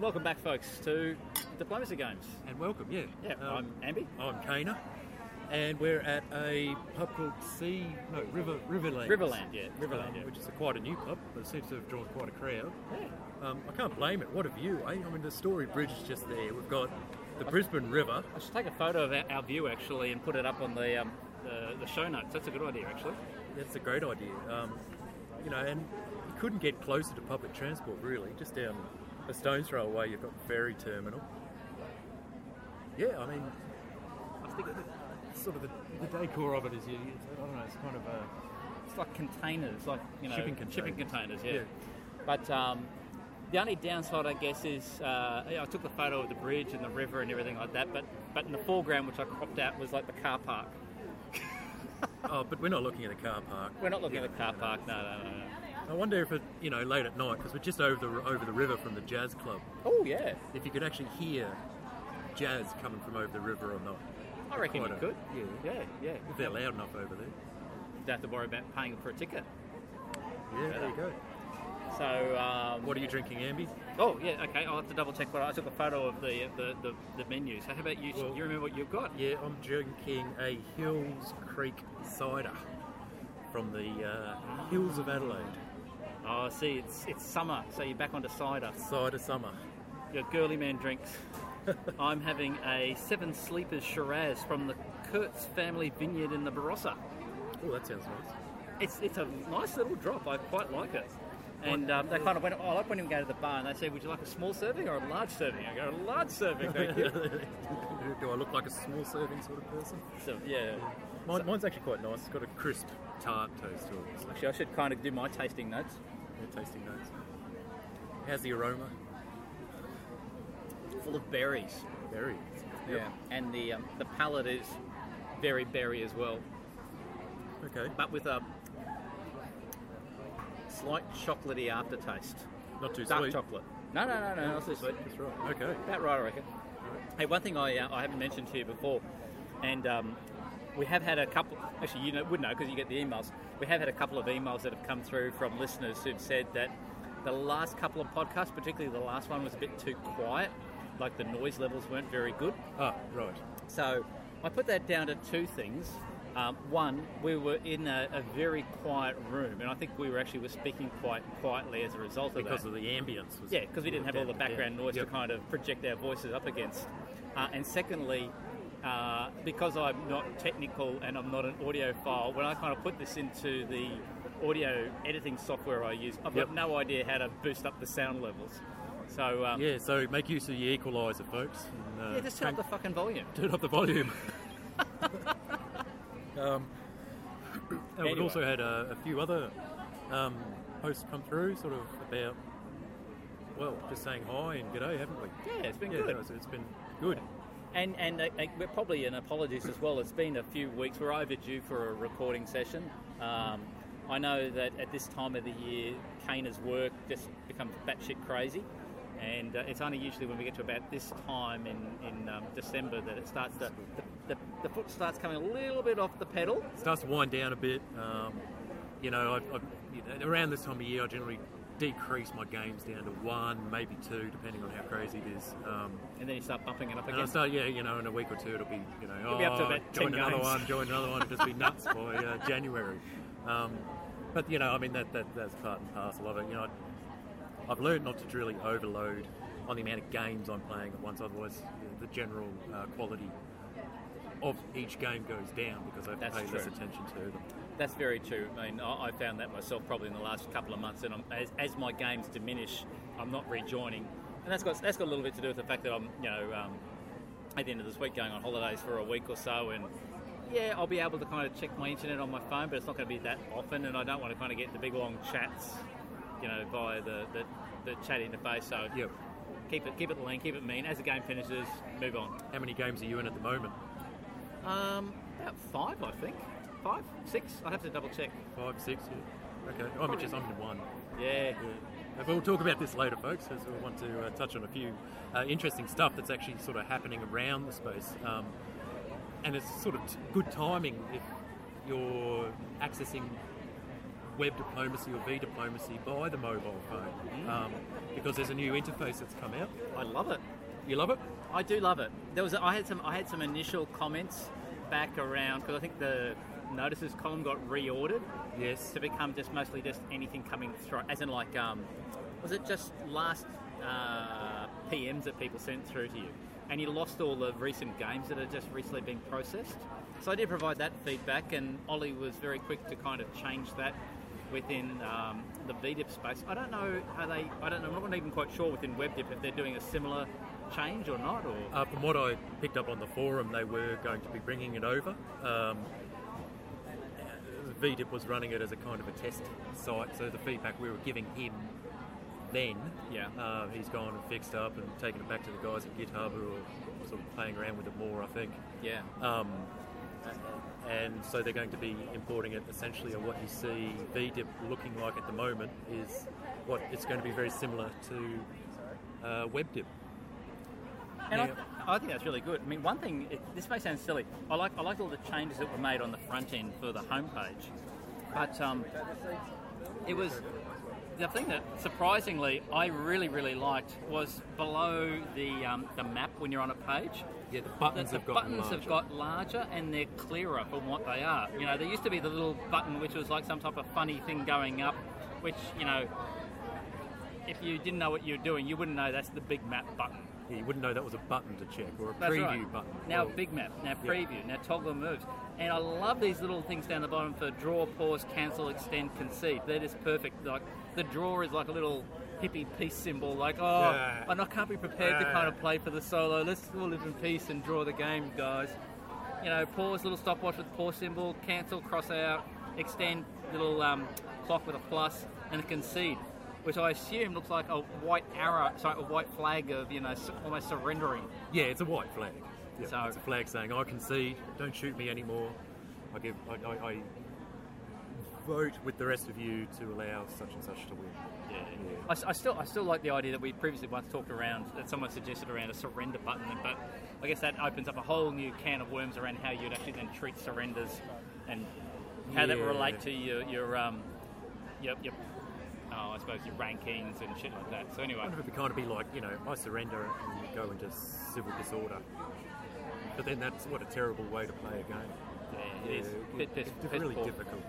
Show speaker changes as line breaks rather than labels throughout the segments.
Welcome back, folks, to Diplomacy Games.
And welcome, yeah.
Yeah,
Um,
I'm Ambi.
I'm Kana, and we're at a pub called Sea No River Riverland.
Riverland, yeah, Riverland, yeah.
which is a, quite a new pub, but it seems to have drawn quite a crowd.
Yeah.
Um, I can't blame it. What a view, eh? I mean, the Story Bridge is just there. We've got the Brisbane River.
I should take a photo of our, our view actually and put it up on the, um, the the show notes. That's a good idea, actually.
That's a great idea. Um, you know, and you couldn't get closer to public transport really. Just down a stone's throw away, you've got the ferry terminal. Yeah, I mean, I think the- sort of the, the decor of it is, you, it's, I don't know, it's kind of a
It's like containers, like you know,
Shipping containers.
containers, yeah.
Yeah.
But um, the only downside, I guess, is uh, yeah, I took the photo of the bridge and the river and everything like that. But but in the foreground, which I cropped out, was like the car park.
Oh, but we're not looking at a car park.
We're not looking at the car park. No, no, no. no.
I wonder if it, you know, late at night because we're just over the over the river from the jazz club.
Oh yeah,
If you could actually hear jazz coming from over the river or not,
I reckon
Quite
you
a-
could.
yeah.
Yeah, yeah.
if they're loud enough over there.
Don't have to worry about paying for a ticket.
Yeah, there you go.
So um,
What are you drinking, Ambi?
Oh yeah, okay. I'll have to double check. What I I took a photo of the the, the, the menu. So how about you?
Well-
you remember what you've got?
Yeah, I'm drinking a Hills Creek cider from the uh, hills of Adelaide.
Oh, see, it's it's summer, so you're back onto cider.
Cider summer.
Your girly man drinks. I'm having a Seven Sleepers Shiraz from the Kurtz family vineyard in the Barossa.
Oh, that sounds nice.
It's it's a nice little drop. I quite like it. And um, they kind of went. I like when you go to the bar and they say, "Would you like a small serving or a large serving?" I go, "A large serving, thank you."
Do I look like a small serving sort of person?
so yeah.
Mine, mine's actually quite nice. It's got a crisp tart taste to it. so-
Actually, I should kind of do my tasting notes.
Yeah, tasty notes. How's the aroma?
Full of berries.
Berry.
Yeah, and the um, the palate is very berry as well,
Okay.
but with a slight chocolatey aftertaste.
Not too
Dark
sweet.
chocolate. No, no, no, no, not too sweet.
That's right. Okay.
About right, I reckon. Hey, one thing I, uh, I haven't mentioned to you before, and um, we have had a couple. Actually, you know, would know because you get the emails. We have had a couple of emails that have come through from listeners who've said that the last couple of podcasts, particularly the last one, was a bit too quiet. Like the noise levels weren't very good.
Ah, right.
So I put that down to two things. Um, one, we were in a, a very quiet room, and I think we were actually were speaking quite quietly as a result of
Because
that.
of the ambience. Was
yeah, because we didn't have all the background
Yeah.
noise
Yep.
to kind of project our voices up against. Uh, and secondly, uh, because I'm not technical and I'm not an audiophile, when I kind of put this into the audio editing software I use, I've
Yep.
got no idea how to boost up the sound levels. So um,
Yeah, so make use of your equaliser, folks. and, uh,
yeah, just turn up the fucking volume.
turn up the volume. um, and
Anyway.
We've also had a, a few other um, posts come through, sort of about, well, just saying hi and g'day, haven't we?
Yeah, it's been
yeah,
good.
no, it's- it's been good.
And and uh, uh, we're probably in apologies as well. It's been a few weeks. We're overdue for a recording session. Um, I know that at this time of the year, Kana's work just becomes batshit crazy, and uh, it's only usually when we get to about this time in in um, December that it starts to the, the, the foot starts coming a little bit off the pedal.
starts to wind down a bit. Um, you know, I've, I've, you know, around this time of year, I generally decrease my games down to one, maybe two, depending on how crazy it is. Um,
And then you start bumping it up
and I
again.
start, yeah, you know, in a week or two, it'll be, you know,
be up to
oh,
about 10
join another
games.
one, join another one, just be nuts by uh, January. Um, but you know, I mean, that, that that's part and parcel of it. You know, I've learned not to really overload on the amount of games I'm playing at once. Otherwise, you know, the general uh, quality of each game goes down because I have
That's
to pay less
true.
attention to them.
That's very true. I mean, I, I found that myself probably in the last couple of months, and I'm, as, as my games diminish, I'm not rejoining, and that's got that's got a little bit to do with the fact that I'm, you know, um, at the end of this week going on holidays for a week or so, and yeah, I'll be able to kind of check my internet on my phone, but it's not going to be that often, and I don't want to kind of get the big long chats, you know, via the the, the chat interface. So
Yep.
keep it keep it lean, keep it mean. As the game finishes, move on.
How many games are you in at the moment?
Um, about five, I think, five, six. I have to double check.
Five, six? Yeah. Okay, I'm just I'm in one.
Yeah.
Yeah. Uh, But we'll talk about this later, folks, as we want to uh, touch on a few uh, interesting stuff that's actually sort of happening around the space. Um, and it's sort of t- good timing if you're accessing web diplomacy or V diplomacy by the mobile phone um, because there's a new interface that's come out.
I love it.
You love it?
I do love it. There was a, I had some I had some initial comments back around because I think the notices column got reordered
Yes.
to become just mostly just anything coming through, as in like um, was it just last uh, PMs that people sent through to you, and you lost all the recent games that are just recently being processed. So I did provide that feedback, and Ollie was very quick to kind of change that within um, the VDIP space. I don't know how they. I don't know. I'm not even quite sure within E WebDIP if they're doing a similar change or not. Or
Uh, from what I picked up on the forum, they were going to be bringing it over. Um, VDIP was running it as a kind of a test site, so the feedback we were giving him then,
Yeah.
uh, he's gone and fixed up and taken it back to the guys at GitHub who are sort of playing around with it more, I think.
yeah,
Um, and so they're going to be importing it essentially, or what you see VDIP looking like at the moment is what it's going to be very similar to uh, WebDIP.
And
Yeah.
I, I think that's really good. I mean, one thing, it, this may sound silly, I like, I like all the changes that were made on the front end for the homepage, but um, it was the thing that surprisingly I really, really liked was below the, um, the map when you're on a page.
Yeah, the
The,
buttons
the
have gotten
buttons have
larger.
got larger and they're clearer from what they are. You know, there used to be the little button which was like some type of funny thing going up, which, you know, if you didn't know what you were doing, you wouldn't know that's the big map button.
Yeah, you wouldn't know that was a button to check or a
That's
preview
right.
button.
Now
Or-
big map. Now preview. Now toggle moves. And I love these little things down the bottom for draw, pause, cancel, extend, concede. They're just perfect. Like the draw is like a little hippie peace symbol. Like oh,
Yeah.
and I can't be prepared to
Yeah.
kind of play for the solo. Let's all live in peace and draw the game, guys. You know, pause, little stopwatch with pause symbol, cancel, cross out, extend, little um, clock with a plus, and a concede, which I assume looks like a white arrow, sorry, a white flag of you know s- almost surrendering.
Yeah, it's a white flag. Yeah,
So-
it's a flag saying, "I concede. Don't shoot me anymore. I give. I, I, I vote with the rest of you to allow such and such to win." Yeah.
I, s- I still, I still like the idea that we previously once talked around that someone suggested around a surrender button, but I guess that opens up a whole new can of worms around how you'd actually then treat surrenders and how that will
Yeah.
relate to your your um your, your oh, I suppose your rankings and shit like that. So
I
anyway,
wonder if it kind of be like, you know, I surrender and you go into civil disorder. But then that's what a terrible way to play a game.
Yeah, it is.
it-
Bit- bit-
it's
bit
really
poor.
difficult.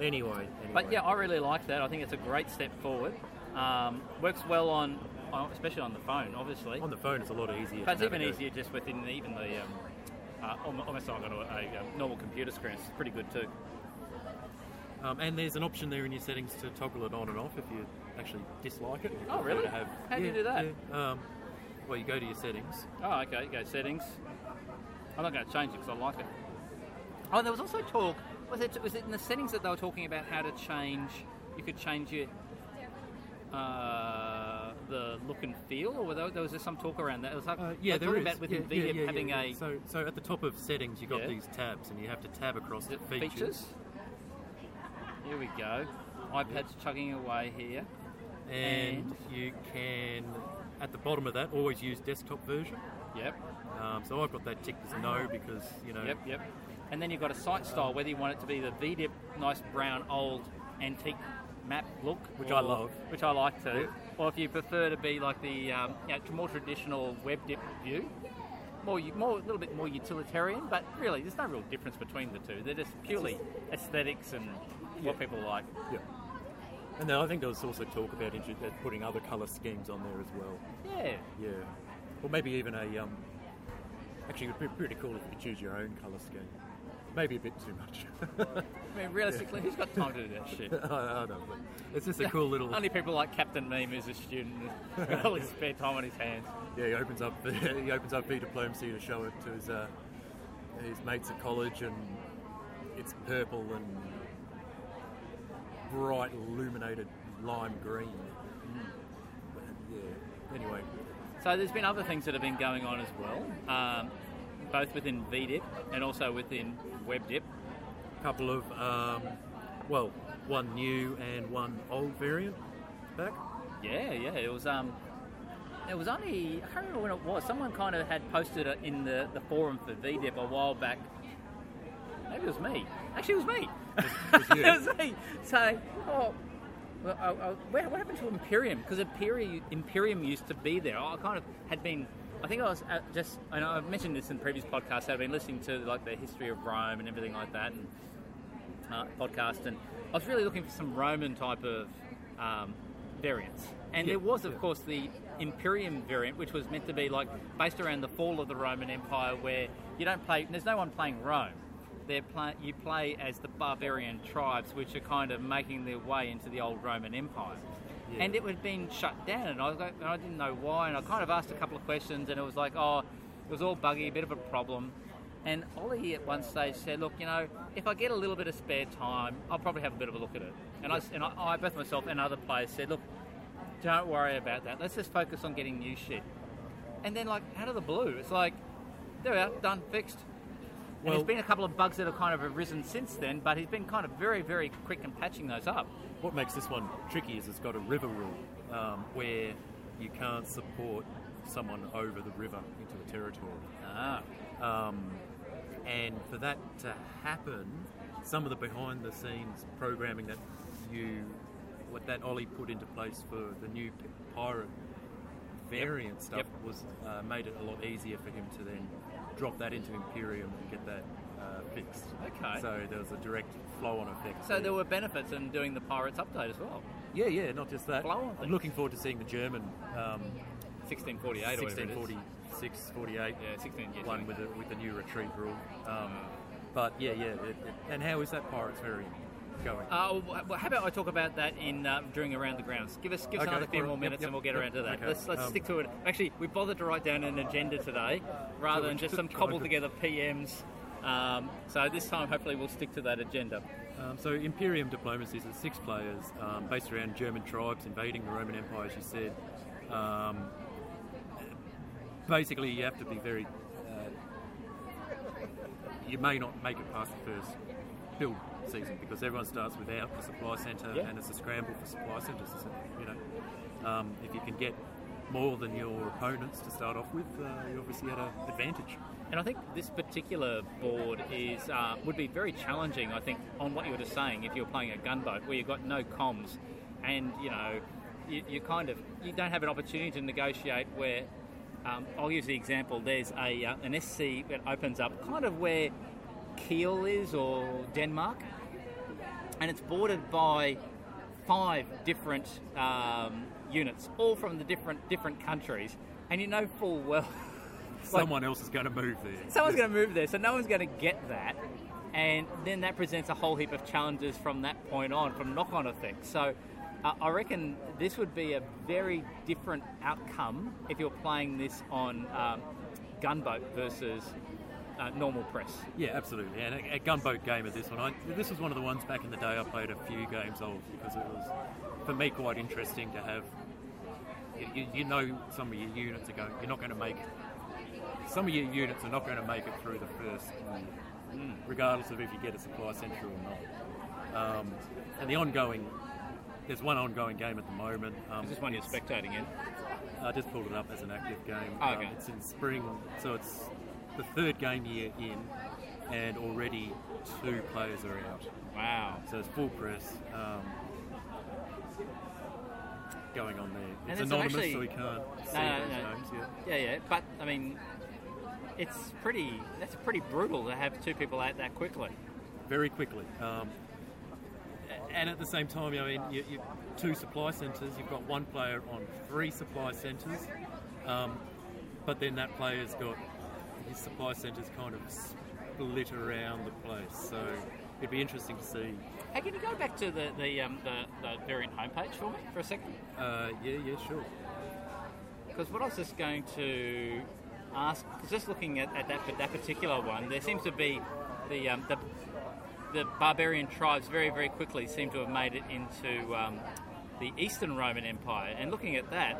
Anyway,
But
anyway.
yeah, I really like that. I think it's a great step forward. Um, works well on, on- especially on the phone, obviously.
on the phone it's a lot easier.
But it's
to
even
navigate.
easier just within even the um, uh, almo- almost like on a, a, um, normal computer screen. It's pretty good too.
Um, and there's an option there in your settings to toggle it on and off if you actually dislike it.
Oh, really?
To have-
How do you do that?
yeah, um, well, you go to your settings.
Oh, okay. Go settings. I'm not going to change it because I like it. Oh, there was also talk. Was it was it in the settings that they were talking about how to change? You could change your uh, the look and feel, or were there, there was just some talk around that. It was like,
Uh,
they
yeah,
were
there
talking
is.
about within
yeah,
VDIP
yeah, yeah,
having
yeah.
a
So, so at the top of settings, you got
Yeah.
these tabs, and you have to tab across
is
to
it features. Here we go. iPad's chugging away here.
and you can, at the bottom of that, always use desktop version.
Yep.
Um, so I've got that ticked as no because you know.
Yep, yep. And then you've got a site style, whether you want it to be the VDIP, nice brown, old, antique map look,
Which I love.
which I like too,
Yeah.
or if you prefer to be like the um, you know, more traditional WebDIP view, more u- more a little bit more utilitarian. But really, there's no real difference between the two. They're just purely aesthetics and what
Yeah.
people like.
Yeah. And then I think there was also talk about intro- that putting other colour schemes on there as well.
Yeah.
Yeah. Or maybe even a. Um, actually, it would be pretty cool if you could choose your own colour scheme. Maybe a bit too much.
I mean, realistically, who's got time to do that shit?
I, I don't know. It's just a cool little.
Only people like Captain Meme who's a student with all his spare time on his hands.
Yeah, he opens up. He opens up V diplomacy to show it to his uh, his mates at college, and it's purple and bright, illuminated lime green. Mm. But, yeah. Anyway,
So there's been other things that have been going on as well, um, both within VDIP and also within WebDIP.
a couple of um, well, one new and one old variant back.
Yeah, yeah, it was. Um, it was only I can't remember when it was. Someone kind of had posted it in the, the forum for VDIP a while back. Maybe it was me. Actually, it was me.
was you.
it was me. So, oh, well, I, I, where- what happened to Imperium? Because Imperium, Imperium used to be there. I kind of had been. I think I was at just, and I've mentioned this in previous podcasts. I've been listening to like the history of Rome and everything like that, and uh, podcast, and I was really looking for some Roman type of um, variants. And
Yeah,
there was, of
yeah.
course, the Imperium variant, which was meant to be like based around the fall of the Roman Empire, where you don't play. There's no one playing Rome. They're play, you play as the barbarian tribes, which are kind of making their way into the old Roman Empire.
Yeah.
And it had been shut down, and I was like, and I didn't know why. And I kind of asked a couple of questions, and it was like, oh, it was all buggy, a bit of a problem. And Ollie at one stage said, "Look, you know, if I get a little bit of spare time, I'll probably have a bit of a look at it." And I s- and I, I both myself and other players said, "Look, don't worry about that. Let's just focus on getting new shit." And then, like out of the blue, it's like, "There we are, done, fixed." And
Well-
there's been a couple of bugs that have kind of arisen since then, but he's been kind of very, very quick in patching those up.
What makes this one tricky is it's got a river rule um, where you can't support someone over the river into a territory.
Ah,
Um, and for that to happen, some of the behind the scenes programming that you, what that Ollie put into place for the new p- pirate variant stuff
Yep.
was uh, made it a lot easier for him to then drop that into Imperium and get that uh, fixed.
Okay.
So there was a direct flow on effect.
so there were benefits in doing the Pirates update as well.
Yeah, yeah, not just that.
Flow on
I'm
things.
looking forward to seeing the German um,
1648 or whatever it is.
1646, 48
Yeah, 16, yeah,
one with the, with the new retreat rule. Um, but yeah, yeah. It, it, and how is that Pirates variant going?
Uh, well, how about I talk about that in uh, during around the grounds? Give us give us
Okay,
another few
all
more
right.
minutes,
Yep,
and we'll get
yep,
around to that.
okay.
Let's let's
Um,
stick to it. Actually, we bothered to write down an agenda today, rather
So
than
we
just
just
some
tried
cobbled
to-
together PMs. Um, so this time, hopefully, we'll stick to that agenda.
Um, so Imperium Diplomacy is six players um, based around German tribes invading the Roman Empire, as you said. Um, basically, you have to be very. Uh, you may not make it past the first build season because everyone starts without a supply centre
Yeah.
and it's a scramble for supply centres. isn't it? You know, um, if you can get more than your opponents to start off with, uh, you obviously had an advantage.
And I think this particular board is uh, would be very challenging. I think on what you were just saying, if you're playing a gunboat where you've got no comms, and you know, you, you kind of you don't have an opportunity to negotiate. Where um, I'll use the example. There's a uh, an SC that opens up kind of where Kiel is or Denmark, and it's bordered by five different um, units, all from the different different countries, and you know full well. like,
Someone else is going to move there.
someone's going to move there, so no one's going to get that. And then that presents a whole heap of challenges from that point on, from knock on effects. So uh, I reckon this would be a very different outcome if you're playing this on um, gunboat versus uh, normal press.
Yeah, absolutely. And a, a gunboat game of this one. I, this was one of the ones back in the day I played a few games of because it was, for me, quite interesting to have. You, you, you know, some of your units are going. You're not going to make. Some of your units are not going to make it through the first, year,
Mm.
regardless of if you get a supply centre or not. Um, and the ongoing. There's one ongoing game at the moment. Um,
Is this one you're
it's-
spectating in?
I just pulled it up as an active game. Um,
Oh, okay.
it's in spring, so it's the third game year in, and already two players are out.
Wow.
So it's full press um, going on there.
And
It's
it's
anonymous,
actually-
so we can't see
No, no,
those
no.
names yet.
Yeah, yeah. But I mean, it's pretty. That's pretty brutal to have two people out that quickly.
very quickly. Um, a- and at the same time, I mean, you, you two supply centres. You've got one player on three supply centres, um, but then that player's got his supply centres kind of split around the place. So it'd be interesting to see.
Hey, can you go back to the the, um, the, the variant homepage for me for a second?
Uh, yeah, yeah, sure.
Because what I was just going to ask, because just looking at, at that that particular one, there seems to be the um, the the barbarian tribes very very quickly seem to have made it into um, the Eastern Roman Empire. And looking at that,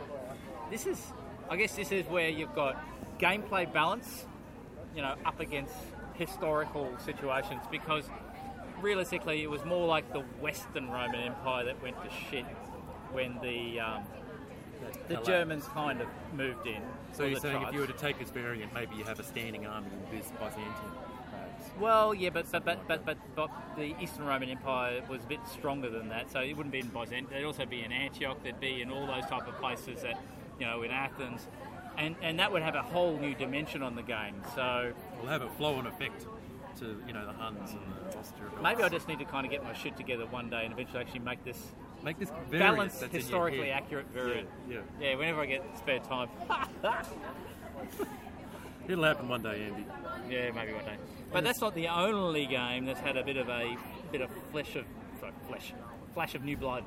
this is, I guess, this is where you've got gameplay balance, you know, up against historical situations because. Realistically, it was more like the Western Roman Empire that went to shit when the um,
that
The
allows-
Germans kind of moved in.
So
or
you're
the
saying if you were
tribes.
to take this variant, maybe you have a standing army in this Byzantium. perhaps.
Well, yeah, but but
Something
but,
like
but but but the Eastern Roman Empire was a bit stronger than that, so it wouldn't be in Byzantium. There'd also be in Antioch. There'd be in all those type of places that, you know, in Athens, and and that would have a whole new dimension on the game. So
We'll have a flow-on effect to you know the Huns and the Ostrogoths.
maybe I just need to kind of get my shit together one day and eventually actually make this
make this variant
balanced,
that's in your
historically
head.
accurate variant.
Yeah,
yeah. Whenever I get spare time.
yeah. It'll happen one day, Andy.
Yeah, maybe one day. But that's not the only game that's had a bit of a bit of flesh of sorry, flesh, flash of new blood.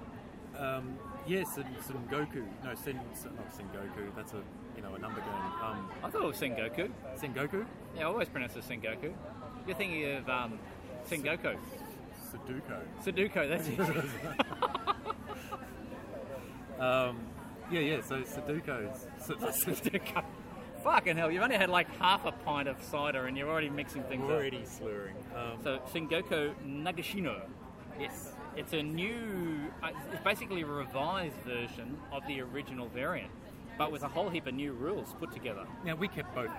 Um, yes, yeah, Sen, Sen Goku. No, Sen, Sen, not Sen Goku. That's a you know a number game. Um,
I thought it was Sengoku.
Sen Goku,
Yeah, I always pronounce it Sengoku. You're thinking of um, Sengoku,
Sudoku.
Sudoku. That's it.
Um, yeah, yeah. So Sudoku. is- Su- Su-
Sudoku. Fucking hell! You've only had like half a pint of cider, and you're already mixing things
We're already slurring.
up.
Um,
So Sengoku Nagashino.
yes.
It's a new, uh, it's basically a revised version of the original variant, but with a whole heap of new rules put together.
Now we kept both.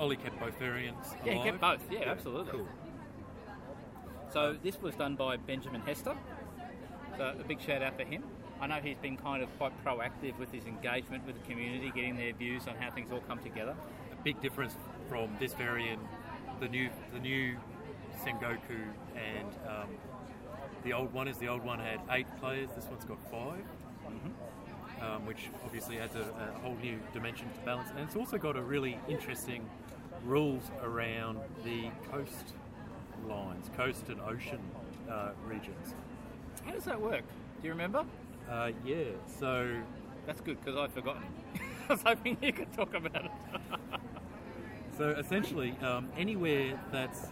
Ollie kept both variants.
Yeah, he
alive.
kept both. Yeah, absolutely.
Cool.
So this was done by Benjamin Hester. So a big shout out for him. I know he's been kind of quite proactive with his engagement with the community, getting their views on how things all come together.
a big difference from this variant, the new the new Sengoku, and um, the old one is the old one had eight players. This one's got 5 um, which obviously adds a, a whole new dimension to balance, and it's also got a really interesting rules around the coast lines, coast and ocean uh, regions.
How does that work? Do you remember?
Uh, yeah, so
That's good because I've forgotten. I was hoping you could talk about it.
so essentially um, anywhere that's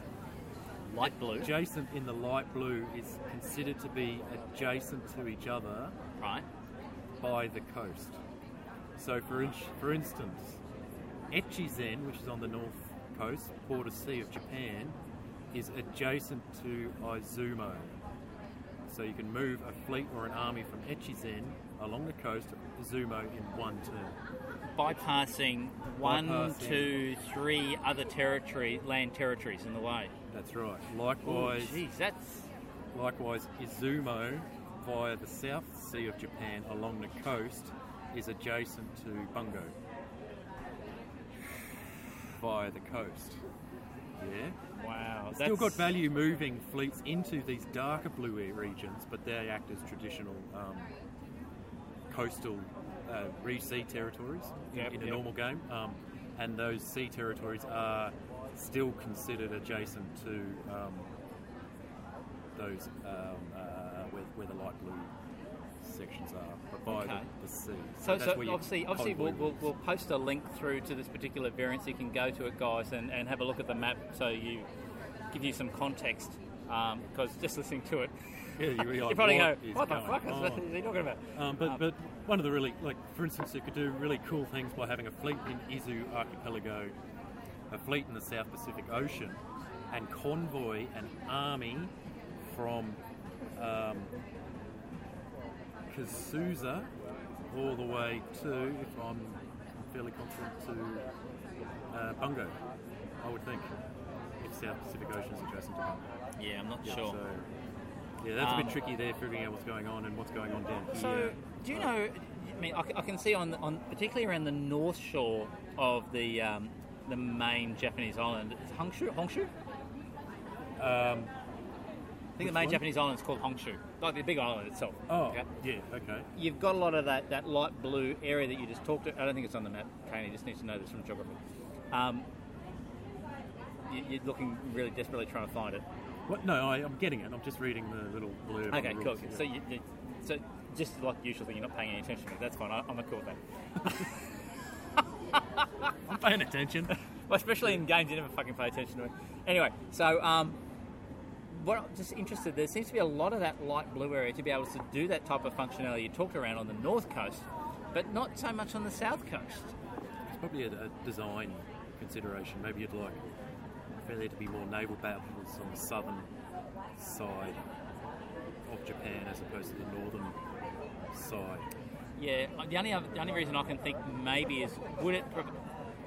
Light blue,
adjacent in the light blue is considered to be adjacent to each other
right?
by the coast. So, for, in- for instance, Echizen, which is on the north coast, border sea of Japan, is adjacent to Izumo. So, you can move a fleet or an army from Echizen along the coast to Izumo in one turn.
Bypassing one,
Bypassing.
two, three other territory, land territories in the way.
That's right.
Oh,
Likewise,
jeez, that's
Likewise, Izumo via the South Sea of Japan along the coast is adjacent to Bungo via the coast. Yeah.
wow.
Still
that's-
got value moving fleets into these darker blue air regions, but they act as traditional um, coastal uh, re sea territories in-
Yep,
in a
yep.
normal game. Um, and those sea territories are still considered adjacent to um, those um, uh, where, where the light blue sections are, but by
Okay.
the, the sea.
So,
that's
so
where your
obviously, obviously
convoy
we'll, we'll,
routes.
we'll post a link through to this particular variant so you can go to it, guys, and, and have a look at the map so you give you some context. Because just listening to it,
Yeah, you're
you
like,
probably
"What
go,
is
what the
going
fuck is,
on?"
is he talking about?
Um, but, but one of the really, like, for instance, you could do really cool things by having a fleet in Izu Archipelago, a fleet in the South Pacific Ocean, and convoy an army from um, Kasuza all the way to, if I'm fairly confident, to uh, Bungo, I would think, if South Pacific Ocean is adjacent to Bungo.
yeah, I'm not
Yeah,
sure.
So, yeah, that's a
Um,
bit tricky there, figuring out what's going on and what's going on down here.
So, do you know? I mean, I, c- I can see on on particularly around the north shore of the um, the main Japanese island. It's Honshu. Honshu.
Um,
I think
Which
the main
one?
Japanese island is called Honshu, like the big island itself.
oh,
Okay?
yeah, okay.
You've got a lot of that, that light blue area that you just talked to. I don't think it's on the map, Kane. You just need to know this from geography. Um, you, you're looking really desperately trying to find it.
What? No, I, I'm getting it. I'm just reading the little blurb. on the
Okay, cool.
rules,
So,
yeah.
you, you, so just like the usual thing, you're not paying any attention to me. That's fine. I, I'm cool with that.
I'm paying attention.
Well, especially in games, you never fucking pay attention to it. Anyway, so um, what I'm just interested, there seems to be a lot of that light blue area to be able to do that type of functionality you talked around on the north coast, but not so much on the south coast.
it's probably a, a design consideration. Maybe you'd like for there to be more naval battles on the southern side of Japan as opposed to the northern side.
Yeah, like, the only other, the only reason I can think maybe is would it prov-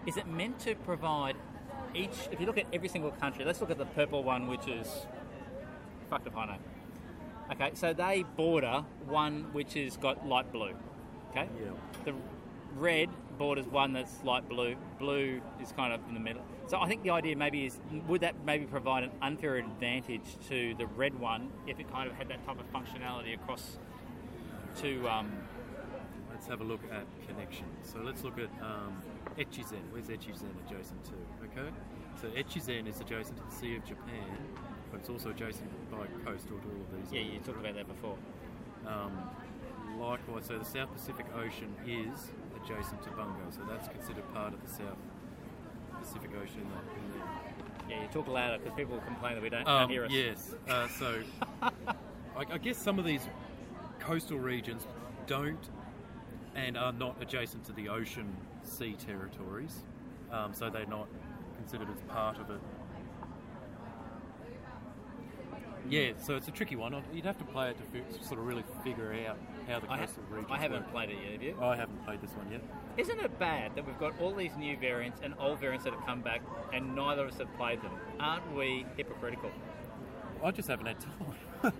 is it meant to provide each? If you look at every single country, let's look at the purple one, which is fucked if I know. Okay, so they border one which has got light blue. Okay,
Yeah.
the red borders one that's light blue. Blue is kind of in the middle. So I think the idea maybe is would that maybe provide an unfair advantage to the red one if it kind of had that type of functionality across to. Um,
Let's have a look at connection. So let's look at um, Echizen. Where's Echizen adjacent to? Okay. So Echizen is adjacent to the Sea of Japan, but it's also adjacent by coastal to all of these.
Yeah, you
islands,
talked
right?
about that before.
Um, likewise, so the South Pacific Ocean is adjacent to Bungo, so that's considered part of the South Pacific Ocean. In the, in the,
Yeah, you talk louder because people complain that we don't,
Um,
don't hear us.
Yes. Uh, so, I, I guess some of these coastal regions don't and are not adjacent to the ocean sea territories, um, so they're not considered as part of it. Yeah, so it's a tricky one. I'd- You'd have to play it to fi- sort of really figure out how the
I, ha-
coastal regions.
I haven't
work.
played it yet, have you?
I haven't played this one yet.
Isn't it bad that we've got all these new variants and old variants that have come back and neither of us have played them? Aren't we hypocritical?
I just haven't had time.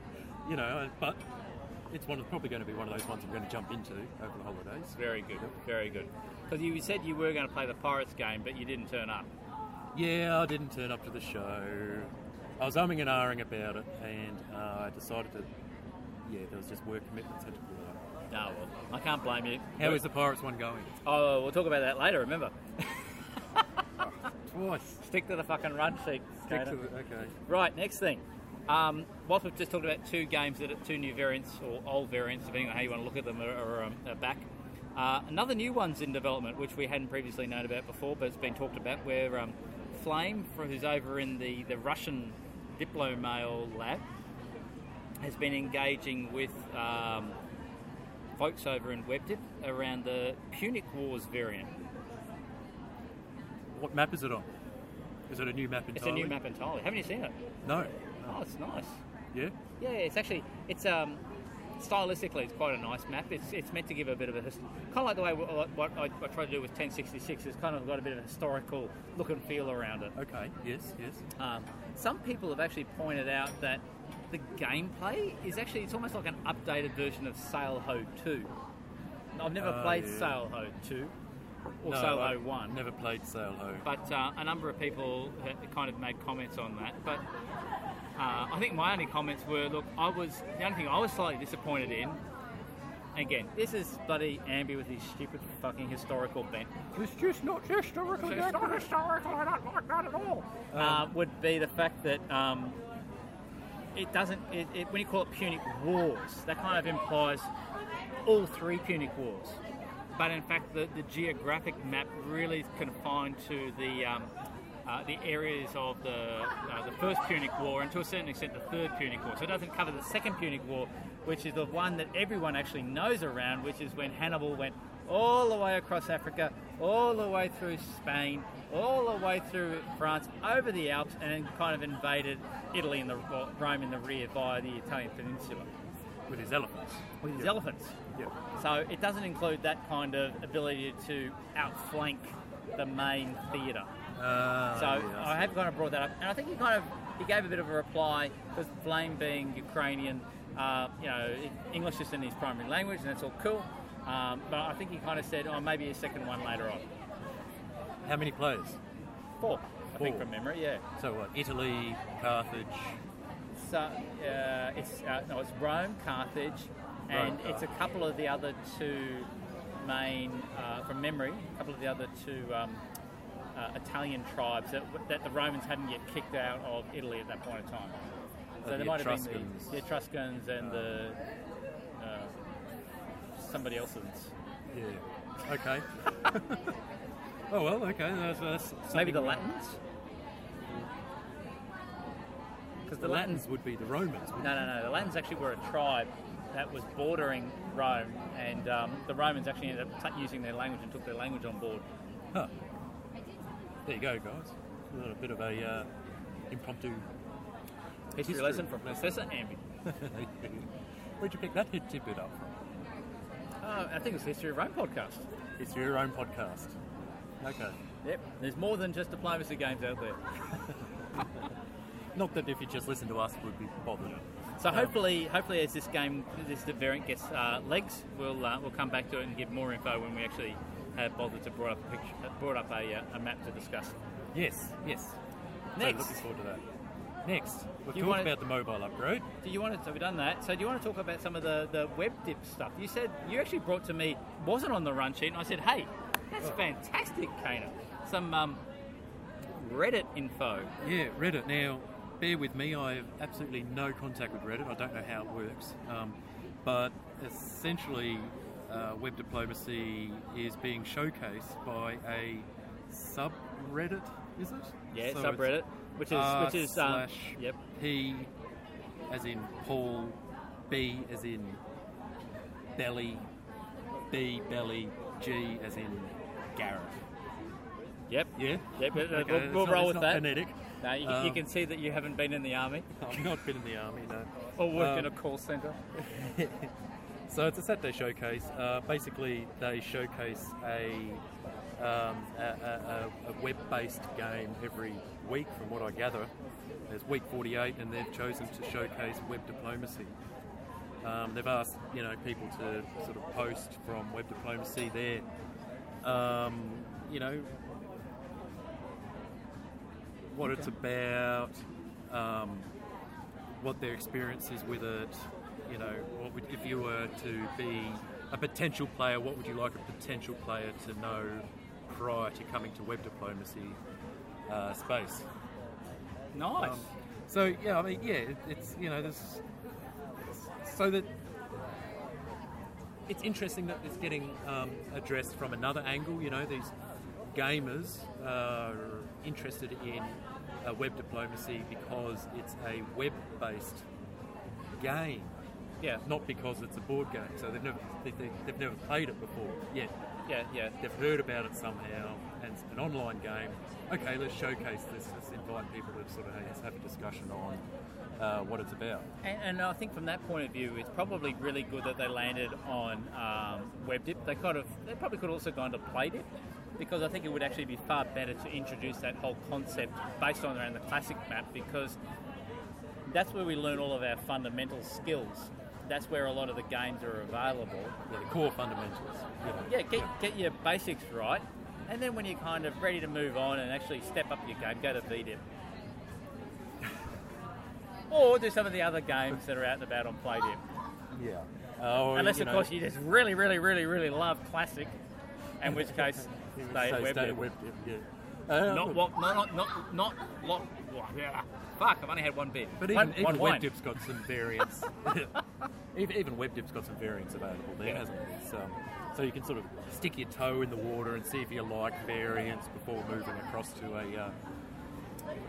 you know, I- but it's one probably going to be one of those ones I'm going to jump into over the holidays.
Very good, very good. Because you said you were going to play the Pirates game, but you didn't turn up.
Yeah, I didn't turn up to the show. I was umming and ahhing about it, and uh, I decided to. Yeah, there was just work commitments had to pull out.
No, well, I can't blame you.
How is the Pirates one going?
Oh, we'll talk about that later, remember.
Twice.
Stick to the fucking run sheet.
Stick
Skater.
to it. Okay.
Right, next thing. Um, whilst we've just talked about two games that are two new variants or old variants, depending on how you want to look at them, are, are, um, are back. Uh, another new one's in development, which we hadn't previously known about before, but it's been talked about. Where um, Flame, for- who's over in the the Russian Diplomale lab, has been engaging with um, folks over in WebDip around the Punic Wars variant.
What map is it on? Is it a new map
It's
entirely?
a new map entirely. Haven't you seen it?
No.
Oh, it's nice.
Yeah.
Yeah, it's actually it's um, stylistically it's quite a nice map. It's, it's meant to give a bit of a hist- kind of like the way what, what I, I try to do with 1066. It's kind of got a bit of a historical look and feel around it.
Okay. Yes. Yes.
Um, some people have actually pointed out that the gameplay is actually it's almost like an updated version of Sailho 2. I've never
Oh,
played
yeah.
Sailho 2 or
No,
Sailho
I've
1.
Never played Sailho.
But uh, a number of people ha- kind of made comments on that. But uh, I think my only comments were, look, I was the only thing I was slightly disappointed in. Again, this is bloody Ambi with his stupid fucking historical bent.
It's just not historical.
It's not historical. I don't like that at all. uh, would be the fact that um, it doesn't. It, it, when you call it Punic Wars, that kind of implies all three Punic Wars. But in fact, the, the geographic map really is confined to the um, uh, the areas of the uh, the first Punic War and to a certain extent the third Punic War. So it doesn't cover the second Punic War, which is the one that everyone actually knows around, which is when Hannibal went all the way across Africa, all the way through Spain, all the way through France, over the Alps, and then kind of invaded Italy and the well, Rome in the rear via the Italian peninsula
With his elephants.
with his
Yeah.
elephants.
Yeah.
So it doesn't include that kind of ability to outflank the main theatre.
Uh,
So
yeah,
I
see.
have kind of brought that up, and I think he kind of he gave a bit of a reply because Flame being Ukrainian, uh, you know, English isn't his primary language, and that's all cool. Um, but I think he kind of said, "Oh, maybe a second one later on."
How many players?
Four, I think
Four.
from memory, yeah.
So what? Italy, Carthage.
So uh, it's uh, no, it's Rome, Carthage, and
Rome,
it's a couple of the other two main, uh, from memory, a couple of the other two um, uh, Italian tribes that, that the Romans hadn't yet kicked out of Italy at that point in time. So
the
there might have been
Etruscans.
the, the Etruscans and the uh, somebody else's.
Yeah. Okay. oh well. Okay. That's, that's something
Maybe the
we-
Latins, because
The Latins would be the Romans. wouldn't
No, no, no. The Latins actually were a tribe that was bordering Rome, and um, the Romans actually ended up t- using their language and took their language on board.
they? Huh. There you go, guys. A little bit of a uh, impromptu.
History,
History.
lesson from Professor Amby.
Where'd you pick that tidbit up from?
Uh, Uh, I think it's the History of Rome podcast.
It's your own podcast. Okay.
Yep. There's more than just diplomacy games out there.
Not that if you just listen to us, we'd be bothered.
So
Um,
hopefully, hopefully, as this game, this variant gets uh, legs, we'll uh, we'll come back to it and give more info when we actually have bothered to brought up a picture, uh, brought up a, uh, a map to discuss.
Yes, yes.
Next.
So looking forward to that. Next, we've
You
talked
wanna-
about the mobile upgrade.
Do you want to? So we've done that. So do you want to talk about some of the the web dip stuff? You said you actually brought to me wasn't on the run sheet, and I said, hey, that's fantastic, Kana. Some um, Reddit info.
Yeah, Reddit. Now, bear with me. I have absolutely no contact with Reddit. I don't know how it works. Um, but essentially, uh, web diplomacy is being showcased by a subreddit. Is it?
Yeah,
So it's
subreddit, which is
r
which is um,
slash
yep.
P, as in Paul. B as in belly. B belly. G as in Garrett.
Yep.
Yeah.
Yep, uh,
Okay,
we'll,
it's
we'll
not-
roll with
it's not
that.
Phonetic.
No, you, you
Um,
can see that you haven't been in the army
I've not been in the army, no.
or worked
Um,
in a call centre.
So it's a Saturday showcase. Uh, basically, they showcase a, um, a, a, a- a web-based game every week, from what I gather. It's week 48, and they've chosen to showcase web diplomacy. Um, they've asked, you know, people to sort of post from web diplomacy their, um, you know, what it's about, um, what their experience is with it. You know, what would, if you were to be a potential player, what would you like a potential player to know prior to coming to web diplomacy uh, space?
Nice.
Um, so yeah, I mean, yeah, it, it's you know, this so that it's interesting that it's getting um, addressed from another angle. You know, these gamers are interested in uh, web diplomacy because it's a web-based game,
yeah,
not because it's a board game. So they've never they, they, they've never played it before yet.
yeah, yeah.
They've heard about it somehow, and it's an online game. Okay, let's showcase this. Let's invite people to sort of hey, let's have a discussion on uh, what it's about.
And, and I think from that point of view, it's probably really good that they landed on um, WebDip. They could have, they probably could have also gone to PlayDip because I think it would actually be far better to introduce that whole concept based on around the classic map because that's where we learn all of our fundamental skills. That's where a lot of the games are available.
Yeah, the core fundamentals. you know.
Yeah, get, get your basics right, and then when you're kind of ready to move on and actually step up your game, go to VDIP. or do some of the other games that are out and about on PlayDip.
Yeah. Oh,
Unless,
you
of
know,
course, you just really, really, really, really love Classic, in which case,
you would
stay at
say
WebDip.
stay at WebDip, yeah. Uh,
Not
look,
what, not, not, not, not, what, yeah. Fuck, I've only had one beer.
But
one,
even, even
one wine.
WebDip's got some variants. even, even WebDip's got some variants available there,
Yeah.
hasn't it? It's, um, so you can sort of stick your toe in the water and see if you like variants before moving across to a uh,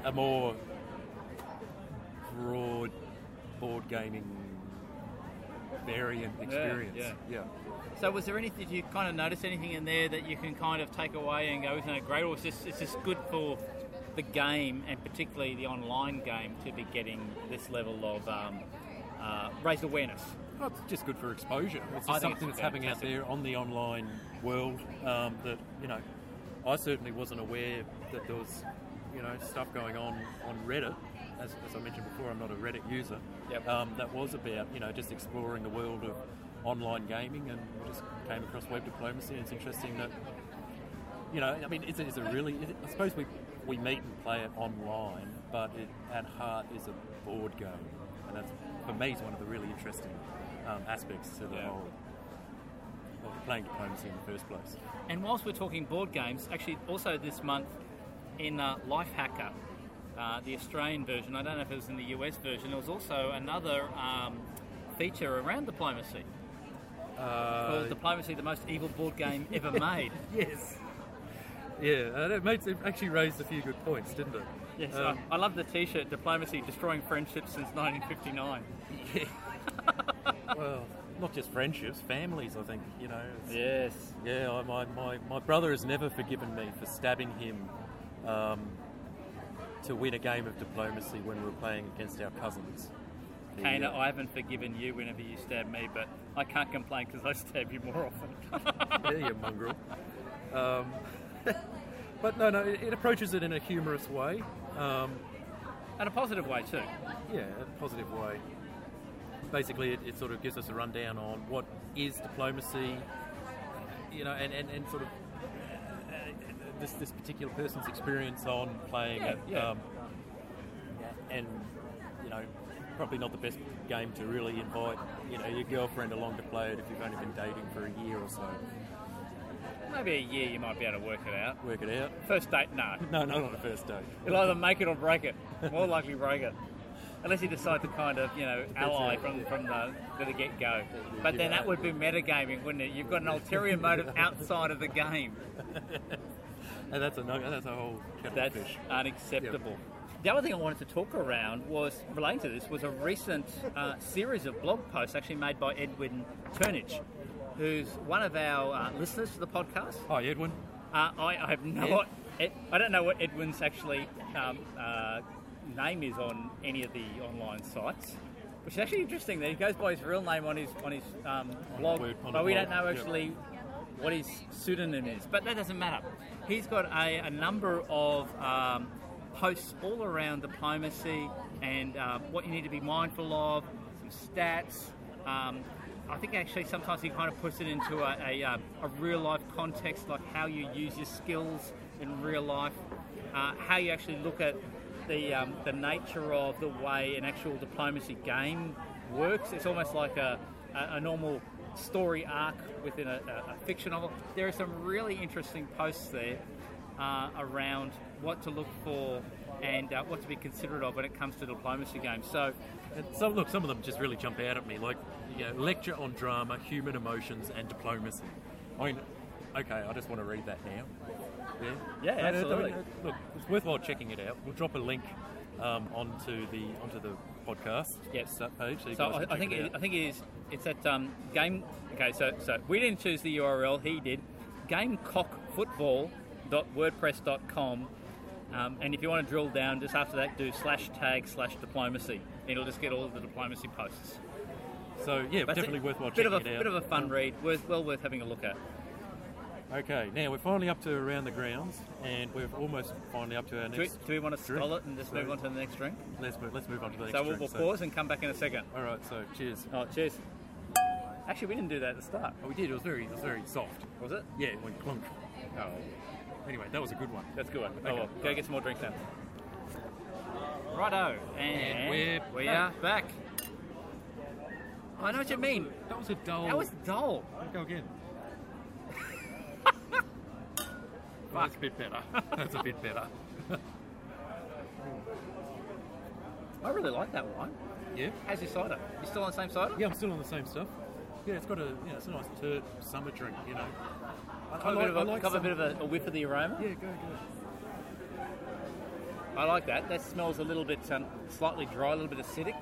a more broad board gaming variant experience.
yeah.
yeah.
So, was there anything did you kind of notice anything in there that you can kind of take away and go, isn't it great? Or is this, is this good for the game and particularly the online game to be getting this level of um, uh, raised awareness?
Well, it's just good for exposure. It's
I think it's
just something that's happening out
fantastic.
there on the online world um, that you know. I certainly wasn't aware that there was, you know, stuff going on on Reddit. As, as I mentioned before, I'm not a Reddit user.
Yep.
Um, that was about you know just exploring the world of online gaming, and we just came across web diplomacy. And it's interesting that, you know, I mean, it's, a- it's a really. It, I suppose we we meet and play it online, but it at heart is a board game, and that's for me is one of the really interesting um, aspects to the
Yeah.
whole of playing diplomacy in the first place.
And whilst we're talking board games, actually, also this month in uh, Life Hacker, uh, the Australian version, I don't know if it was in the US version, there was also another um, feature around diplomacy called Diplomacy, the most evil board game ever made.
yes. Yeah, uh, that makes, it actually raised a few good points, didn't it?
Yes,
Um,
I, I love the T-shirt. Diplomacy destroying friendships since 1959.
well, not just friendships, families. I think you know. It's,
Yes.
Yeah, I, my, my, my brother has never forgiven me for stabbing him um, to win a game of diplomacy when we were playing against our cousins. The,
Kana,
uh,
I haven't forgiven you whenever you stab me, but I can't complain because I stab you more often.
yeah, you mongrel. Um, but no, no, it, it approaches it in a humorous way. Um,
and a positive way, too.
yeah, in a positive way. Basically, it, it sort of gives us a rundown on what is diplomacy, you know, and, and, and sort of uh, uh, this this particular person's experience on playing
Yeah,
it,
yeah.
Um, and you know, probably not the best game to really invite you know your girlfriend along to play it if you've only been dating for a year or so.
Maybe a year you might be able to work it out.
Work it out.
First date, no.
No, not on the first date.
You'll either make it or break it. More likely break it. Unless you decide to kind of, you know, ally
it,
from,
yeah.
from the, to the get go.
yeah,
But
give
then
it
that
up,
would be metagaming, wouldn't it? You've got an ulterior motive outside of the game.
And that's a no, that's a whole kettle
That's
of fish.
unacceptable. The other thing I wanted to talk around was relating to this was a recent uh, series of blog posts actually made by Edwin Turnage, who's one of our uh, listeners to the podcast.
Hi, Edwin.
Uh, I, I have no.
Ed?
Ed, I don't know what Edwin's actually um, uh, name is on any of the online sites, which is actually interesting. That he goes by his real name on his on his um, blog,
web- on
but
the
we
blog,
don't know
yeah.
actually what his pseudonym is. But that doesn't matter. He's got a, a number of um, posts all around diplomacy and um, what you need to be mindful of, some stats. Um, I think actually sometimes he kind of puts it into a, a, um, a real life context, like how you use your skills in real life, uh, how you actually look at the, um, the nature of the way an actual diplomacy game works. It's almost like a, a, a normal story arc within a, a, a fiction novel. There are some really interesting posts there uh, around what to look for and uh, what to be considerate of when it comes to diplomacy games. So,
And some look, some of them just really jump out at me, like you know, lecture on drama, human emotions, and diplomacy. I mean, okay, I just want to read that now. Yeah,
Yeah,
I mean, I- I
absolutely.
mean, look, it's worthwhile checking it out. We'll drop a link um, onto the onto the podcast
Yep.
sub page. So, you
so
guys can
I, I
check
think
it
it,
out.
I think it is. It's at um, game. Okay, so so we didn't choose the URL. He did. Gamecockfootball.wordpress.com. Um, and if you want to drill down, just after that, do slash tag slash diplomacy. It'll just get all of the diplomacy posts.
so yeah,
uh, That's
definitely
it.
worthwhile
bit
checking
of a,
it out.
Bit of a fun read, worth, well worth having a look at.
okay, now we're finally up to around the grounds, and we're almost finally up to our
Do we,
next.
do we want to
drink.
scroll it and just move
So-
on to the next drink?
Let's move, let's move on to the next.
so we'll, we'll
drink,
pause and come back in a second.
All right, so cheers.
Oh, cheers. Actually, we didn't do that at the start,
Oh, we did. It was very, it was very soft.
was it?
Yeah, it went clunk. Oh. Anyway, that was a good one.
That's a good one.
Okay.
Oh, well, go get some more drinks now. Righto, and,
And we're
we
back.
are back. I know what you mean.
That was a dull.
That was dull.
Go again.
Fuck.
That's a bit better. That's a bit better.
I really like that wine.
Yeah.
How's your cider? You still on the same cider?
Yeah, I'm still on the same stuff. Yeah, it's got a, you know, it's a nice tart summer drink, you know. I,
Got a bit of a, got a
summer-
bit of a, a whiff of the aroma.
Yeah, go, go.
I like that. That smells a little bit um, slightly dry, a little bit acidic,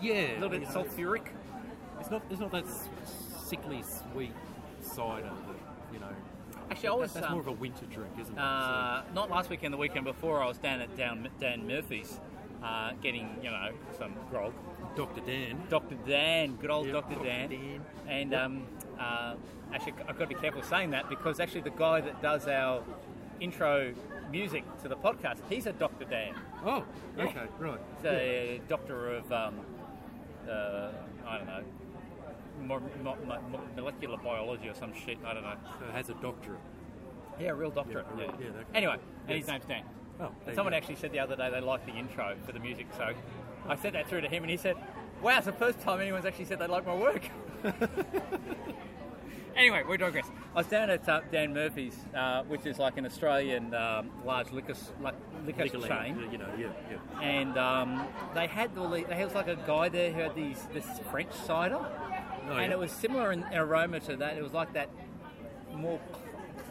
Yeah.
a little bit sulfuric.
It's not, it's not that s- sickly sweet cider that, you know.
Actually, I was
that's
um,
more of a winter drink, isn't it?
uh, not last weekend, the weekend before, I was down at down, Dan Murphy's uh, getting you know some grog.
So, Dr. Dan.
Dr. Dan, good old
Yeah,
Dr.
Dr.
Dan.
Dan.
And um, uh, actually, I've got to be careful saying that because actually, the guy that does our intro music to the podcast, he's a Dr. Dan.
Oh,
Yeah.
okay, right.
He's a doctor of, um, uh, I don't know, mo- mo- mo- mo- molecular biology or some shit. I don't know.
So it has a doctorate.
Yeah, real doctorate.
Yeah,
Yeah.
yeah, that-
Anyway,
Yes.
and his name's Dan.
Oh, there you
and someone
go.
actually said the other day they liked the intro for the music, so I sent that through to him, and he said, "Wow, it's the first time anyone's actually said they like my work." anyway, we digress. I was down at uh, Dan Murphy's, uh, which is like an Australian um, large liquor s- like, liquor
Nicolene,
chain
You know, yeah, yeah.
and um, they had all the, there was like a guy there who had these this French cider, and
Oh, yeah.
it was similar in, in aroma to that. It was like that more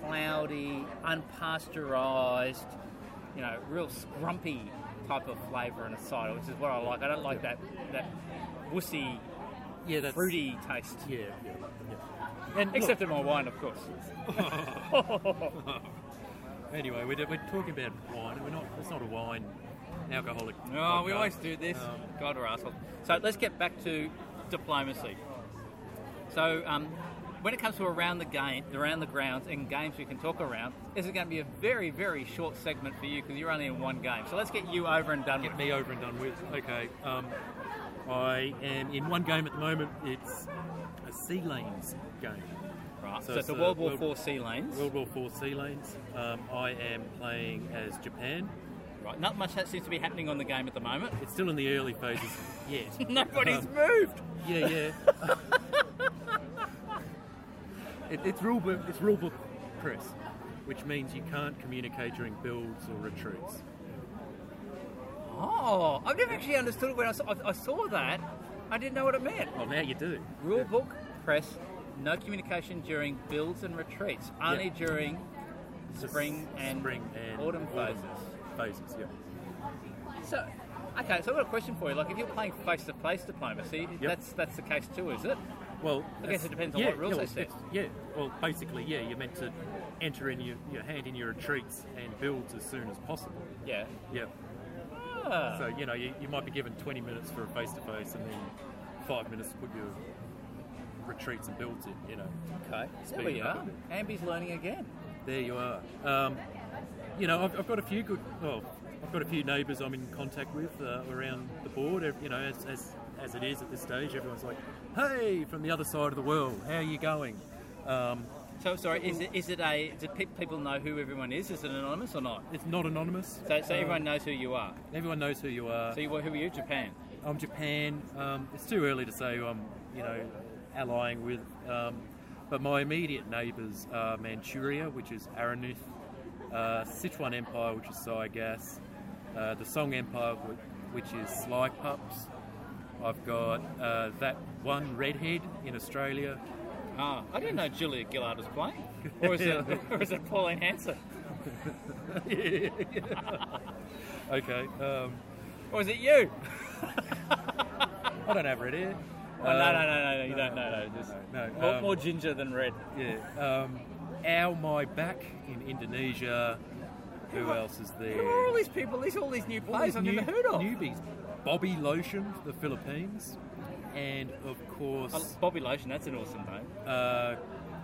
cloudy, unpasteurized, you know, real scrumpy type of flavour in a cider, which is what I like. I don't like that that wussy,
Yeah, that's
fruity taste,
Yeah, yeah, yeah. And
except in my wine, of course.
look, anyway, we're, we're talking about wine, and we're not. It's not a wine alcoholic.
No, Oh, we
podcast.
always do this.
Um,
God, we're assholes. So let's get back to diplomacy. So um, when it comes to around the game, around the grounds, and games we can talk around, this is going to be a very, very short segment for you because you're only in one game. So let's get you over and done
get
with.
me over and done with. Okay, um, I am in one game at the moment. It's a sea lanes game.
Right. So,
So
it's the
it's, uh,
World War
World-
Four sea lanes.
World War Four sea lanes. Um, I am playing as Japan.
Right. Not much that seems to be happening on the game at the moment.
It's still in the early phases yet.
Nobody's
Um,
moved.
Yeah, yeah. it, it's rule book. It's rule book press, which means you can't communicate during builds or retreats.
Oh, I've never actually understood it when I saw, I, I saw that. I didn't know what it meant.
Well, now you do.
Rule book, press, no communication during builds and retreats, only
Yeah.
during
It's just
Spring and
spring and
autumn
phases. Phases, yeah.
So, okay, so I've got a question for you. Like, if you're playing face-to-face diplomacy, that's that's the case too, is it?
Well,
I guess
that's-
it depends on
yeah,
what rules
yeah,
they
well,
set.
it's- Yeah, well, basically, yeah, you're meant to enter in your, your hand in your retreats and builds as soon as possible.
Yeah.
Yeah.
Ah.
So you know you, you might be given 20 minutes for a face to face and then five minutes to put your retreats and builds in. You know.
okay. There
speed
we
it up
are.
a bit.
Ambi's learning again.
There you are. Um, you know, I've, I've got a few good. Well, I've got a few neighbours I'm in contact with uh, around the board. Ev- You know, as, as as it is at this stage, everyone's like, "Hey, from the other side of the world, how are you going?" Um,
So, sorry, is it is it a? Do pe- people know who everyone is? Is it anonymous or not?
it's not anonymous.
So, so
Um,
everyone knows who you are.
everyone knows who you are.
So, you, who are you? Japan.
I'm Japan. Um, it's too early to say who I'm, you know, allying with. Um, but my immediate neighbours are Manchuria, which is Aranuth, uh, Sichuan Empire, which is Saigas, uh, the Song Empire, wh- which is Sly Pups. I've got uh, that one redhead in Australia.
Ah, I didn't know Julia Gillard was playing. Or is it, or is it Pauline Hanson?
Okay. Um,
Or is it you?
I don't have red hair. Uh,
Oh, no, no, no, no, no, you don't know. No, just
Um, no, no,
more,
um,
more ginger than red.
Yeah. Um, Ow My Back in Indonesia. Who else is there?
Who are all these people? These all these new
All
players
these
I've
new-
never heard of.
Newbies. Bobby Lotion, the Philippines. And of
Oh,
course,
Bobby Lotion, that's an awesome name.
uh,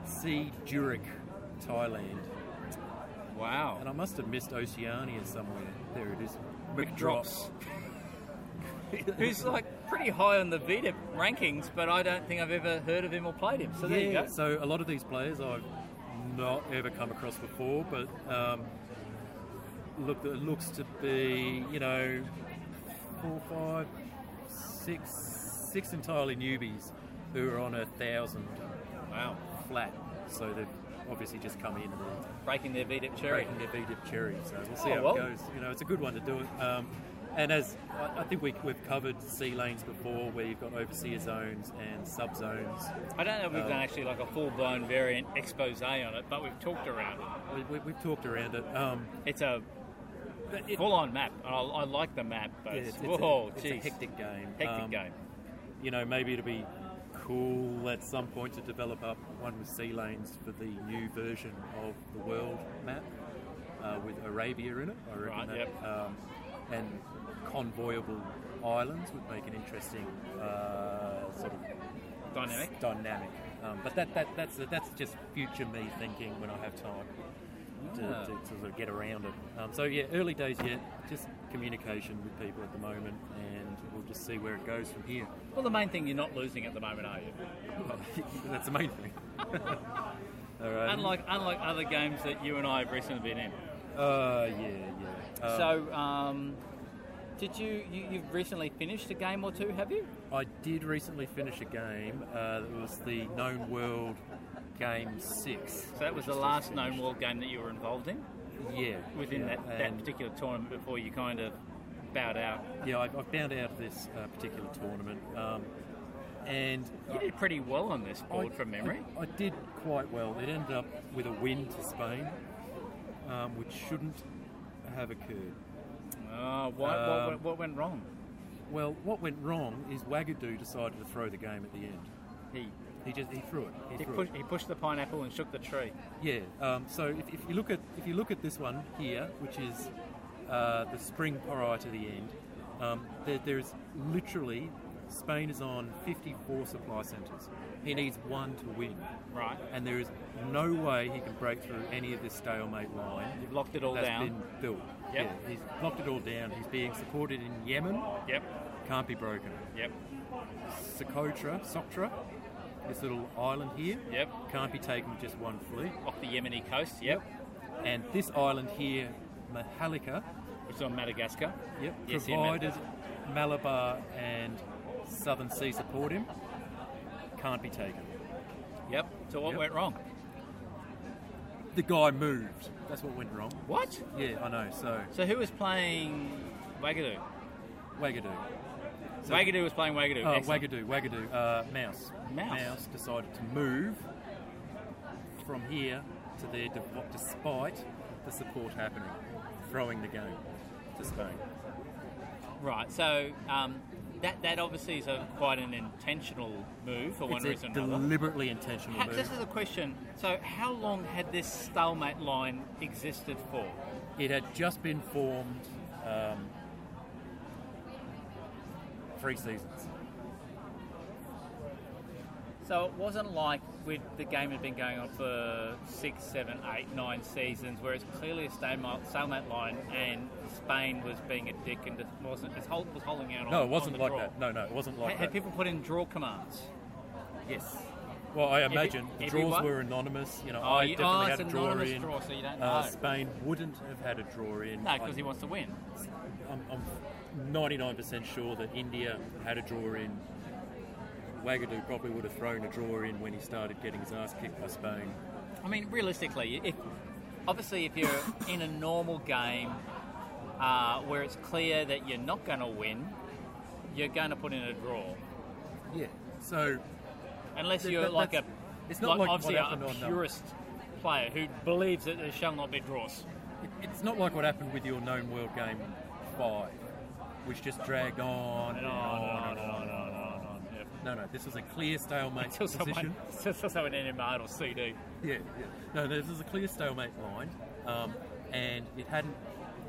C. Durick, Thailand.
Wow.
And I must have missed Oceania somewhere. There it is.
McDrops. Who's like pretty high on the Vita rankings, but I don't think I've ever heard of him or played him. So there you
Yeah,
go.
so a lot of these players I've not ever come across before, but um, look, it looks to be, you know, four, five, six, six entirely newbies who are on a thousand uh,
Wow.
flat. So they've obviously just come in and they're
Breaking their Vita cherry.
breaking their V-dip cherry. So we'll see
Oh,
how
well.
it goes. You know, it's a good one to do it. Um, and as I I think we, we've covered sea lanes before, where you've got overseer zones and sub zones.
I don't know if we've
Um,
done actually like a full blown variant expose on it, but we've talked around it.
We, we, we've talked around it. Um,
It's a
but it-
full on map. I, I like the map, but
Yeah,
it's,
it's, it's
whoa,
a, it's a
jeez.
hectic game.
Hectic
Um,
game.
You know, maybe it'll be cool at some point to develop up one with sea lanes for the new version of the world map uh, with Arabia in it. I reckon
Right,
that.
yep.
Um, and convoyable islands would make an interesting uh, sort of
Dynamic.
dynamic. Um, but that, that that's that's just future me thinking when I have time to,
Ah.
to, to sort of get around it. Um, so yeah, early days yet, just communication with people at the moment, and we'll just see where it goes from here.
Well, the main thing you're not losing at the moment, are you?
that's the main thing. All right.
Unlike unlike other games that you and I have recently been in.
Uh, yeah, yeah. Um,
so, um, did you, you you've recently finished a game or two? Have you?
I did recently finish a game. Uh, it was the Known World Game Six.
So that was the last known world game that you were involved in
Yeah.
within
yeah, um,
that, that
and-
particular tournament before you kind of bowed out.
Yeah, I've, I've bound out of this uh, particular tournament, um, and
You did pretty well on this board
I-
from memory.
I, I did quite well. It ended up with a win to Spain, um, which shouldn't have occurred.
Oh, what,
Um,
what, what went wrong?
Well, what went wrong is Wagadu decided to throw the game at the end.
He
He just he threw it. He,
he,
threw
push,
it.
he pushed the pineapple and shook the tree.
Yeah. Um, so if, if you look at if you look at this one here, which is uh, the spring prior to the end, um, there, there's literally Spain is on 54 supply centres. He needs one to win,
Right.
and there is no way he can break through any of this stalemate line
You've locked it all
that's
down.
been built.
Yep.
Yeah, he's locked it all down. He's being supported in Yemen.
Yep.
Can't be broken.
Yep.
Socotra, Socotra, this little island here,
Yep.
can't be taken with just one fleet.
Off the Yemeni coast. Yep.
And this island here, Mahalika,
Which is on Madagascar.
yep,
Yes, yeah,
provided Malabar and Southern Sea support him, can't be taken.
Yep. So what
Yep.
went wrong?
The guy moved. That's what went wrong.
What?
Yeah, I know. So
So who was playing Wagadoo?
Wagadoo. So-
Wagadoo was playing Wagadoo.
Oh,
Excellent.
Wagadoo, Wagadoo, uh, Mouse.
Mouse.
decided to move from here to there de- despite the support happening, throwing the game to Spain.
Right. So um, that that obviously is a quite an intentional move for one
it's a
reason or another.
deliberately intentional
How,
move.
this is a question. So how long had this stalemate line existed for?
It had just been formed um, three seasons.
So it wasn't like we'd, the game had been going on for six, seven, eight, nine seasons, where it's clearly a stalemate, stalemate line, and Spain was being a dick and just wasn't. It's hold, was holding out. on
No,
on
it wasn't
the
like
draw.
that. No, no, it wasn't like
had, had
that.
people put in draw commands?
Yes. Well, I imagine the draws
everyone?
were anonymous. You know,
Oh,
I
you-
definitely
oh,
had
it's
a draw
anonymous
in.
draw, so you don't
uh,
know.
Spain wouldn't have had a draw in.
No, because
I-
he wants to win.
I'm, I'm 99% sure that India had a draw in. Wagadoo probably would have thrown a draw in when he started getting his ass kicked by Spain.
I mean, realistically, if obviously if you're in a normal game uh, where it's clear that you're not going to win, you're going to put in a draw,
Yeah. So
unless
Th-
you're
that-
like a
that's- it's not like what
obviously
happened
a
on, um,
purist player who believes that there shall not be draws.
it, it's not like what happened with your known world game five, which just dragged on and on
oh,
and on and on.
Yep.
No, no, this was a clear stalemate
Until
position.
someone, until someone NMR or CD.
Yeah, yeah. No, this is a clear stalemate line, um, and it hadn't.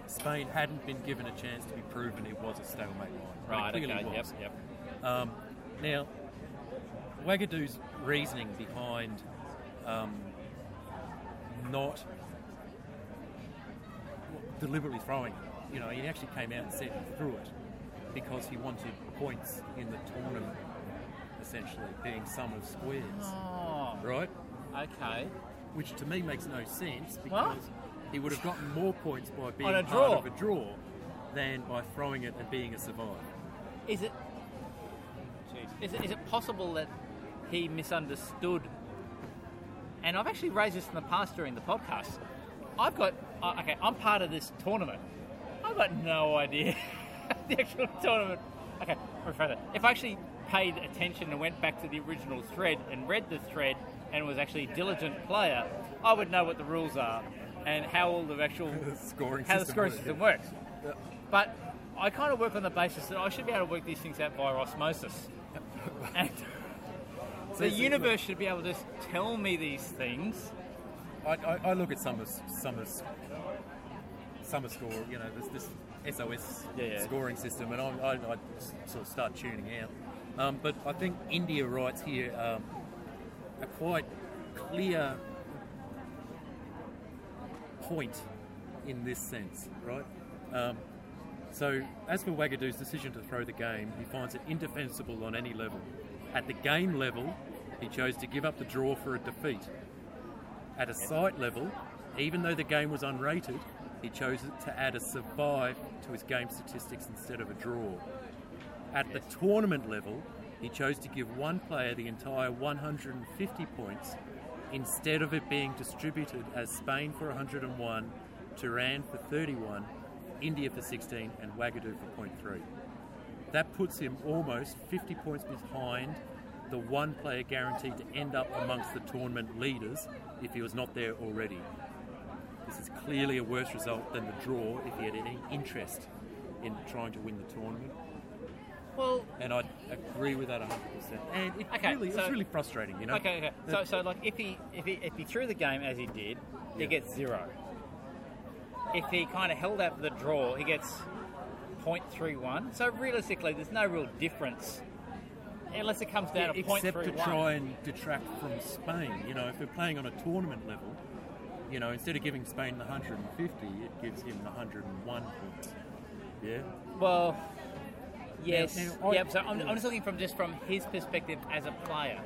Spain hadn't been given a chance to be proven it was a stalemate line. but it
Right, okay,
clearly
yep,
was.
yep.
Um, now, Wagadoo's reasoning behind um, not deliberately throwing, it, you know, he actually came out and said he threw it because he wanted points in the tournament, essentially being sum of squares,
Oh,
right?
okay.
Which to me makes no sense because he would have gotten more points by being
On a
part
draw.
of a draw than by throwing it and being a survivor.
Is it, is it is it possible that he misunderstood? And I've actually raised this in the past during the podcast. I've got uh, okay. I'm part of this tournament. I've got no idea the actual tournament. Okay, rephrase that. If I actually paid attention and went back to the original thread and read the thread and was actually a diligent player, I would know what the rules are and how all the actual
Scoring
how the
system
scoring
works.
system works. But I kind of work on the basis that I should be able to work these things out via osmosis. and the
it's-
universe should be able to just tell me these things.
I, I, I look at summer summer summer score, you know, this, this SOS
Yeah, yeah.
scoring system, and I, I, I sort of start tuning out. Um, but I think India writes here um, a quite clear point in this sense, right? Um, so, as for Wagadoo's decision to throw the game, he finds it indefensible on any level. At the game level, he chose to give up the draw for a defeat. At a site level, even though the game was unrated, he chose to add a survive to his game statistics instead of a draw. At the tournament level, he chose to give one player the entire 150 points instead of it being distributed as Spain for 101, Turan for 31, India for 16, and Wagadoo for 0.3. That puts him almost 50 points behind the one player guaranteed to end up amongst the tournament leaders if he was not there already. This is clearly a worse result than the draw if he had any interest in trying to win the tournament.
Well,
And I agree with that 100%. And it
Okay,
really, it's
so-
really frustrating, you know?
okay, okay. So, so like if he if he if he threw the game as he did,
Yeah.
he gets zero. if he kind of held out for the draw, he gets 0.31. So realistically, there's no real difference unless it comes down to
Except
0.31.
to try and detract from Spain. You know, if we're playing on a tournament level, you know, instead of giving Spain the 150, it gives him the 101 points. Yeah.
Well, yes.
Yeah, now I-
yep. So I'm, I'm just looking from just from his perspective as a player,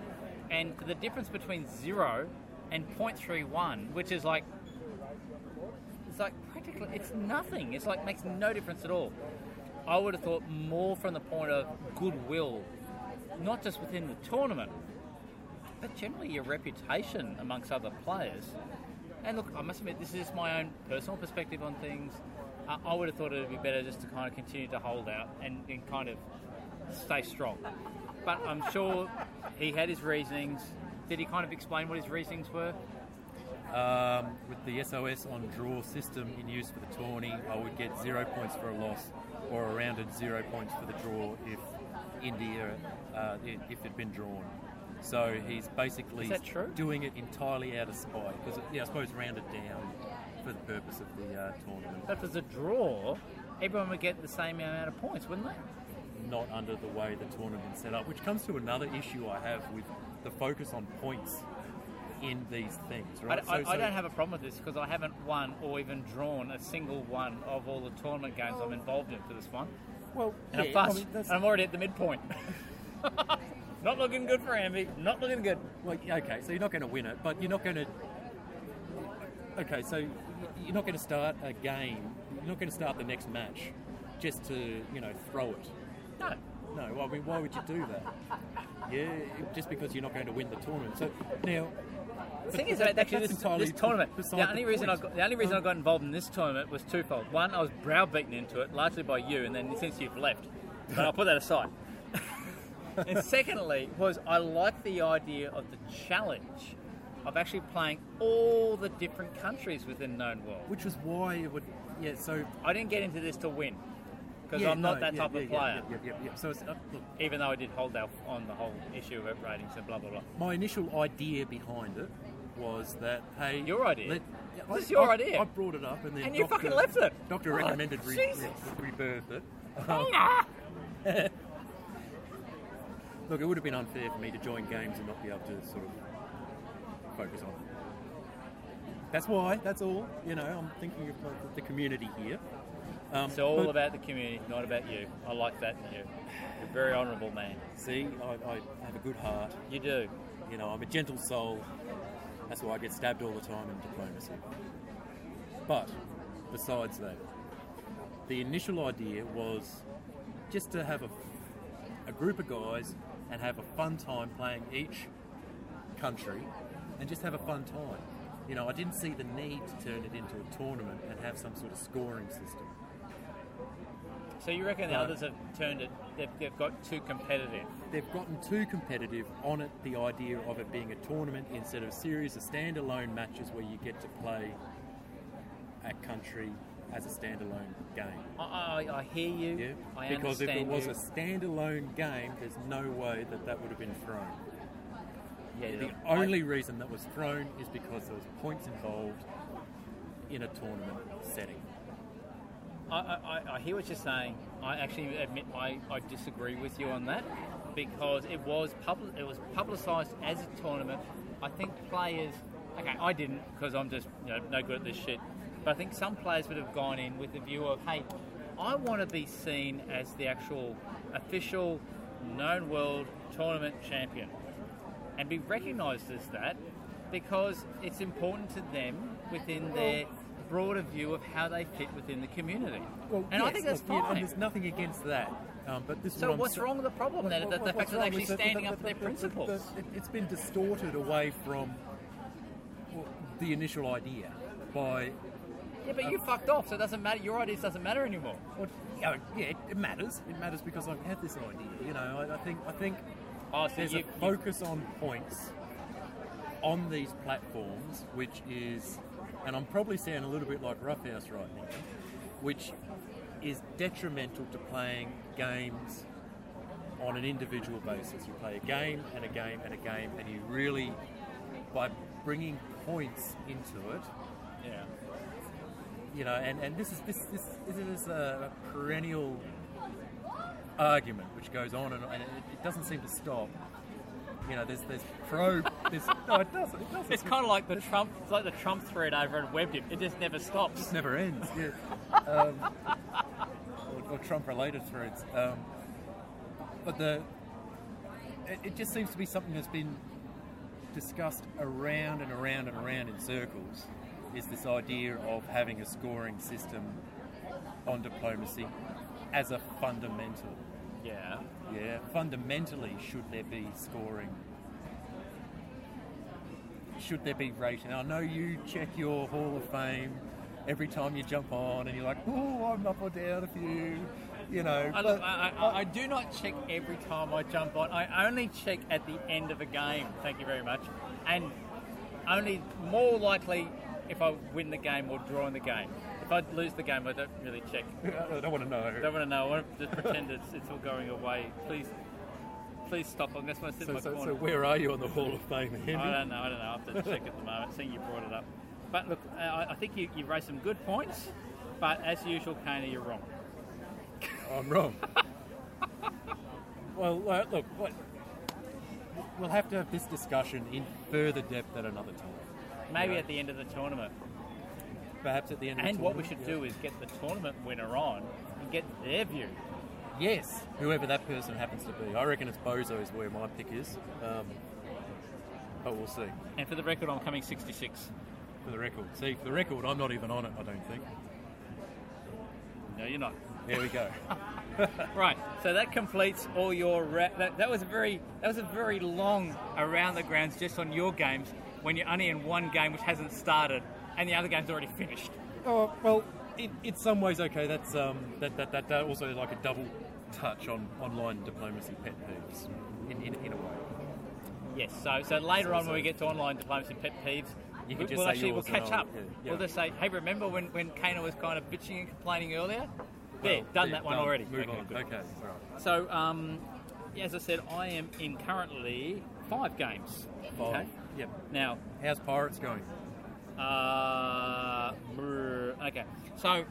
and the difference between zero and 0.31, which is like it's like practically it's nothing. It's like makes no difference at all. I would have thought more from the point of goodwill, not just within the tournament, but generally your reputation amongst other players. And look, I must admit, this is just my own personal perspective on things. Uh, I would have thought it would be better just to kind of continue to hold out and, and kind of stay strong. But I'm sure he had his reasonings. Did he kind of explain what his reasonings were?
Um, with the SOS on draw system in use for the tourney, I would get zero points for a loss or a rounded zero points for the draw if India, uh, i- if it'd been drawn. So he's basically
Is that true?
doing it entirely out of spite because, yeah, I suppose rounded down for the purpose of the uh, tournament,
But if it's a draw, everyone would get the same amount of points, wouldn't they?
not under the way the tournament's set up, which comes to another issue I have with the focus on points in these things,
I,
right?
I,
So-
I
so-
don't have a problem with this because I haven't won or even drawn a single one of all the tournament games I'm involved in for this one.
well,
and
yeah,
I'm
I
fussed,
mean, that's-
and I'm already at the midpoint. not looking good for Amby. Not looking good.
Well, yeah, okay, so you're not going to win it, but you're not going to. Okay, so y- you're not going to start a game. You're not going to start the next match just to you know throw it.
No.
No, I mean, why would you do that? Yeah, just because you're not going to win the tournament. So now,
The thing is
but
that
that-
actually
that's
this,
entirely
this tournament,
beside
the
the
only reason I
point.
got the only reason I got involved in this tournament was twofold. One, I was browbeaten into it largely by you, and then since you've left, but I'll put that aside. and secondly, was I like the idea of the challenge of actually playing all the different countries within known world.
which was why it would. Yeah, so
I didn't get into this to win because
yeah,
I'm not
no,
that
yeah,
type
yeah,
of
yeah,
player.
Yeah, yeah, yeah, yeah. So it's, uh, look,
even though I did hold out on the whole issue of ratings and blah blah blah.
my initial idea behind it was that hey,
Your idea?
let-
This
I-
is your
I-
idea.
I brought it up, and then
And you
doctor-
fucking left it.
Doctor
Oh,
recommended re-
Jesus.
re- rebirth it. Look, it would have been unfair for me to join games and not be able to sort of focus on it. That's why. That's all. You know, I'm thinking of like, the community here. Um,
It's all
but-
about the community, not about you. I like that in you. You're a very honourable man.
See, I, I have a good heart.
You do.
You know, I'm a gentle soul. That's why I get stabbed all the time in diplomacy. But besides that, the initial idea was just to have a, a group of guys and have a fun time playing each country and just have a fun time. You know, I didn't see the need to turn it into a tournament and have some sort of scoring system.
So you reckon the
No.
others have turned it? They've, they've got too competitive.
They've gotten too competitive on it, the idea of it being a tournament instead of a series of standalone matches where you get to play a country as a standalone game.
I, I, I hear you.
Yeah?
I
because if
understand
it was
you.
a standalone game, there's no way that that would have been thrown.
yeah,
The
look, I-
only reason that was thrown is because there was points involved in a tournament setting.
I, I, I- I hear what you're saying. I actually admit I, I disagree with you on that because it was public, it was publicised as a tournament. I think players, okay, I didn't because I'm just you know, no good at this shit. But I think some players would have gone in with the view of, hey, I want to be seen as the actual official known world tournament champion and be recognised as that because it's important to them within their broader view of how they fit within the community. and I
yes,
think that's
look, yeah, and
fine.
there's nothing against that. Um, but this is
So
what I'm
what's
sa-
wrong with the problem then? The, the fact that they're actually standing up for their principles.
It's been distorted away from well, the initial idea by.
Yeah, but you
uh,
fucked off, so it doesn't matter. Your ideas doesn't matter anymore.
Well, you know, yeah, it, it matters. It matters because I've had this idea. You know, I, I think I think
Oh, so
there's
you,
a
you,
focus on points on these platforms, which is, and I'm probably sounding a little bit like Roughhouse right now, which is detrimental to playing games on an individual basis. You play a game and a game and a game, and you really, by bringing points into it,
yeah.
you know, and, and this is this this, this is a perennial argument which goes on and, on, and it, it doesn't seem to stop. You know, there's there's pro there's no it doesn't it doesn't
It's kind of like the Trump, it's like the Trump thread over at WebDiv. It just never stops.
just never ends. Yeah. Um, or, or Trump-related threads. Um, but the it, it just seems to be something that's been discussed around and around and around in circles. Is this idea of having a scoring system on diplomacy as a fundamental?
Yeah.
Yeah, fundamentally, should there be scoring? Should there be rating? I know you check your Hall of Fame every time you jump on, and you're like, "Oh, I'm up or down a few," you know.
I,
but
look, I, I, I do not check every time I jump on. I only check at the end of a game. Thank you very much. And only more likely if I win the game or draw in the game. If I lose the game, I don't really check.
I don't want to
I
know.
don't want to know. I want to just pretend it's, it's all going away. Please, please stop. I'm just want to sit in
So,
my
so,
corner.
so where are you on the Hall of Fame,
I
Henry?
don't know. I don't know. I have to check at the moment. Seeing you brought it up, but look, uh, I, I think you, you raised some good points. But as usual, Kana, you're wrong.
I'm wrong. well, uh, look, what, we'll have to have this discussion in further depth at another time.
Maybe
Yeah.
at the end of the tournament.
Perhaps at the end. of
And
the
what we
tournament,
should
yeah.
do is get the tournament winner on and get their view.
Yes, whoever that person happens to be. I reckon it's Bozo is where my pick is. Um, but we'll see.
And for the record, I'm coming 66.
For the record. See, for the record, I'm not even on it, I don't think.
No, you're not.
There we go.
Right. So that completes all your. Ra- that, that was a very that was a very long around the grounds just on your games when you're only in one game which hasn't started and the other game's already finished.
oh, well, in, in some ways, okay, that's um, that, that, that, that also like a double touch on online diplomacy pet peeves, in, in, in a way.
Yes. So so later
So-
on when we
so-
get to online diplomacy pet peeves.
You can
we-
just
we'll
say
actually we'll
yours and
catch
I'll-
up.
yeah, yeah.
We'll just say, hey, remember when when Kana was kind of bitching and complaining earlier? there,
Well,
done that one
done.
already.
Move
Okay,
on.
good.
Okay, all right.
So, um, yeah, as I said, I am in currently five games.
Five. Yep.
Now,
How's Pirates going?
uh, brr, okay. So,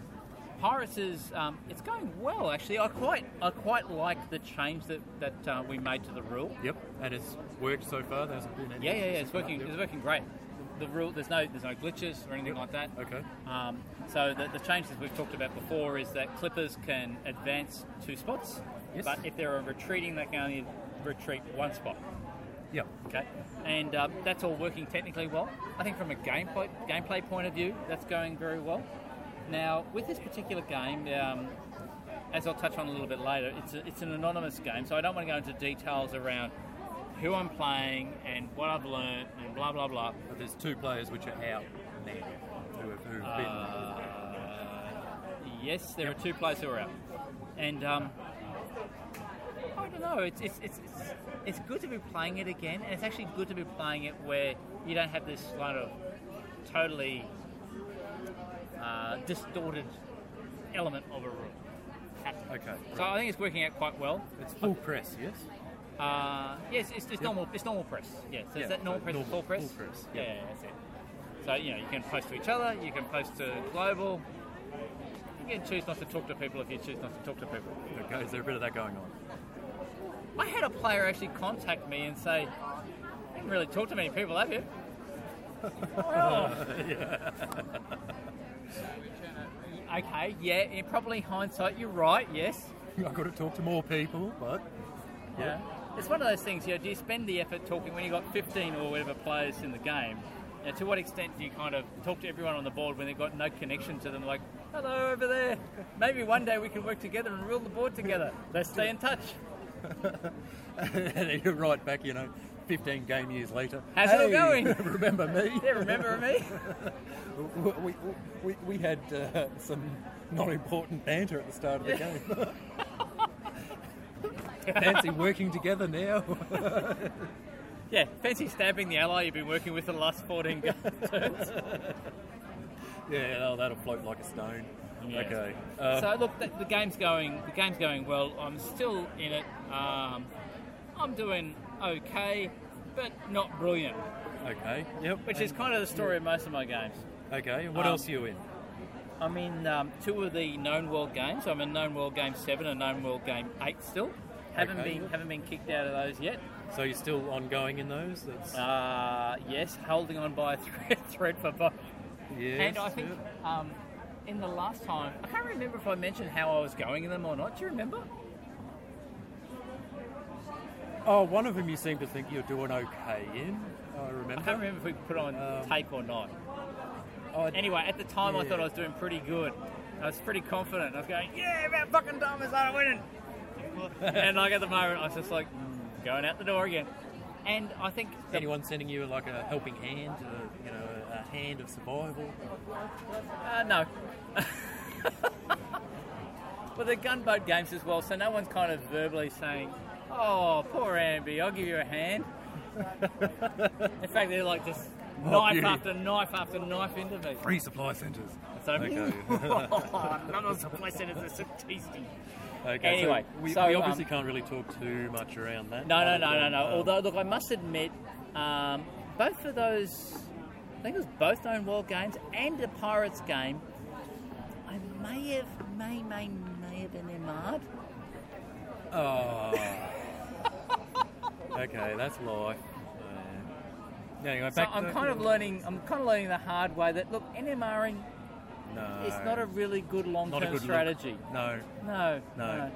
Pirates is um, it's going well actually. I quite I quite like the change that that uh, we made to the rule.
Yep. And it's worked so far. There hasn't been any.
Yeah, yeah, yeah. It's working.
Yep.
It's working great. The rule there's no there's no glitches or anything like that.
Okay.
Um, so the, the changes we've talked about before is that clippers can advance two spots,
Yes.
but if they're retreating, they can only retreat one spot.
Yep.
Okay, and um, that's all working technically well. I think from a gameplay gameplay point of view, that's going very well. Now, with this particular game, um, as I'll touch on a little bit later, it's a, it's an anonymous game, so I don't want to go into details around who I'm playing and what I've learned and blah blah blah.
But there's two players which are out now who have who've
Uh, yes, there are two players who are out, and um, I don't know. It's it's, it's it's it's good to be playing it again, and it's actually good to be playing it where you don't have this kind of totally uh, distorted element of a rule.
been. Okay.
So I think it's working out quite well.
It's full press, yes?
Uh, yes, it's, it's normal. It's normal press. Yeah. So
Yeah,
is that normal
so
press? or
normal-
full press.
full press,
Yeah.
yeah.
yeah, that's it. So you know, you can post to each other. You can post to global. You can choose not to talk to people if you choose not to talk to people.
Okay, is there a bit of that going on?
I had a player actually contact me and say, "You haven't really talked to many people, have you?" Well, okay, yeah. In probably hindsight, you're right. Yes.
I've got to talk to more people, but.
Yeah. It's one of those things, you know, do you spend the effort talking when you've got 15 or whatever players in the game? You know, to what extent do you kind of talk to everyone on the board when they've got no connection to them? Like, hello over there. Maybe one day we can work together and rule the board together. Let's stay in touch.
and you're right back, you know, 15 game years later.
How's it all going?
Remember me?
Yeah, remember me?
We, we, we had uh, some not important banter at the start of the game. Fancy working together now.
Yeah, fancy stabbing the ally you've been working with for the last 14 games.
yeah, oh, that'll float like a stone.
Yeah.
Okay. Uh,
so look, the, the game's going. The game's going well. I'm still in it. Um, I'm doing okay, but not brilliant,
okay. Yep.
which is kind of the story of most of my games.
Okay. And what
Um,
else are you in?
I'm in um, two of the known world games. I'm in known world game seven and known world game eight still. Haven't
Okay.
been haven't been kicked out of those yet.
So you're still ongoing in those? That's,
Uh, yes, holding on by a thread, thread for both.
yes,
And I think
yeah.
um, in the last time, I can't remember if I mentioned how I was going in them or not. Do you remember?
Oh, one of them you seem to think you're doing okay in. I
I
remember.
can't remember if we put on
Um,
tape or not.
Oh, I-
Anyway, at the time, I
Yeah.
thought I was doing pretty good. I was pretty confident. I was going, yeah, about fucking time is I'm winning. and like at the moment, I was just like mm, going out the door again. And I think the-
anyone sending you like a helping hand, a, you know, a hand of survival?
Uh, no. well, they're gunboat games as well, so no one's kind of verbally saying, "Oh, poor Amby, I'll give you a hand." In fact, they're like just
Not
knife
you.
after knife after knife into me.
Free supply centres.
So,
Okay.
oh, none of the place centers are so tasty.
Okay.
Anyway,
so we,
so,
we obviously
um,
can't really talk too much around that.
No, no,
other
no, no,
than,
no.
um,
Although, look, I must admit, um, both of those, I think it was both known world games and the Pirates game, I may have, may, may, may have been there, marred.
Oh. okay, that's life. Uh, anyway,
So
back
I'm
to-
kind of learning. I'm kind of learning the hard way that look, NMRing
No,
is not a really good
not a
long-term
good
strategy.
Look. No,
No,
no, no.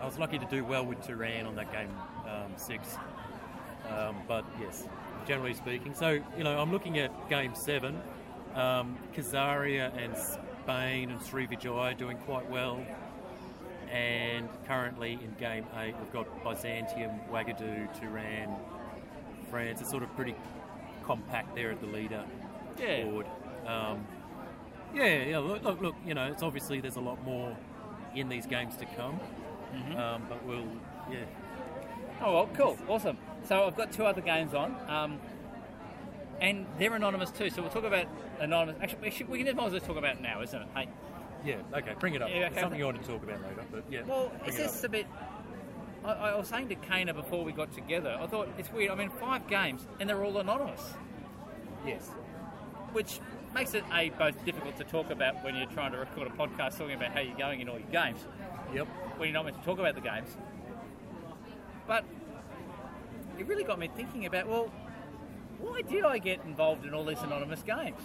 I was lucky to do well with Turan on that game um, six. Um, but yes, generally speaking. So, you know, I'm looking at game seven. Um, Kazaria and Spain and Srivijaya doing quite well. And currently in game eight, we've got Byzantium, Wagadu, Turan, France. It's sort of pretty compact there at the leader
Yeah.
board. Um, yeah, yeah. Look, look, look, you know, it's obviously there's a lot more in these games to come. Um, but we'll, yeah.
Oh well, cool, awesome. So I've got two other games on, um, and they're anonymous too. So we'll talk about anonymous. Actually, we, should, we can just might as well talk about it now, isn't it? Hey,
Yeah, okay, bring it up.
Yeah,
It's
okay.
something you want to talk about later, but yeah.
Well,
bring
it's
it up.
just a bit. I, I was saying to Kana before we got together, I thought it's weird. I'm in five games and they're all anonymous,
Yes.
which makes it a both difficult to talk about when you're trying to record a podcast talking about how you're going in all your games
Yep.
when you're not meant to talk about the games. But it really got me thinking about well, why did I get involved in all these anonymous games?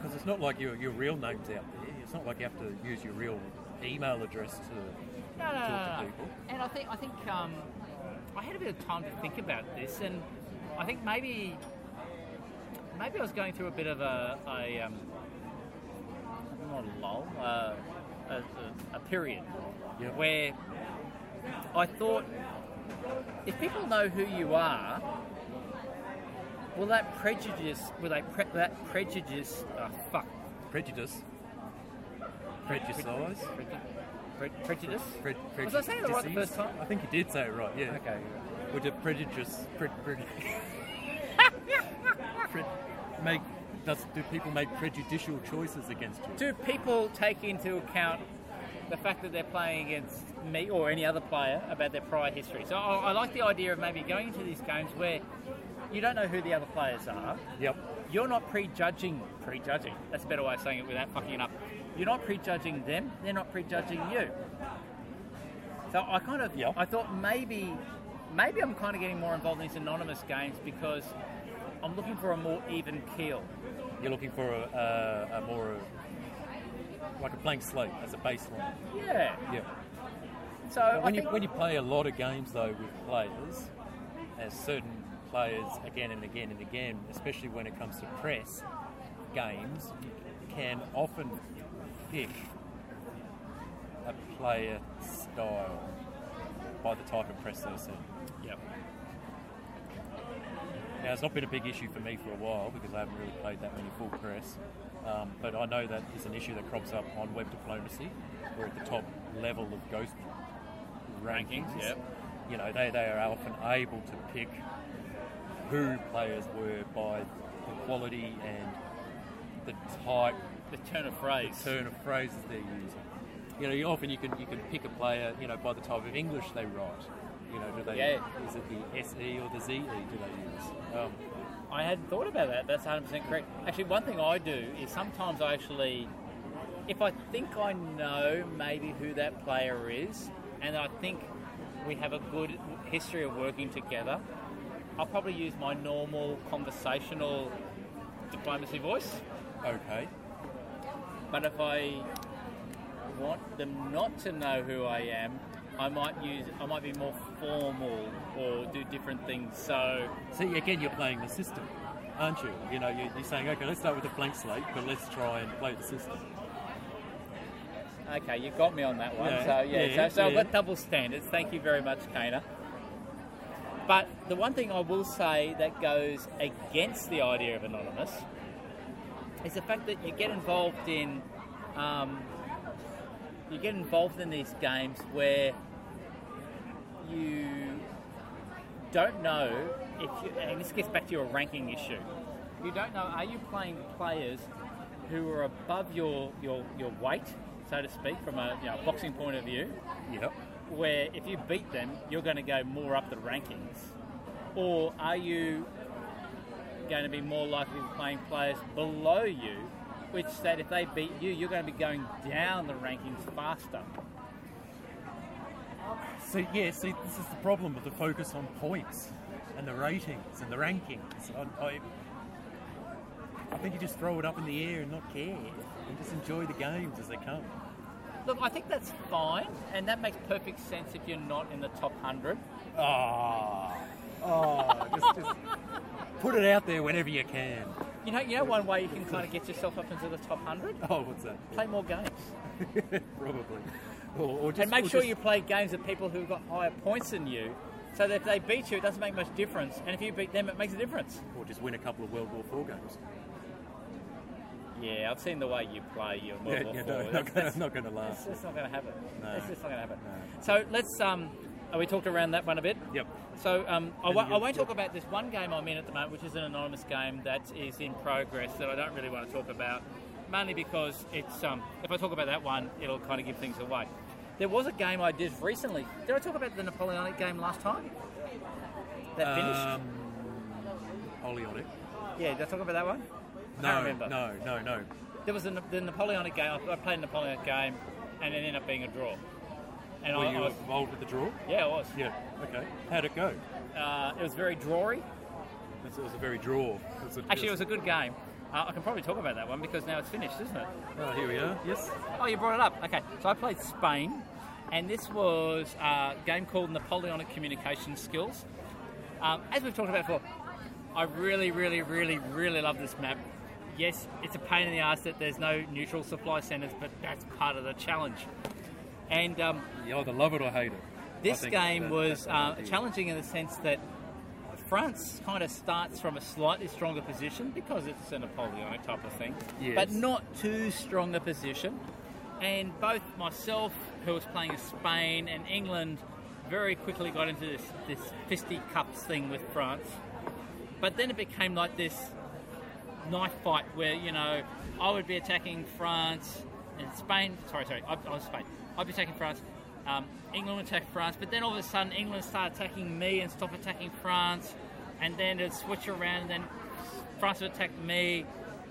Because it's not like your, your real name's out there. It's not like you have to use your real email address to.
no, no,
talk
no,
to
no.
people.
Ah. And I think I think um, I had a bit of time to think about this, and I think maybe maybe I was going through a bit of a, a um, not a lull, uh, a, a, a period
Yeah.
where I thought if people know who you are. Will that prejudice? Will they pre- that prejudice? Oh, fuck.
Prejudice. Prejudice.
Prejudice? Pre- prejudice?
Pre-
Was I saying it right the
prejudices?
first time?
I think you did say it right, yeah.
Okay.
Would it prejudice. Pre- pre- pre- make, does, do people make prejudicial choices against you?
Do people take into account the fact that they're playing against me or any other player about their prior history? So I, I like the idea of maybe going into these games where you don't know who the other players are.
Yep.
You're not prejudging, prejudging. That's a better way of saying it without fucking it up. You're not prejudging them. They're not prejudging you. So I kind of,
Yeah.
I thought maybe, maybe I'm kind of getting more involved in these anonymous games because I'm looking for a more even keel.
You're looking for a, a, a more like a blank slate as a baseline.
Yeah.
Yeah.
So I
When you
think,
when you play a lot of games though with players, as certain players again and again and again, especially when it comes to press games, you can often pick a player style by the type of press they're seeing.
Yep.
Now, it's not been a big issue for me for a while because I haven't really played that many full press. Um, but I know that is an issue that crops up on web diplomacy. We're at the top level of ghost rankings.
Rankings, yep.
You know, they, they are often able to pick who players were by the quality and the type
the turn of phrase.
turn of phrases they're using. You know, you often you can you can pick a player, you know, by the type of English they write. You know, do they
Yeah.
is it the S E or the Z E do they use? Um,
I hadn't thought about that. That's 100% correct. Actually, one thing I do is sometimes I actually, if I think I know maybe who that player is, and I think we have a good history of working together, I'll probably use my normal conversational diplomacy voice.
Okay.
But if I want them not to know who I am, I might use I might be more formal or do different things. So
See, again, you're playing the system, aren't you? You know, you- you're saying, okay, let's start with a blank slate, but let's try and play the system.
okay, you got me on that one.
Yeah.
So yeah,
Yeah,
so, so I've
yeah.
got double standards. Thank you very much, Kana. But the one thing I will say that goes against the idea of anonymous is the fact that you get involved in um, you get involved in these games where you don't know if you, and this gets back to your ranking issue. You don't know are you playing players who are above your your, your weight, so to speak, from a you know, boxing point of view,
Yep.
where if you beat them, you're going to go more up the rankings, or are you going to be more likely to be playing players below you, which that if they beat you, you're going to be going down the rankings faster.
See, yeah, see, this is the problem with the focus on points and the ratings and the rankings. I, I, I think you just throw it up in the air and not care and just enjoy the games as they come.
Look, I think that's fine, and that makes perfect sense if you're not in the top 100.
Ah, ah, just, just put it out there whenever you can.
You know, you know one way you can kind of get yourself up into the top 100?
Oh, what's that?
Play more games.
Probably. Or, or just,
And make
or
sure
just-
you play games with people who've got higher points than you, so that if they beat you, it doesn't make much difference, and if you beat them, it makes a difference.
Or just win a couple of World War Four games.
Yeah, I've seen the way you play your
Yeah,
mobile
yeah,
forward.
no,
That's-
not,
that's-
gonna, not gonna last.
It's just not going to happen.
No.
It's just not going to happen.
No.
So let's. Um, oh, we talked around that one a bit.
Yep.
So um, I, w-
And
I
you'll-
won't
you'll-
talk about this one game I'm in at the moment, which is an anonymous game that is in progress that I don't really want to talk about, mainly because it's um, if I talk about that one, it'll kind of give things away. There was a game I did recently. Did I talk about the Napoleonic game last time? That finished.
Um, Ollie on it.
yeah, did I talk about that one? I
No,
can't remember.
no, no, no.
There was a, the Napoleonic game. I I played a Napoleonic game, and it ended up being a draw. And
Were
I,
you
I was,
involved with the draw?
yeah, I was.
Yeah. Okay. How'd it go?
Uh, it was very drawy.
It's- It was a very draw. It's a-
Actually, it was a good game. Uh, I can probably talk about that one because now it's finished, isn't it?
Oh, here we are. Yes.
Oh, you brought it up. Okay, so I played Spain, and this was a game called Napoleonic Communication Skills. Um, as we've talked about before, I really, really, really, really love this map. Yes, it's a pain in the ass that there's no neutral supply centres, but that's part of the challenge. And um,
You either love it or hate it. I
this
think
game
that-
was
that's the
uh,
idea.
challenging in the sense that France kind of starts from a slightly stronger position because it's a Napoleonic type of thing,
Yes.
but not too strong a position. And both myself, who was playing as Spain, and England very quickly got into this, this fisticuffs thing with France. But then it became like this knife fight where you know I would be attacking France and Spain. Sorry, sorry, I, I was Spain. I'd be attacking France. Um, England would attack France, but then all of a sudden England started attacking me and stop attacking France, and then it'd switch around. And then France would attack me,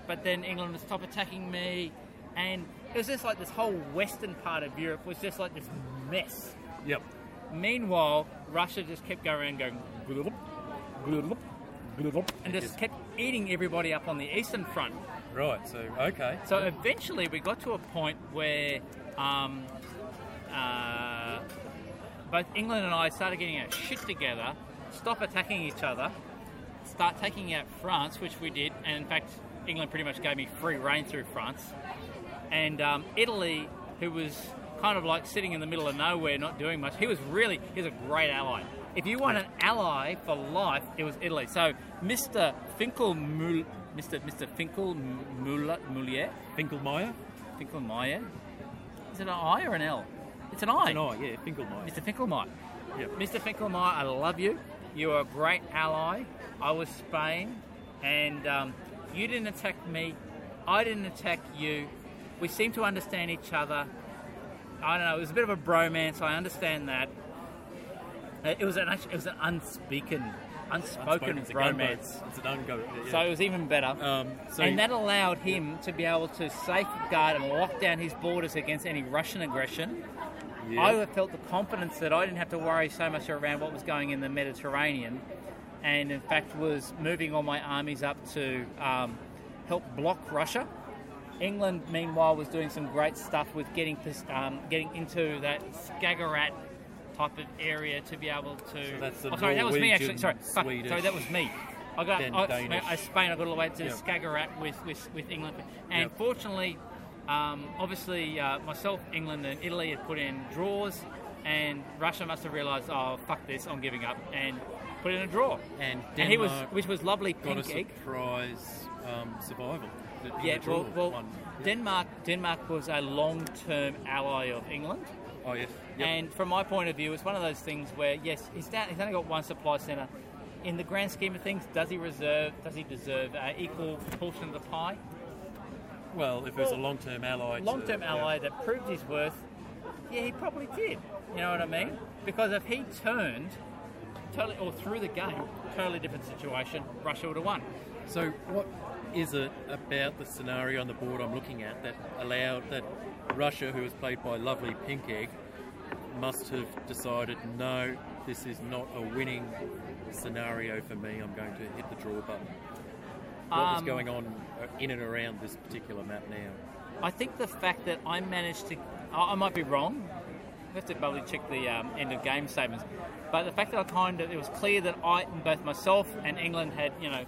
but then England would stop attacking me, and it was just like this whole western part of Europe was just like this mess.
Yep.
Meanwhile, Russia just kept going around going
Glurp, glurp, glurp.
and just kept eating everybody up on the eastern front.
Right. So okay.
So eventually, we got to a point where um, uh, both England and I started getting our shit together, stop attacking each other, start taking out France, which we did, and in fact, England pretty much gave me free reign through France, and um, Italy, who was kind of like sitting in the middle of nowhere, not doing much. He was really he was a great ally. If you want an ally for life, it was Italy. So Mr. Finkelmüller, Mr. Mr. Finkelmüller, Mulier,
Finkelmeyer.
Finkelmeyer. Is it an I or an L? It's an I.
And I, yeah, Finkelmeyer.
Mr. Finkelmeyer.
Yep.
Mr. Finkelmeyer, I love you. You are a great ally. I was Spain, and um, you didn't attack me. I didn't attack you. We seem to understand each other. I don't know. It was a bit of a bromance. I understand that. Uh, It was an act- it was an unspoken unspoken,
It's a go-go.
romance.
It's an ungo.
So it was even better.
um, so
and that allowed him to be able to safeguard and lock down his borders against any Russian aggression.
Yeah.
I felt the confidence that I didn't have to worry so much around what was going in the Mediterranean, and in fact was moving all my armies up to um, help block Russia. England, meanwhile, was doing some great stuff with getting pos- um, getting into that Skagerrak type of area to be able to.
So that's the
oh, sorry, that was me actually.
Norwegian,
Sorry, fuck, sorry,
Swedish,
that was me. I got
then
I,
Danish.
I- Spain. I got all the way to
Yeah.
Skagerrak with, with with England, and
Yeah.
fortunately, um, obviously, uh, myself, England, and Italy had put in draws, and Russia must have realised, oh fuck this, I'm giving up, and put in a draw.
And
and he was,
Denmark
which was lovely,
got a
pink egg.
surprise um, survival. that- in
Yeah,
the
well,
draw
well
one. Yeah.
Denmark Denmark was a long-term ally of England,
Oh yes. Yep.
and from my point of view, it's one of those things where yes, he's, down, he's only got one supply centre. In the grand scheme of things, does he reserve? Does he deserve an equal portion of the pie?
well, if it was a
well,
long-term ally. to-
long-term
yeah.
ally that proved his worth, yeah, he probably did. You know what I mean? Because if he turned, totally or through the game, totally different situation. Russia would have won.
So, what is it about the scenario on the board I'm looking at that allowed that Russia, who was played by lovely Pink Egg, must have decided no, this is not a winning scenario for me. I'm going to hit the draw button. What was
Um,
going on uh, in and around this particular map now?
I think the fact that I managed to, I, I might be wrong. We have to probably check the um, end of game statements, but the fact that I kind of it was clear that I, both myself and England, had you know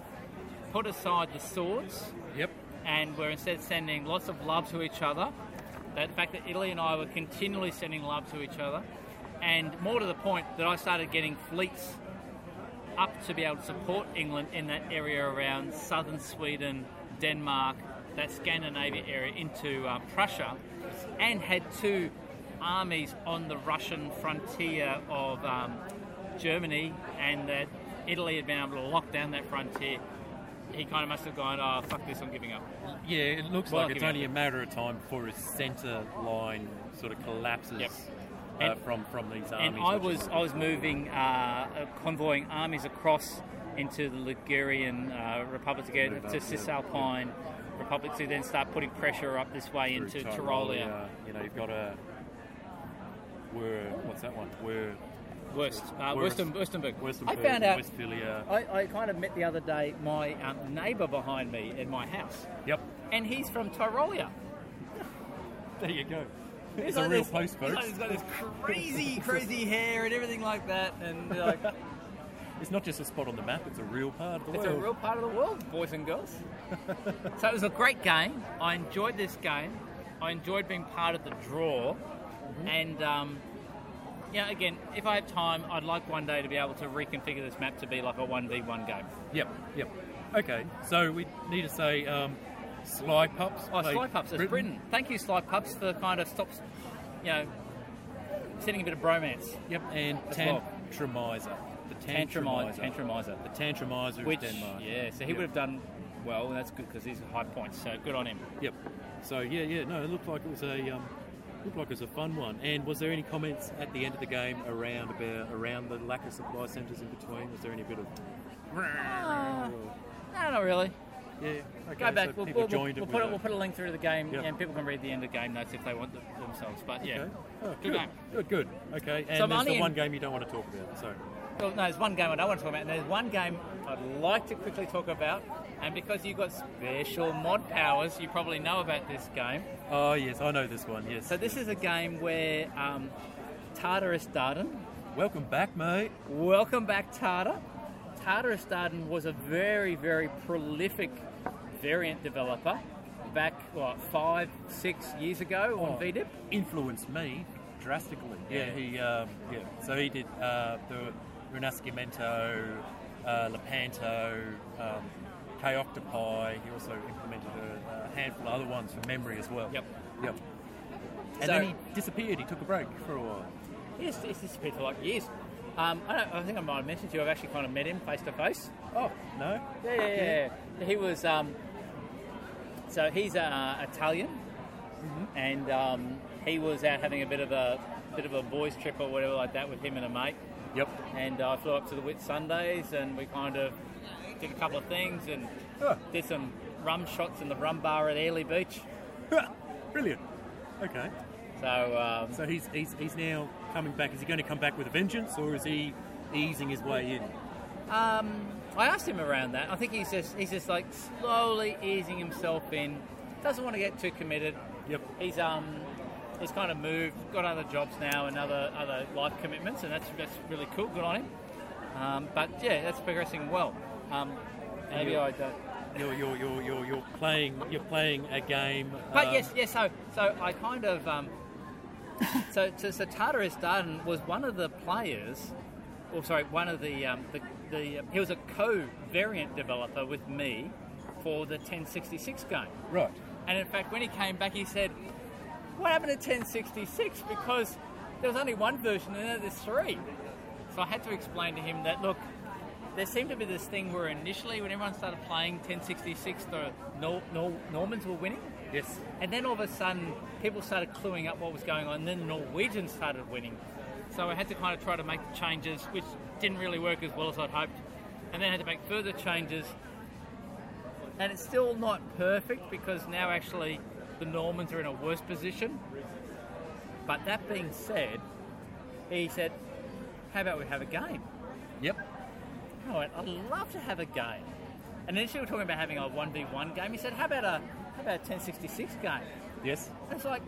put aside the swords
Yep.
and we're instead sending lots of love to each other. That fact that Italy and I were continually sending love to each other, and more to the point, that I started getting fleets up to be able to support England in that area around southern Sweden, Denmark, that Scandinavia area into uh, Prussia, and had two armies on the Russian frontier of um, Germany, and that Italy had been able to lock down that frontier. He kind of must have gone, oh, fuck this, I'm giving up.
Yeah, it looks
Well,
like it's
give me-
only a matter of time before his centre line sort of collapses
Yep.
uh,
And-
from from these armies.
and I
which is-
was I was moving uh, uh, convoying armies across into the Ligurian uh, Republic to get
Move up,
to
yeah.
Cisalpine Republic to then start putting pressure up this way
through
into Tyrolia.
You know, you've got a were what's that one? Were
Wurst, uh,
Wurst.
Wursten, Wurstenberg. Oh. I
Westernburg,
found out.
Westphalia.
I, I kind of met the other day my um, neighbour behind me in my house,
Yep.
and he's from Tyrolia.
There you go. It's,
He's
a
like
real
this-
close
he's
folks.
like- He's got this crazy, crazy hair and everything like that, and you're like,
It's not just a spot on the map. It's a real part of the
It's
world.
a real part of the world, boys and girls. so it was a great game. I enjoyed this game. I enjoyed being part of the draw. And, um, you know, again, if I have time, I'd like one day to be able to reconfigure this map to be like a 1v1 game.
Yep. Yep. Okay. So we need to say um, Sly Pups.
Oh,
played
Sly Pups, it's Britain. Thank you, Sly Pups, for kind of stops, you know, sending a bit of bromance.
Yep. And
As well.
Tantramizer. The Tantramizer.
Tantramizer. Tantramizer.
The Tantramizer of
Which,
Denmark.
yeah, so he
Yep.
would have done well, and that's good because these are high points, so good on him.
Yep. So yeah, yeah, no, it looked like it was a um, looked like it was a fun one. And was there any comments at the end of the game around about around the lack of supply centres in between? Was there any bit of
Ah, no, not really.
yeah? Okay,
Go back.
so
we'll,
people
we'll-
joined
we'll
it.
put
with
a, we'll put a link through to the game,
Yep.
and people can read the end of game notes if they want them themselves. But yeah,
Okay. Oh,
good
good.
game.
Good. Good. Okay. And
So
there's the
Marnie-
one game you don't want to talk about. So
Well, no, there's one game I don't want to talk about. And there's one game I'd like to quickly talk about, and because you've got special mod powers, you probably know about this game.
oh yes, I know this one. Yes.
So this is a game where um, Tartarus Darden.
Welcome back, mate.
Welcome back, Tartar. Tartarus Darden was a very, very prolific variant developer back what five, six years ago on
Oh,
VDIP.
influenced me drastically. Yeah,
Yeah.
he um, yeah. So he did uh, the Renascimento, uh, Lepanto, um, Chaoctopi. He also implemented a, a handful of other ones from memory as well.
Yep.
Yep. And
So-
then he disappeared. He took a break for a while.
Yes, it's disappeared for like years. Um, I, don't, I think I might have mentioned to you, I've actually kind of met him face to face.
Oh no.
Yeah, yeah, yeah. He was, um, Mm-hmm. so he's uh, Italian, and um, he was out having a bit of a bit of a boys' trip or whatever like that with him and a mate.
Yep.
And uh, I flew up to the Whit Sundays and we kind of did a couple of things and
Ah,
did some rum shots in the rum bar at Airlie Beach.
brilliant. Okay.
So um,
So he's, he's he's now coming back. Is he going to come back with a vengeance, or is he easing his way in?
I asked him around that. I think he's just he's just like slowly easing himself in. Doesn't want to get too committed.
Yep.
He's um he's kind of moved, got other jobs now and other other life commitments, and that's that's really cool. Good on him. Um, but yeah, that's progressing well. Um, maybe
you-
I don't.
You're you're you're you're, you're playing you're playing a game.
But
um,
yes, yes. So, so I kind of um, so, so so Tartarus Darden was one of the players, or sorry, one of the um, the, the he was a co-variant developer with me for the 1066 game.
Right.
And in fact, when he came back, he said, "What happened to 1066? Because there was only one version, and now there's three. So I had to explain to him that look, there seemed to be this thing where initially, when everyone started playing 1066, the Nor- Nor- Normans were winning.
Yes.
And then all of a sudden, people started cluing up what was going on, and then the Norwegians started winning. So I had to kind of try to make the changes, which didn't really work as well as I'd hoped, and then had to make further changes. And it's still not perfect because now actually the Normans are in a worse position. But that being said, he said, How about we have a game?
Yep.
I went, I'd love to have a game. And initially we were talking about having a 1v1 game. He said, How about a, how about a 1066 game?
Yes.
It's like,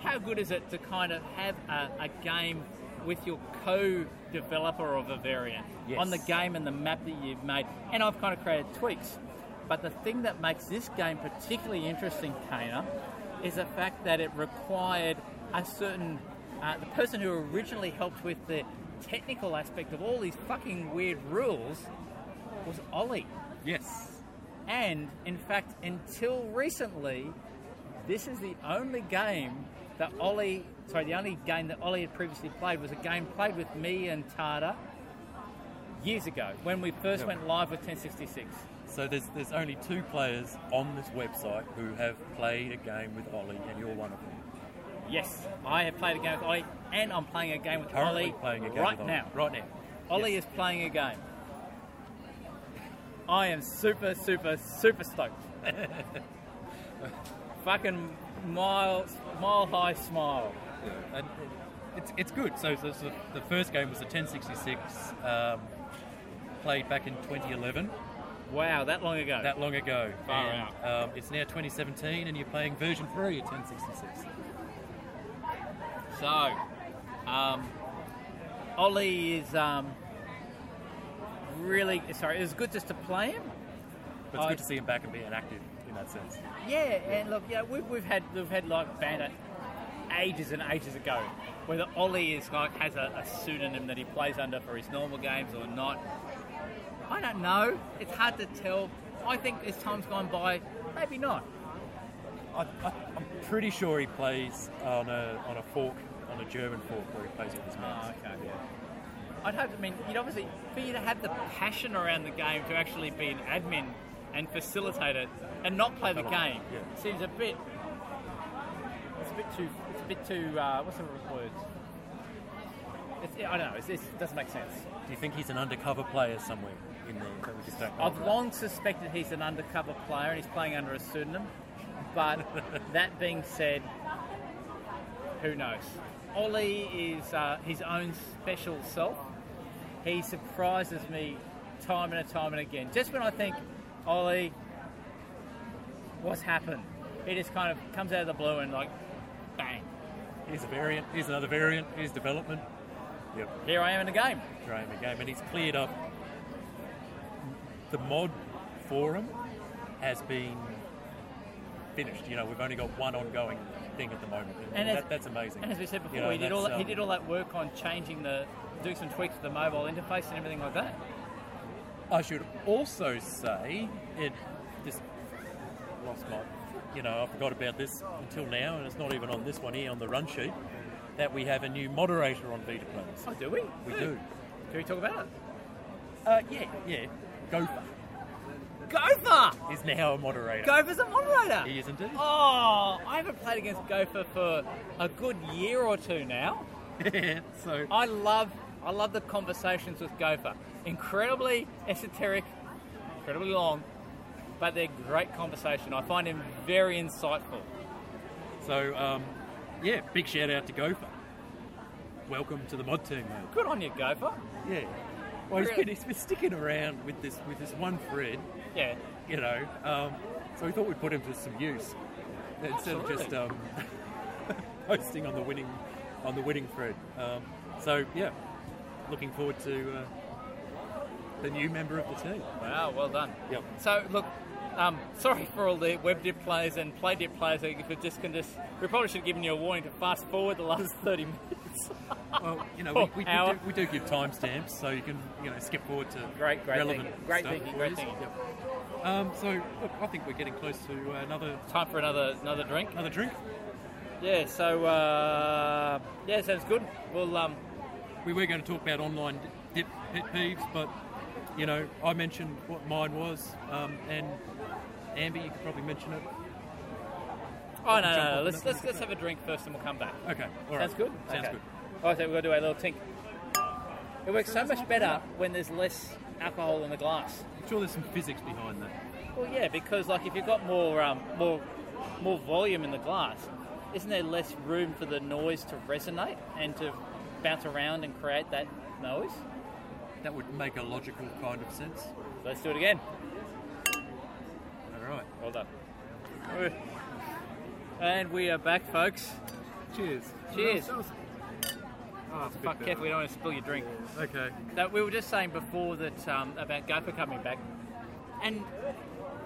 how good is it to kind of have a, a game with your co-developer of a variant
Yes.
on the game and the map that you've made? And I've kind of created tweaks. But the thing that makes this game particularly interesting, Kana, is the fact that it required a certain uh, the person who originally helped with the technical aspect of all these fucking weird rules was Ollie.
Yes.
And in fact, until recently, this is the only game that Ollie, sorry, the only game that Ollie had previously played was a game played with me and Tada years ago when we first
Yep.
went live with 1066.
So there's there's only two players on this website who have played a game with Ollie, and you're one of them.
Yes, I have played a game with Ollie, and I'm playing a game with
Currently
Ollie
playing a game
right
with Ollie.
now.
Right now.
Ollie
Yes.
is playing a game. I am super, super, super stoked. Fucking mile, mile high smile.
and it's, it's good. So, so, so the first game was the 1066, um, played back in 2011,
Wow, that long ago.
that long ago.
Far
and, Um, it's now 2017, and you're playing version three of 1066.
So, um, Ollie is um, really sorry. It was good just to play him.
But it's
I-
good to see him back and being active in that sense.
Yeah, and look, yeah, we've, we've had we've had like Bandit ages and ages ago, whether Ollie is like has a, a pseudonym that he plays under for his normal games or not. I don't know. It's hard to tell. I think as time's gone by, maybe not.
I, I, I'm pretty sure he plays on a on a fork, on a German fork, where he plays with his mouse.
Ah, okay. I'd hope. I mean, you'd obviously for you to have the passion around the game to actually be an admin and facilitate it and not play the
Not on-
game
yeah.
seems a bit. It's a bit too. It's a bit too. Uh, what's the word? It's, I don't know. It's, it's, it doesn't make sense.
Do you think he's an undercover player somewhere in there that we just don't know?
I've
about?
long suspected he's an undercover player and he's playing under a pseudonym. But that being said, who knows? Ollie is uh, his own special self. He surprises me time and time and again. Just when I think, Ollie, what's happened? He just kind of comes out of the blue and like, bang,
Here's a variant. Here's another variant. Here's development. Yep.
here I am in the game.
Graham game, and he's cleared up. The mod forum has been finished. You know, we've only got one ongoing thing at the moment, and,
And as-
that, that's amazing.
And as we said before,
You know,
he did all
that's,
that, he
um,
did all that work on changing the, doing some tweaks to the mobile interface and everything like that.
I should also say it just lost my. You know, I forgot about this until now, and it's not even on this one here on the run sheet. That we have a new moderator on Vita Planes.
Oh, do we?
We do.
Can we talk about it?
Uh, yeah, yeah. Gopher
Gopher!
is now a moderator.
Gopher's a moderator!
He is indeed.
Oh, I haven't played against Gopher for a good year or two now.
so
I love I love the conversations with Gopher. Incredibly esoteric, incredibly long, but they're great conversation. I find him very insightful.
so um, yeah, big shout out to Gopher. Welcome to the mod team, mate.
Good on you, Gopher.
Yeah. Well, he's
Really?
been, he's been sticking around with this with this one thread,
Yeah.
you know. Um, so we thought we'd put him to some use instead of just
Absolutely.
um, posting on the winning on the winning thread. Um, so yeah, looking forward to uh, the new member of the team.
Wow, Ah, well done.
Yep.
So look, um, sorry for all the web dip players and play dip players. If we just can just, we probably should have given you a warning to fast forward the last thirty minutes.
Well, you know,
Oh,
we, we, we,
our-
do, we do give timestamps, so you can you know skip forward to
Great, great
relevant
thinking. Great
stuff
thinking,
for
great
us.
thinking.
Yep. Um, so look, I think we're getting close to uh, another
Time for another another drink.
another drink.
Yeah. So uh, yeah, sounds good. We'll um,
We were going to talk about online dip pet peeves, but you know, I mentioned what mine was, um, and Amber, you could probably mention it.
Oh no, no,
Jump
no.
off
Let's,
and-
let's let's have a drink first, and we'll come back.
Okay, all right.
Sounds good.
Sounds
okay.
good.
Oh, so we've got to do our little tink. It works so much better when there's less alcohol in the glass.
I'm sure there's some physics behind that.
Well, yeah, because like if you've got more um, more more volume in the glass, isn't there less room for the noise to resonate and to bounce around and create that noise?
That would make a logical kind of sense.
Let's do it again.
All right.
Well done. And we are back, folks.
Cheers.
Cheers.
That was- Oh, it's a bit
Fuck
better.
careful, we don't want to spill your drink.
Okay.
that we were just saying before that um, about Gopher coming back, and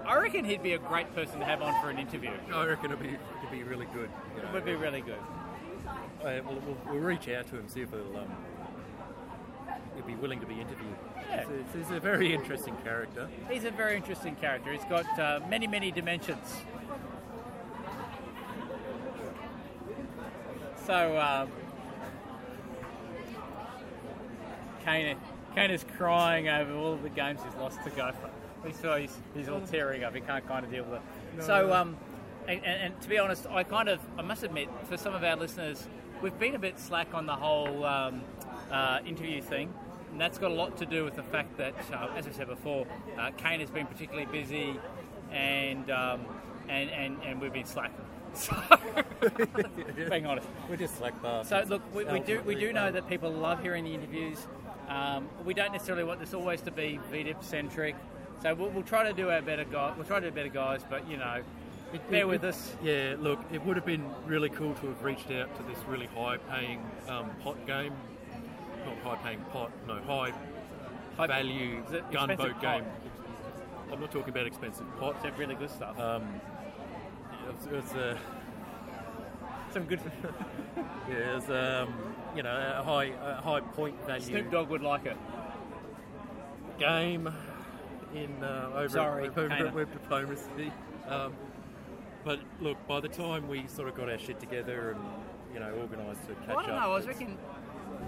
I reckon he'd be a great person to have on for an interview.
I reckon it'd be it'd be really good. you know.
It would be really good.
Uh, we'll, we'll, we'll reach out to him, see if he'll, um, he'll be willing to be interviewed.
Yeah.
He's, a, he's a very interesting character.
He's a very interesting character. He's got uh, many, many dimensions. So, um, Kane, Kane is crying over all the games he's lost to Gopher. We saw he's, he's all tearing up. He can't kind of deal with it. so, um, and, and, and to be honest, I kind of, I must admit, for some of our listeners, we've been a bit slack on the whole um, uh, interview thing. And that's got a lot to do with the fact that, uh, as I said before, uh, Kane has been particularly busy and, um, and, and, and we've been slack. So, being honest.
We're just like bastards.
So look, we, we do we do know that people love hearing the interviews. Um, we don't necessarily want this always to be VDIP centric, so we'll, we'll try to do our better. Guy, we'll try to do better, guys. But you know, bear with us.
Yeah, look, it would have been really cool to have reached out to this really high-paying um, pot game, not high-paying pot, no high,
High-
value
Is it expensive
gunboat
pot?
game. I'm not talking about expensive pot.
Some really good stuff.
It's, it's a
Some good.
uh, yeah, it's um, you know a high a high point value
Snoop Dogg would like it.
game in uh, over
Sorry,
over,
kinda.
web diplomacy. Um, but look, by the time we sort of got our shit together and you know organised to catch
I don't know.
up,
I was
it's-
thinking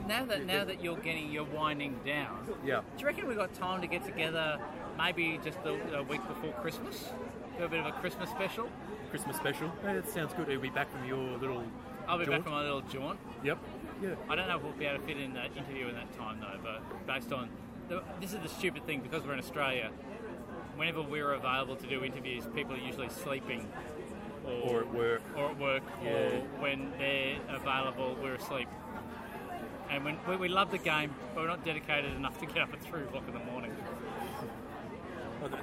now that now that you're getting you're winding down.
yeah.
Do you reckon we've got time to get together? Maybe just the, the week before Christmas, do a bit of a Christmas special.
Christmas special. Yeah, that sounds good. He'll be back from your little.
I'll be back
jaunt.
from my little jaunt.
Yep. Yeah.
I don't know if we'll be able to fit in that interview in that time though, but based on the, this is the stupid thing because we're in Australia. Whenever we're available to do interviews, people are usually sleeping
Or at work.
or at work, or
Yeah.
when they're available, we're asleep. And when we, we love the game, but we're not dedicated enough to get up at three o'clock in the morning.
Oh, th-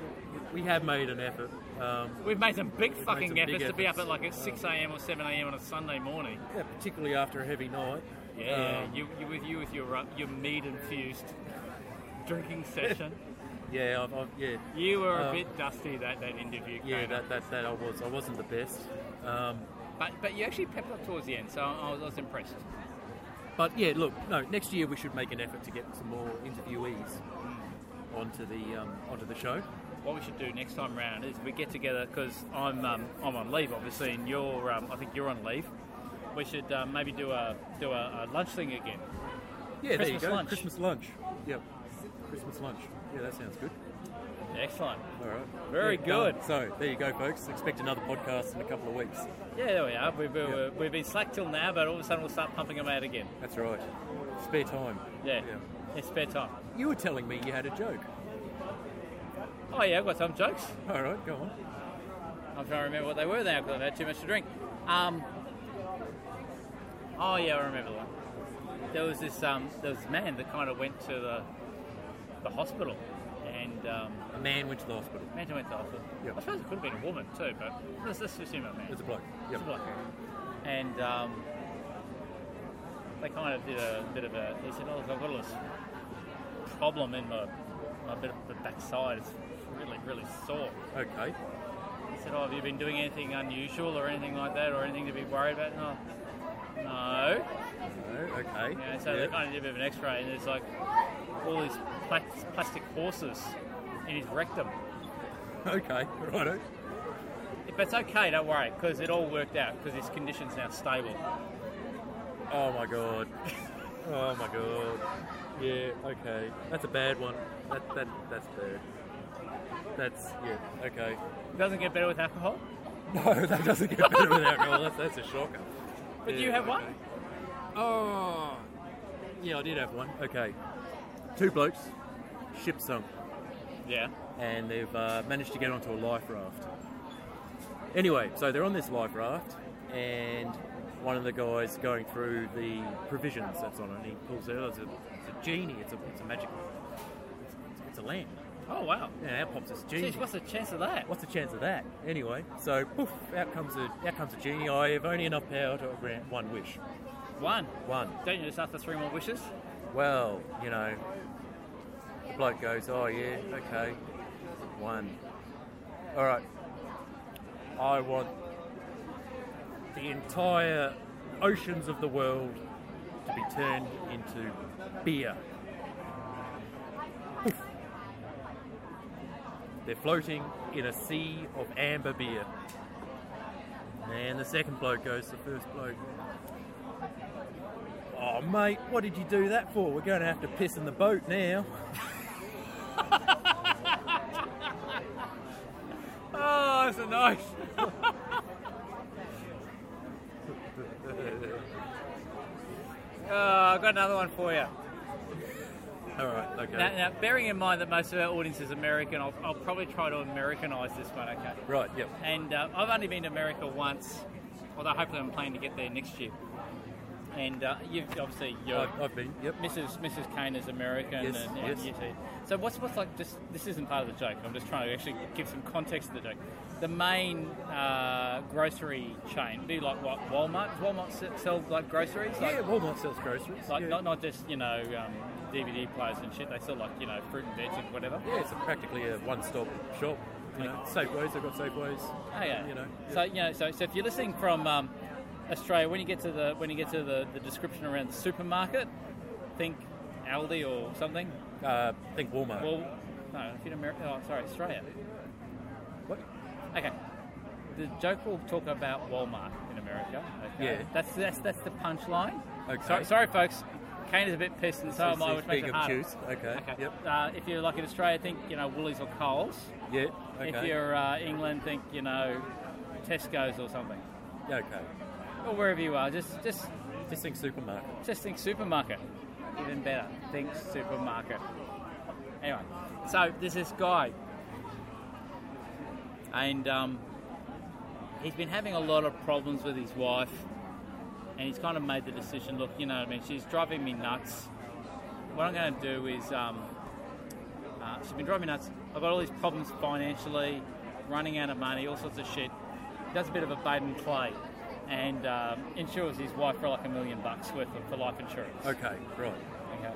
We have made an effort. Um,
We've made some big
made
fucking
some big
efforts, to be up
efforts.
at like at six a.m. or seven a.m. on a Sunday morning.
yeah, particularly after a heavy night.
Yeah,
Um,
you, you with you with your uh, your mead infused drinking session.
yeah. I've, I've, yeah.
You were a
Um,
bit dusty that, that interview.
Yeah.
Kona.
That, that that I was. I wasn't the best. Um,
But but you actually pepped up towards the end, so I was, I was impressed.
But yeah, look, no. Next year we should make an effort to get some more interviewees onto the um, onto the show.
What we should do next time round is we get together because I'm um, I'm on leave obviously, and you're um, I think you're on leave. We should um, maybe do a do a, a lunch thing again.
Yeah, there you
Christmas
go.
lunch.
Christmas lunch. Yep. Christmas lunch. Yeah, that sounds good.
Excellent.
All right.
Very good.
done. So there you go, folks. Expect another podcast in a couple of weeks.
Yeah, there we are. We've, uh, we've been slack till now, but all of a sudden we'll start pumping them out again.
That's right. Spare time.
Yeah.
Yeah.
It's spare time.
You were telling me you had a joke.
Oh, yeah, I've got some jokes.
All right, go on.
I'm trying to remember what they were now because I've had too much to drink. Um, oh yeah, I remember the one. There was this um, there was this man that kind of went to the the hospital, and um,
A man went to the hospital.
man who went to the hospital.
Yep.
I suppose it could have been a woman too, but let's, let's assume a man.
It's a bloke.
It's a bloke. And um, they kind of did a bit of a. He said, "Oh, look, I've got all this problem in my my bit of the backside. It's really really sore."
Okay.
He said, Oh, have you been doing anything unusual or anything like that or anything to be worried about? And I- no.
No, okay.
Yeah, so they
Yep.
kind of did a bit of an x ray, and it's like all these pla- plastic horses in his rectum.
Okay, righto.
If it's okay, don't worry, because it all worked out, because his condition's now stable.
Oh my god. Oh my god. Yeah, okay. That's a bad one. That, that that's bad. That's yeah, okay.
It doesn't get better with alcohol.
No, that doesn't get better with alcohol. That's, that's a shocker.
But do you have one?
Oh. Yeah, I did have one. Okay. Two blokes, ship sunk,
Yeah.
and they've uh, managed to get onto a life raft. Anyway, so they're on this life raft, and one of the guys going through the provisions that's on it, and he pulls out. It's a, it's a genie. It's a, it's a magic. It's, it's a lamp.
Oh, wow.
And out pops this genie.
Jeez, what's the chance of that?
What's the chance of that? Anyway, so poof, out comes a out comes a genie. I have only enough power to grant one wish.
One.
One.
Don't you just ask for three more wishes?
Well, you know, the bloke goes, oh yeah, okay, one. All right, I want the entire oceans of the world to be turned into beer. Poof. They're floating in a sea of amber beer. And the second bloke goes, to the first bloke, Oh, mate, what did you do that for? We're going to have to piss in the boat now.
Oh, that's a nice. oh, I've got another one for you.
All right, okay.
Now, now, bearing in mind that most of our audience is American, I'll, I'll probably try to Americanize this one, okay?
Right, yep.
And uh, I've only been to America once, although hopefully I'm planning to get there next year. And uh, you've obviously you're
I've, I've been, yep.
Mrs. Mrs. Kane is American,
Yes,
and, and
yes.
you see. So what's what's like? Just this isn't part of the joke. I'm just trying to actually give some context to the joke. The main uh, grocery chain, be like what Walmart. Does Walmart s- sell like groceries, like,
yeah, Walmart sells groceries.
like
yeah.
not not just you know um, DVD players and shit. They sell like you know fruit and veg and whatever.
yeah, it's a practically a one-stop shop. You know, Safeways, they've got Safeways.
Oh yeah.
You know,
So
yeah.
you know, so, so if you're listening from um, Australia, when you get to the when you get to the, the description around the supermarket, think Aldi or something.
Uh, I think Walmart.
Well, no, if you're in America, oh, sorry, Australia.
what?
Okay. The joke will talk about Walmart in America. Okay?
Yeah.
That's that's that's the punchline.
Okay.
Sorry, sorry, folks. Kane is a bit pissed, and so
It's-
am I,
it's
which makes
being
it harder.
obtuse. Okay.
Okay.
Yep.
Uh, if you're like in Australia, think you know Woolies or Coles.
Yeah.
If
Okay.
you're uh, England, think you know Tesco's or something,
Okay.
or wherever you are. Just just
Just think supermarket.
just think supermarket. Even better, think supermarket. Anyway, so there's this guy, and um, he's been having a lot of problems with his wife, and he's kind of made the decision. Look, you know, what I mean, she's driving me nuts. What I'm going to do is, um, uh, she's been driving me nuts. I've got all these problems financially, running out of money, all sorts of shit. Does a bit of a bait and play, and um, insures his wife for like a million bucks worth of for life insurance.
Okay, right.
Okay.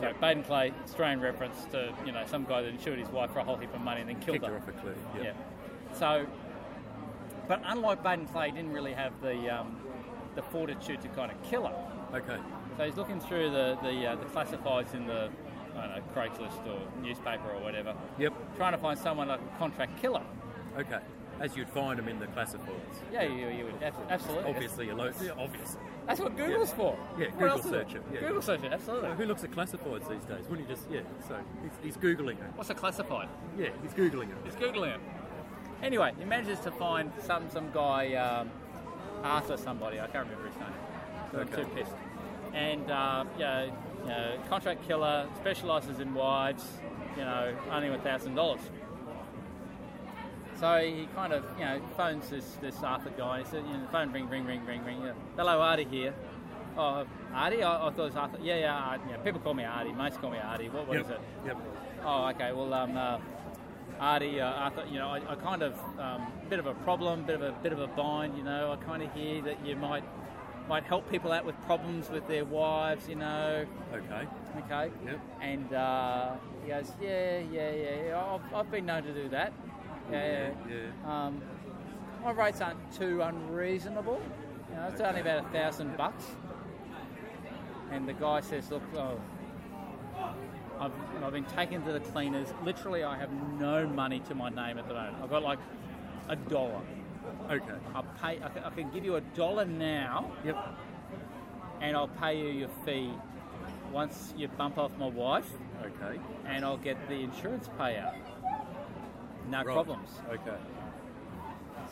So Baden Clay, Australian reference to you know some guy that insured his wife for a whole heap of money and then killed
Kicked her
her.
off a cliff.
Yeah.
Yep.
So, but unlike Baden Clay, he didn't really have the um, the fortitude to kind of kill her.
Okay.
So he's looking through the the, uh, the classifieds in the I don't know Craigslist or newspaper or whatever,
Yep.
trying to find someone like a contract killer.
Okay. As you'd find them in the classifieds.
Yeah, you, you would abso- absolutely.
Obviously, a low. Obviously.
That's what Google's for.
Yeah,
What
Google
else is
search it, yeah.
Google search it, absolutely.
Who looks at classifieds these days? Wouldn't you just, yeah, so he's, he's Googling it.
What's a classified?
Yeah, he's Googling it.
He's googling it. Anyway, he manages to find some some guy um, Arthur somebody. I can't remember his name. So I'm
Okay.
too pissed. And uh, you know, you know, contract killer specialises in wives. You know, only with thousand dollars. So he kind of you know phones this this Arthur guy. He said, you know, the phone ring ring ring ring ring. You know, Hello, Artie here. Oh, Artie? I, I thought it was Arthur. Yeah, yeah, Artie. yeah. People call me Artie. Mates call me Artie. What, what is
Yep,
it?
Yep.
Oh, okay. Well, um, uh, Artie, uh, Arthur, you know, I, I kind of um, bit of a problem, bit of a bit of a bind. You know, I kind of hear that you might might help people out with problems with their wives. You know,
Okay.
okay.
Yep.
And uh, he goes, yeah, yeah, yeah. yeah. I've, I've been known to do that. Yeah, yeah. Um, my rates aren't too unreasonable. You know, it's only about a thousand bucks. And the guy says, "Look, oh, I've, I've been taken to the cleaners. Literally, I have no money to my name at the moment. I've got like a dollar.
Okay.
I'll pay. I can, I can give you a dollar now,
Yep.
and I'll pay you your fee once you bump off my wife,
Okay.
and I'll get the insurance payout. No
Right.
problems.
Okay.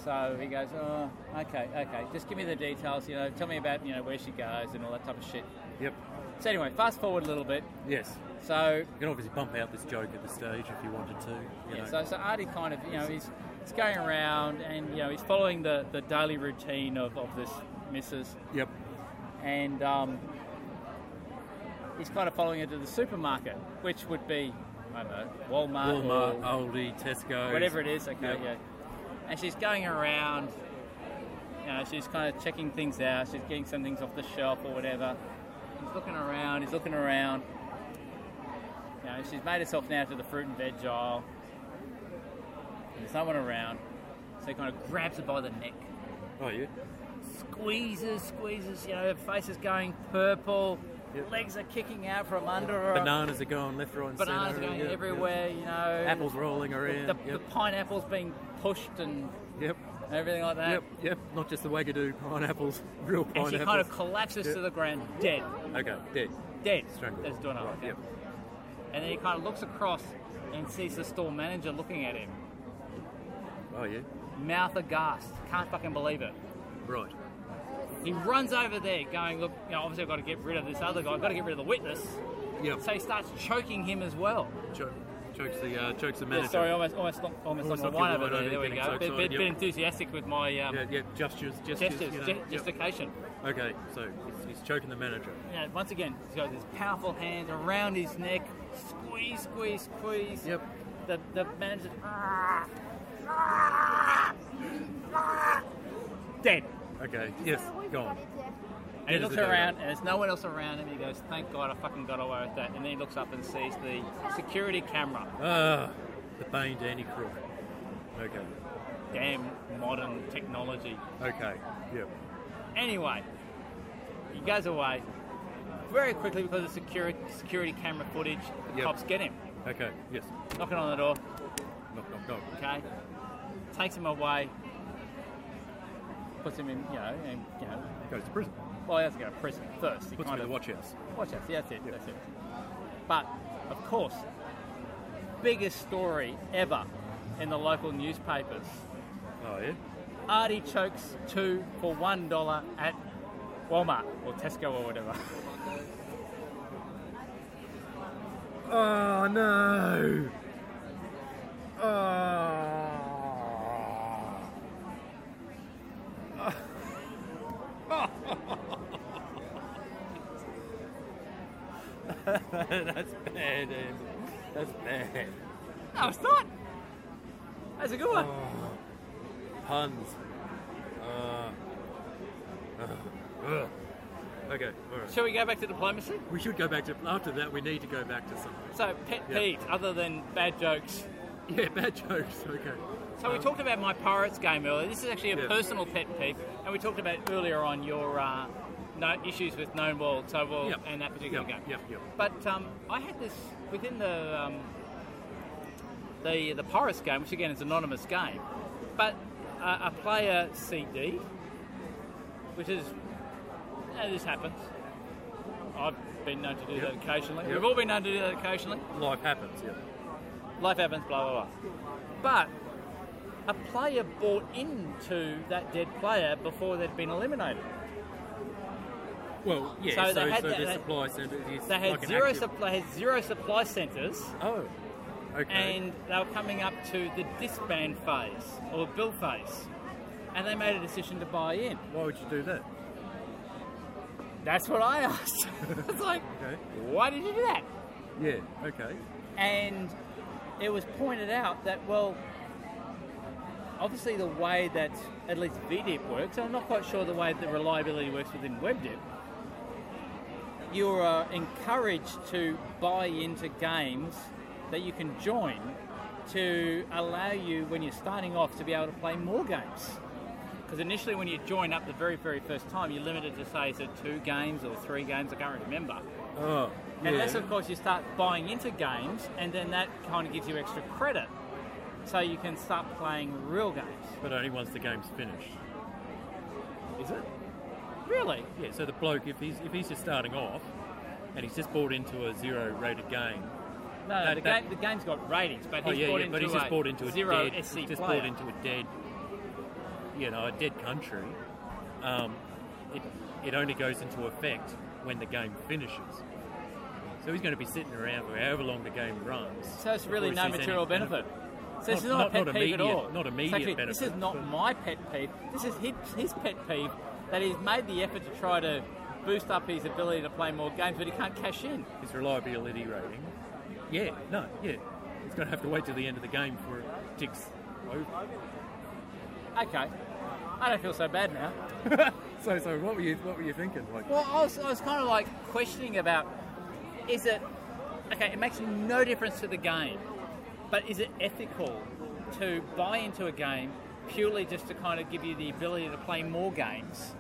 So he goes, oh, okay, okay. Just give me the details, you know, tell me about, you know, where she goes and all that type of shit.
Yep.
So anyway, fast forward a little bit.
Yes.
So,
You can obviously bump out this joke at the stage if you wanted to. You
yeah,
know.
so, so Artie kind of, you know, he's, he's going around and, you know, he's following the, the daily routine of, of this missus.
Yep.
And um, he's kind of following her to the supermarket, which would be, I don't know, Walmart, Uh, or
Walmart, oh, Aldi, Tesco.
whatever it is. Okay,
Yep.
yeah. And she's going around. You know, she's kind of checking things out. She's getting some things off the shelf or whatever. He's looking around. He's looking around. You know, she's made herself now to the fruit and veg aisle. There's no one around. So he kind of grabs her by the neck,
Oh, yeah.
squeezes, squeezes. You know, her face is going purple.
Yep.
Legs are kicking out from under her.
Bananas are going left, right, and
Bananas are
centre,
going
yep, yep.
everywhere. You know,
Apples rolling
The,
around.
the, the
yep.
pineapple's being pushed and
yep.
and everything like that.
Yep. Yep. Not just the wagadoo pineapples, real
And
pineapples.
she kind of collapses
Yeah.
to the ground, dead,
Okay. Dead.
dead.
Strangled.
That's doing
Right,
okay.
Yep.
And then he kind of looks across and sees the store manager looking at him,
Oh, yeah.
mouth aghast, can't fucking believe it.
Right.
He runs over there, going, "Look, you know, obviously I've got to get rid of this other guy. I've got to get rid of the witness."
Yep.
So he starts choking him as well.
Cho- chokes the uh, chokes the
Yeah,
manager.
sorry, almost, almost, knocked- almost, almost
Almost
on
knocked
one
you
over
right
there.
over,
there we
getting
go.
so
Bit, bit,
excited,
bit
yep.
enthusiastic with my um,
yeah, yeah, gestures, gestures,
gestures,
you know,
ge-
yep.
gestication.
Okay, so he's, he's choking the manager.
you know, once again, he's got his powerful hands around his neck, squeeze, squeeze, squeeze.
Yep.
The the manager. Dead.
Okay, yes, go on.
And he
There's
looks
the dodo.
around, and there's no one else around him. He goes, "Thank God, I fucking got away with that." And then he looks up and sees the security camera.
Ah, the Bane Danny Crook. Okay,
Damn modern technology.
okay, yep.
Anyway, he goes away very quickly because of security security camera footage. The
Yep.
cops get him,
Okay, yes.
knocking on the door.
Knock, knock, knock.
okay? Takes him away, puts him in, you know, and, you know,
Goes to prison.
well, he has to go to prison first. He
Puts him
kind
in the
of,
watch house.
watch out, that's it, that's it. But, of course, biggest story ever in the local newspapers.
Oh, yeah?
Artie chokes two for one dollar at Walmart or Tesco or whatever.
Oh, no! Oh! That's bad, Andy. That's bad.
No, it's not. That's a good one.
Oh. Puns. Uh, ugh. Okay, alright.
Shall we go back to diplomacy?
We should go back to, after that, we need to go back to something.
So, pet
Yeah.
peeves other than bad jokes.
Yeah, bad jokes, okay.
So we talked about my Pirates game earlier. This is actually a
Yeah.
personal pet peeve, and we talked about earlier on your uh, no issues with known ball, so ball,
Yep.
and that particular
Yep,
game.
yep, yep.
But um, I had this within the um, the the Pirates game, which again is an anonymous game, but uh, a player CD, which is know, this happens. I've been known to do
Yep.
that occasionally.
Yep.
We've all been known to do that occasionally.
Life happens, yeah.
Life happens, blah, blah, blah. But a player bought into that dead player before they'd been eliminated.
Well, yeah,
So
so,
they
so,
had that-
their
they-
supply centre is
They had
like an
zero
active-
supply, had zero supply centres,
Oh, okay.
and they were coming up to the disband phase or bill phase, and they made a decision to buy in.
Why would you do that?
That's what I asked. it's like,
Okay.
why did you do that?
Yeah, okay.
And it was pointed out that, well, obviously the way that at least VDIP works, and I'm not quite sure the way that reliability works within WebDIP, you are encouraged to buy into games that you can join to allow you, when you're starting off, to be able to play more games. Because initially, when you join up the very, very first time, you're limited to, say, is it two games or three games? I can't remember.
Oh, yeah.
And Unless, of course, you start buying into games, and then that kind of gives you extra credit. So you can start playing real games.
But only once the game's finished. Is it?
Really?
Yeah, so the bloke, if he's, if he's just starting off and he's just bought into a zero rated game,
No,
No,
the,
that-
game, the game's got ratings, but
oh,
he's
yeah,
bought
yeah,
into
but he's
a
just bought into a
zero
dead,
SC
he's just
player.
bought into a dead, you know, a dead country. Um, it, it only goes into effect when the game finishes. So he's going to be sitting around for however long the game runs.
so it's really
before
no
he sees any
material benefit. So this is
Not-
not, a
not-
pet
not
peeve at
immediate-
all.
not
It's
immediate
actually- This
benefit,
is not
but-
my pet peeve. This is his, his pet peeve that he's made the effort to try to boost up his ability to play more games, but he can't cash in.
His reliability rating. Yeah, no, yeah. He's going to have to wait till the end of the game for it ticks over.
Okay, I don't feel so bad now.
So, so what were you, what were you thinking? Like,
Well, I was, I was kind of like questioning about is it okay, it makes no difference to the game, but is it ethical to buy into a game purely just to kind of give you the ability to play more games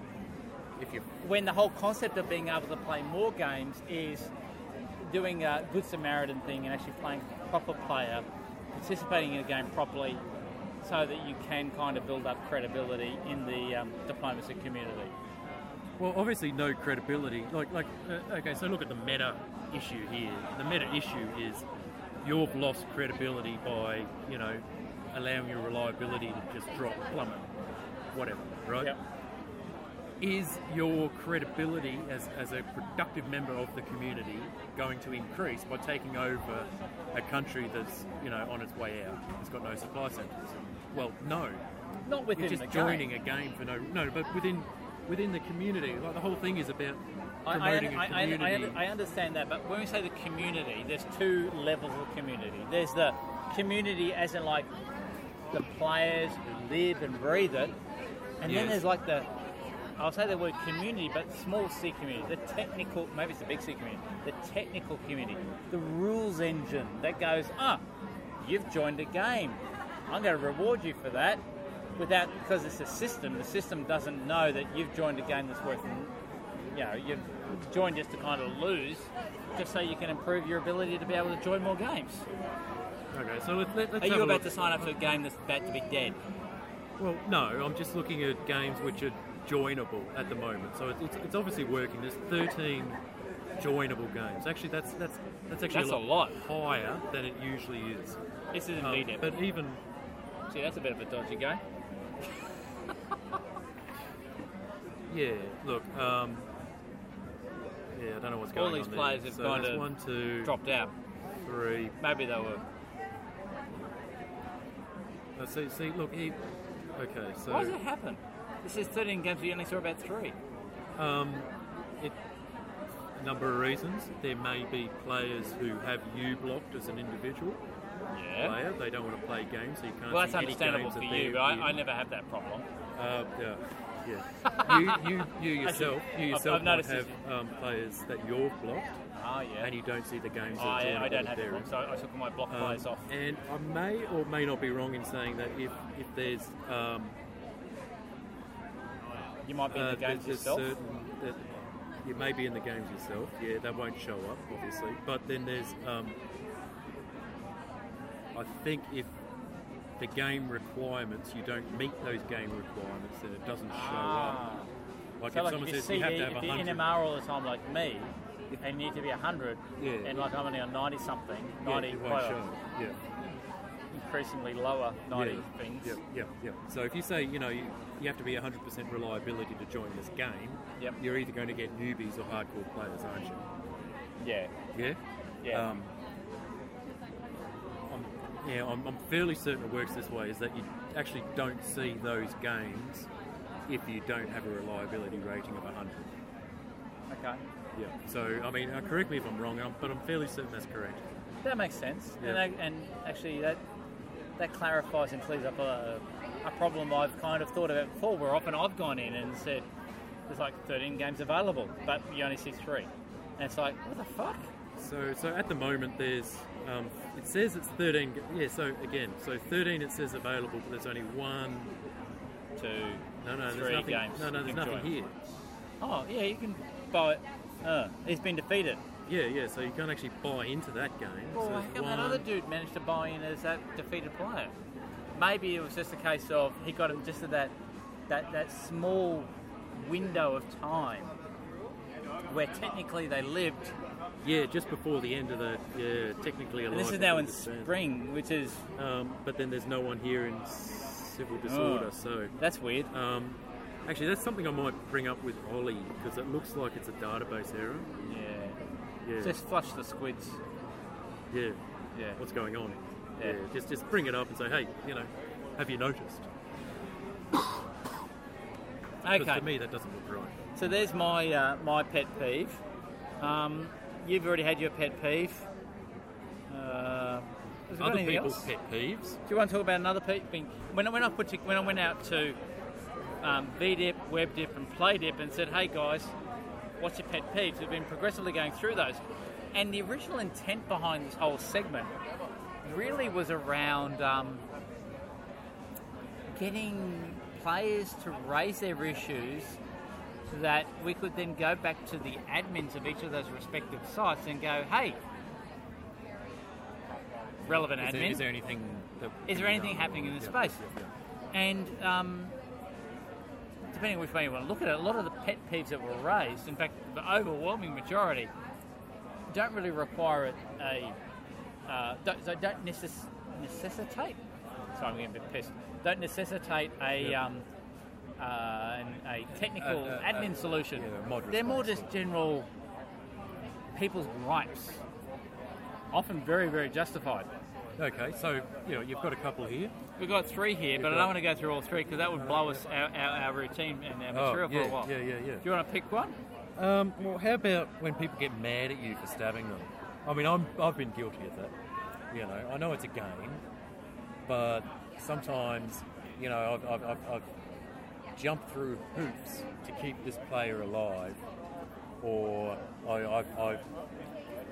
if you,
when the whole concept of being able to play more games is doing a good Samaritan thing and actually playing proper player, participating in a game properly? So that you can kind of build up credibility in the um, diplomacy community.
well, obviously no credibility. Like, like, uh, okay. So look at the meta issue here. The meta issue is you've lost credibility by you know allowing your reliability to just drop, plummet, whatever, right?
Yep.
Is your credibility as, as a productive member of the community going to increase by taking over a country that's, you know, on its way out? It's got no supply centres. Well, no.
Not within
You're just
the game.
joining a game for no... No, but within within the community. Like, the whole thing is about
I, I,
promoting
I,
a
I,
community.
I, I understand that, but when we say the community, there's two levels of community. There's the community as in like the players who live and breathe it, and then
Yes.
there's like the I'll say the word community, but small C community, the technical, maybe it's the big C community, the technical community, the rules engine that goes, ah, you've joined a game. I'm going to reward you for that without, because it's a system, the system doesn't know that you've joined a game that's worth, you know, you've joined just to kind of lose, just so you can improve your ability to be able to join more games.
Okay, so let, let, let's
Are
have
you
a
about
look.
to sign up to a game that's about to be dead?
Well, no, I'm just looking at games which are joinable at the moment. So it's, it's, it's obviously working. There's 13 joinable games. Actually, that's that's that's actually
That's a
a, lot higher than it usually is.
This isn't
Um,
VDIP.
but even
See, that's a bit of a dodgy game.
yeah, look, um, yeah, I don't know what's
All
going on.
these players
there.
have
so
kind
that's
of
one, two,
Dropped out.
three.
Maybe they were.
Uh, see, see, look, he, okay, so
Why does it happen? This is 13 games, we only saw about three.
Um, it, a number of reasons. There may be players who have you blocked as an individual.
Yeah.
player. They don't want to play games, so you can't.
Well, that's
see any
understandable
games
for
that
you,
they're
but I,
in.
I never have that problem.
Uh, yeah, yeah. you, you, you yourself, you
I've-
yourself
I've
might
noticed
have um, players that you're blocked,
Oh, yeah.
and you don't see the games. that are
I, I don't
joinable that
have it,
they're in.
so I took my block
Um,
players off.
And I may or may not be wrong in saying that if if there's um,
You might be in
uh,
the games
there's a
yourself.
certain that you may be in the games yourself, yeah, that won't show up obviously. But then there's um, I think if the game requirements you don't meet those game requirements, then it doesn't show up.
Ah.
Like
So
if
like
someone
if you
says
see
you have
the-
to have
if you're in
100,
MR all the time like me, and you need to be 100,
Yeah.
and like I'm only on 90 something,
yeah,
90
it won't
quite
show. Yeah.
increasingly lower 90
yeah.
things.
Yeah, yeah, yeah. So if you say, you know, you, you have to be 100% reliability to join this game,
Yep.
you're either going to get newbies or hardcore players, aren't you?
Yeah.
Yeah.
Yeah.
Um, I'm, yeah, I'm, I'm fairly certain it works this way: is that you actually don't see those games if you don't have a reliability rating of 100.
Okay.
Yeah. So, I mean, uh, correct me if I'm wrong, um, but I'm fairly certain that's correct.
That makes sense.
Yeah.
And, I, and actually, that that clarifies and clears up a, a problem I've kind of thought about before, where often I've gone in and said, there's like 13 games available, but you only see three. And it's like, what the fuck?
So, so at the moment, there's um, it says it's 13. g- Yeah. So again, so 13 it says available, but there's only one.
Two,
No, no,
three
there's nothing.
games.
No, no,
you
there's
can
nothing
join.
here.
Oh, yeah, you can buy it. Uh, he's been defeated.
Yeah, yeah. So you can't actually buy into that game.
Well,
so
how
there's
come that
one-
other dude managed to buy in as that defeated player? Maybe it was just a case of he got him just at that that that small window of time where technically they lived.
Yeah, just before the end of the yeah, technically alive.
And this is now in
understand.
spring, which is
Um, but then there's no one here in civil disorder,
Oh.
so
that's weird.
um, actually that's something I might bring up with Ollie because it looks like it's a database error.
Yeah.
Yeah,
Just flush the squids.
yeah.
Yeah.
What's going on?
Yeah.
just just bring it up and say, hey, you know, have you noticed? 'Cause
Okay.
to me that doesn't look right.
So there's my uh, my pet peeve. Um, you've already had your pet peeve. Uh, has it got
Other
anything
people's
else?
pet peeves.
Do you want to talk about another pe- thing? When I, when I put to, when I went out to um, VDip, WebDip, and PlayDip and said, "Hey guys, what's your pet peeves?" We've been progressively going through those, and the original intent behind this whole segment really was around um, getting players to raise their issues that we could then go back to the admins of each of those respective sites and go, "Hey." Relevant
Is
admin.
there, is there anything? That
Is there anything happening in the
Yeah,
space?
yeah,
And um, depending on which way you want to look at it, a lot of the pet peeves that were raised, in fact, the overwhelming majority, don't really require a. a uh, don't, so don't necess- necessitate. Sorry, I'm getting a bit pissed. Don't necessitate a.
Yeah.
Um, uh, an- a technical
Uh, uh,
admin
uh,
solution.
yeah, mod
They're more
response.
just general people's gripes, often very, very justified.
yeah. Okay, so you know you've got a couple here.
We've got three here, but I don't want to go through all three because that would blow us our, our, our routine and our material
Oh, yeah,
for a while.
yeah, yeah, yeah.
Do you want to pick one?
Um, well, how about when people get mad at you for stabbing them? I mean, I'm, I've been guilty of that. You know, I know it's a game, but sometimes, you know, I've, I've, I've, I've jumped through hoops to keep this player alive, or I, I've, I've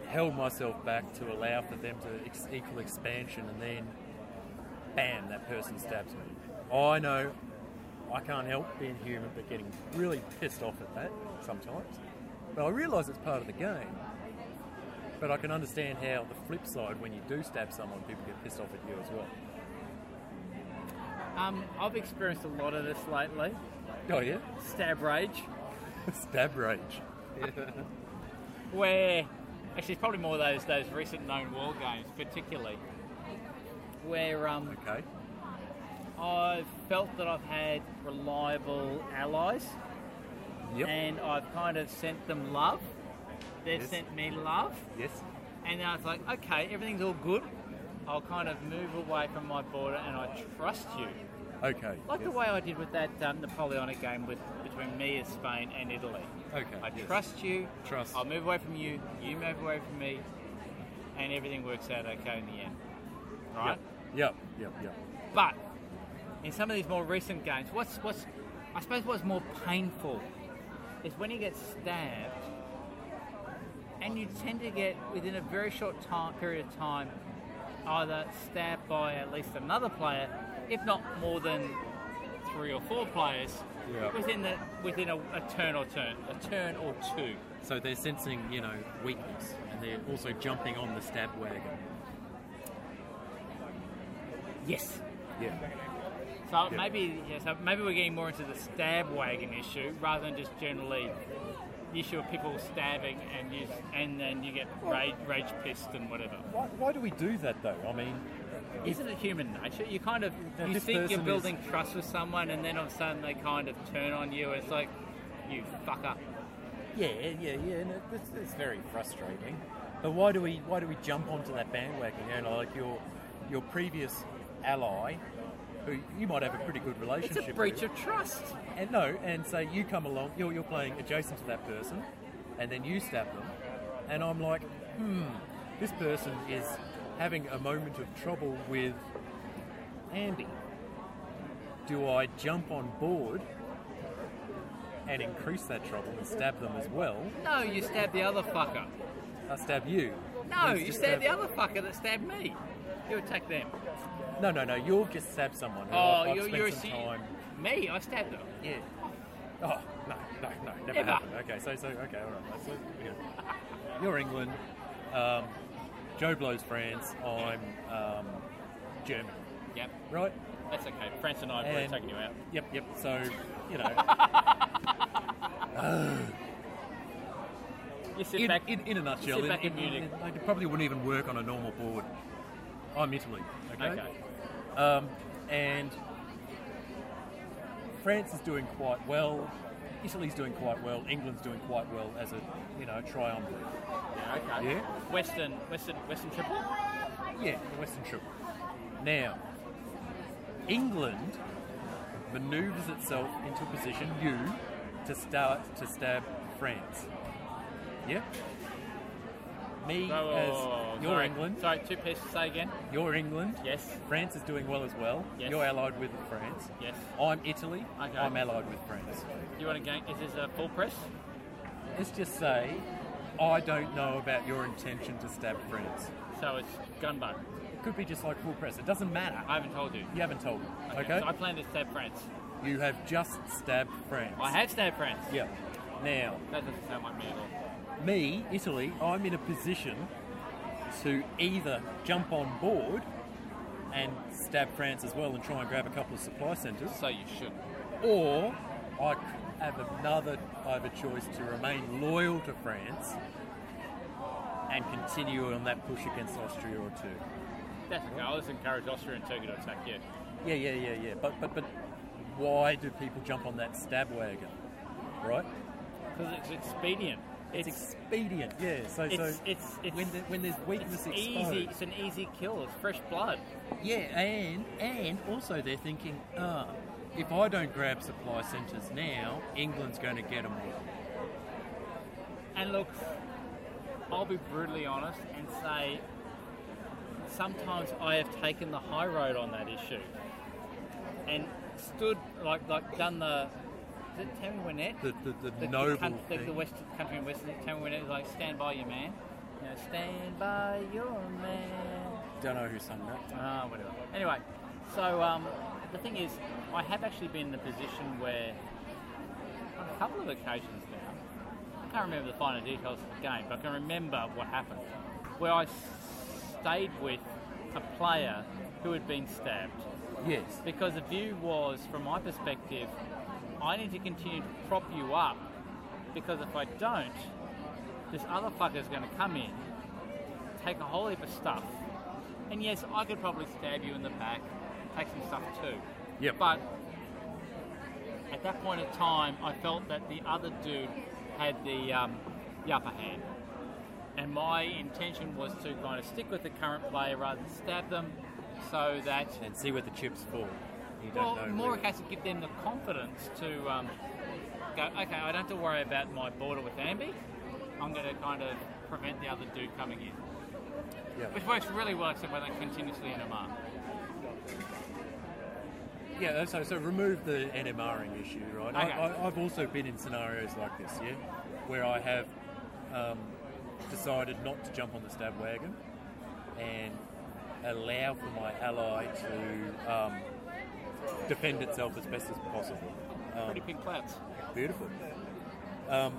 held myself back to allow for them to ex- equal expansion, and then, bam, that person stabs me. I know I can't help being human, but getting really pissed off at that sometimes. But I realise it's part of the game. But I can understand how the flip side, when you do stab someone, people get pissed off at you as well.
Um, I've experienced a lot of this lately.
Oh yeah,
Stab rage,
stab rage.
where actually it's probably more those those recent known war games, particularly where um,
Okay.
I've felt that I've had reliable allies
Yep.
and I've kind of sent them love. They've
Yes.
sent me love.
Yes.
And now it's like, okay, everything's all good. I'll kind of move away from my border and I trust you.
Okay.
Like
yes.
the way I did with that um, Napoleonic game with between me as Spain and Italy.
Okay.
I
yes.
trust you.
Trust.
I'll move away from you. You move away from me, and everything works out okay in the end, right?
Yep. Yep. Yep. Yep.
But in some of these more recent games, what's what's I suppose what's more painful is when you get stabbed, and you tend to get within a very short time period of time either stabbed by at least another player, if not more than three or four players
Yeah.
within the within a, a turn or turn a turn or two.
So they're sensing, you know, weakness, and they're also jumping on the stab wagon.
Yes.
Yeah.
So
Yeah.
maybe yeah, so maybe we're getting more into the stab wagon issue rather than just generally the issue of people stabbing and you and then you get rage, rage pissed and whatever.
Why, why do we do that though? I mean,
Isn't it human nature? You kind of
Now,
you
this
think
person
you're
is-
building trust with someone and then all of a sudden they kind of turn on you. It's like you fucker.
yeah, yeah, yeah. And it, it's, it's very frustrating. But why do we why do we jump onto that bandwagon? You know, like your your previous ally, who you might have a pretty good
It's
relationship.
a breach
with,
of trust.
And no, and say you come along, you're, you're playing adjacent to that person, and then you stab them, and I'm like, hmm, this person is having a moment of trouble with Andy. Do I jump on board and increase that trouble and stab them as well?
No, you stabbed the other fucker.
I stab you.
No,
It's
you
just
stabbed the
a-
other fucker that stabbed me. You attacked them.
No, no, no. You've just stabbed someone. who
Oh,
I've, I've
you're,
spent
you're
some
see-
time.
me. I stabbed them.
Yeah. Oh no, no, no, never,
Never.
happened. Okay, so so okay, all right. So, yeah. You're England. Um, Joe blows France. I'm um, Germany,
Yep.
right?
That's okay. France and I have already
And-
taken you out.
Yep, yep. So you know,
You sit
in,
back.
in, in a nutshell,
sit back
it,
in Munich.
it- it probably wouldn't even work on a normal board. I'm Italy. Okay.
okay.
Um, and France is doing quite well. Italy's doing quite well. England's doing quite well as a you know triumvirate.
Yeah, okay.
Yeah.
Western, Western, Western triple.
Yeah, the Western Triple. Now, England manoeuvres itself into a position you to start to stab France. Yeah. Me
Whoa, whoa,
as
whoa, whoa.
you're
Oh, Sorry.
England.
Sorry, two pairs to say again.
You're England.
Yes,
France is doing well as well.
Yes.
You're allied with France.
yes.
I'm Italy.
Okay.
I'm allied with France.
You want to gang? Is this a full press?
Let's just say I don't know about your intention to stab France.
So it's gunbow.
It could be just like full press. It doesn't matter.
I haven't told you.
You haven't told me. Okay.
So I plan to stab France.
You have just stabbed France.
I have stabbed France.
Yeah. Now,
That doesn't sound like me at all.
me, Italy, I'm in a position to either jump on board and stab France as well and try and grab a couple of supply centres,
So you should.
or I c- have another. I have a choice to remain loyal to France and continue on that push against Austria or two.
That's okay. I'll just encourage Austria and Turkey to attack you.
Yeah, yeah, yeah, yeah. But but but why do people jump on that stab wagon? Right?
Because it's expedient.
It's, expedient. Yeah. So
It's
so
it's it's,
when, the, when there's weakness
it's
exposed.
easy. It's an easy kill. It's fresh blood.
Yeah, and and also they're thinking, ah, if I don't grab supply centres now, England's going to get them all.
And look, I'll be brutally honest and say sometimes I have taken the high road on that issue and stood like like done the is it Tammy Wynette?
The the, the, noble
coun- the,
thing.
the West country in Western Tammy Wynette is like stand by your man. You know, stand by your man.
Don't know who sung that.
Ah, whatever. Anyway, so um, the thing is, I have actually been in a position where, on a couple of occasions now, I can't remember the finer details of the game, but I can remember what happened, where I s- stayed with a player who had been stabbed
Yes.
because the view was, from my perspective, I need to continue to prop you up because if I don't, this other fucker's going to come in, take a whole heap of stuff, and yes, I could probably stab you in the back, take some stuff too.
Yep.
But at that point in time, I felt that the other dude had the, um, the upper hand. And my intention was to kind of stick with the current player rather than stab them so that
And see where the chips fall. You don't
well,
know.
more a
really.
case of give them the confidence to um, go, okay, I don't have to worry about my border with Ambi. I'm going to kind of prevent the other dude coming in.
Yeah.
Which works really well, except when they continuously NMR.
Yeah, so, so remove the NMRing issue, right?
Okay.
I, I, I've also been in scenarios like this, yeah, where I have um, decided not to jump on the stab wagon and allow for my ally to um, defend itself as best as possible. Um,
Pretty pink clouds.
beautiful. Um,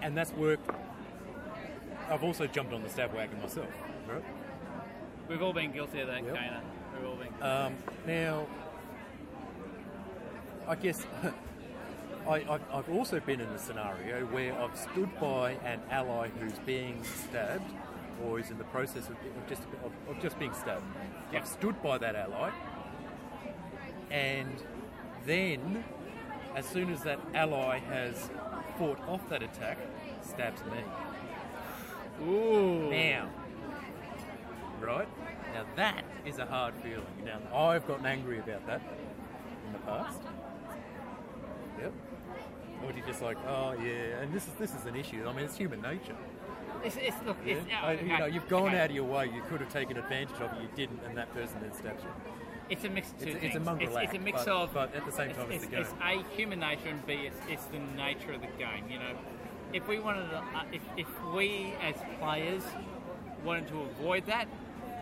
and that's worked. I've also jumped on the stab wagon myself, right?
We've all been guilty of that,
Yep.
Kana. revolving?
Um, now, I guess I, I've, I've also been in a scenario where I've stood by an ally who's being stabbed or is in the process of, of just, of, of just being stabbed.
Yeah.
I've stood by that ally, and then, as soon as that ally has fought off that attack, stabs me.
Ooh.
Now, right? Now that is a hard feeling. Now I've gotten angry about that in the past. Yep. Or do you just like, oh yeah, and this is this is an issue. I mean, it's human nature.
It's, it's, look,
Yeah?
it's,
I- you know, you've gone
Oh, okay.
out of your way. You could have taken advantage of it. You didn't, and that person then stabs you.
It's a mix of two
It's- it's a
things.
mongrel
it's, a
act,
mix
but-
of.
but at the same time, it's the
It's a human nature, and B, it's, it's the nature of the game. You know, if we wanted to, uh, if, if we as players wanted to avoid that,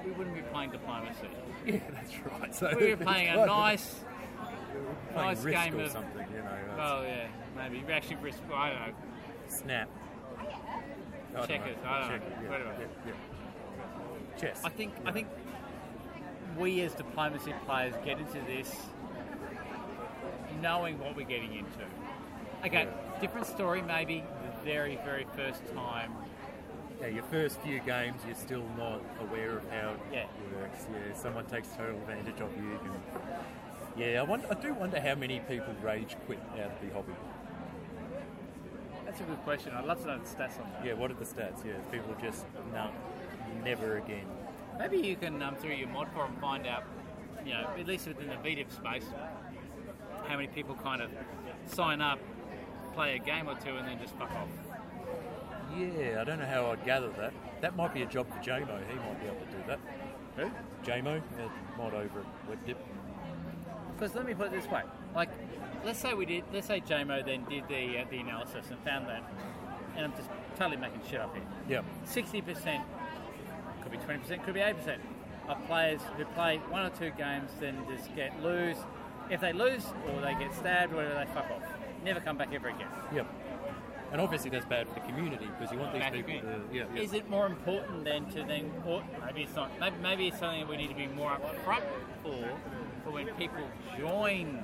we wouldn't be playing diplomacy.
Yeah, that's right. So
We were playing a nice.
playing
nice
risk
game
or
of-
something. You know, uh,
Oh yeah, maybe we actually risk. I don't know.
snap. I don't
Checkers,
know.
I don't
Checkers,
know.
yeah,
Whatever.
yeah, yeah. Chess.
I think I think we as diplomacy players get into this knowing what we're getting into. Okay,
Yeah.
different story maybe the very very first time.
Yeah, your first few games, you're still not aware of how
Yeah.
it works. Yeah, someone takes total advantage of you. And yeah, I, wonder, I do wonder how many people rage quit out of the hobby.
That's a good question. I'd love to know the stats on that.
Yeah, what are the stats? Yeah, people just no, never again.
Maybe you can um, through your mod forum find out, you know, at least within the VDIP space, how many people kind of sign up, play a game or two, and then just fuck off.
Yeah, I don't know how I'd gather that. That might be a job for JMO. He might be able to do that.
Who?
JMO, the mod over at Web Dip.
Because let me put it this way: like, let's say we did, let's say JMO then did the uh, the analysis and found that, and I'm just totally making shit up here.
Yeah,
Sixty percent, could be twenty percent, could be eight percent of players who play one or two games then just get lose. If they lose or they get stabbed or whatever, they fuck off. Never come back ever again.
yeah. And obviously that's bad for the community because you want these people to. Yeah, yeah.
Is it more important then to then, or maybe it's not. Maybe, maybe it's something we need to be more upfront for, for when people join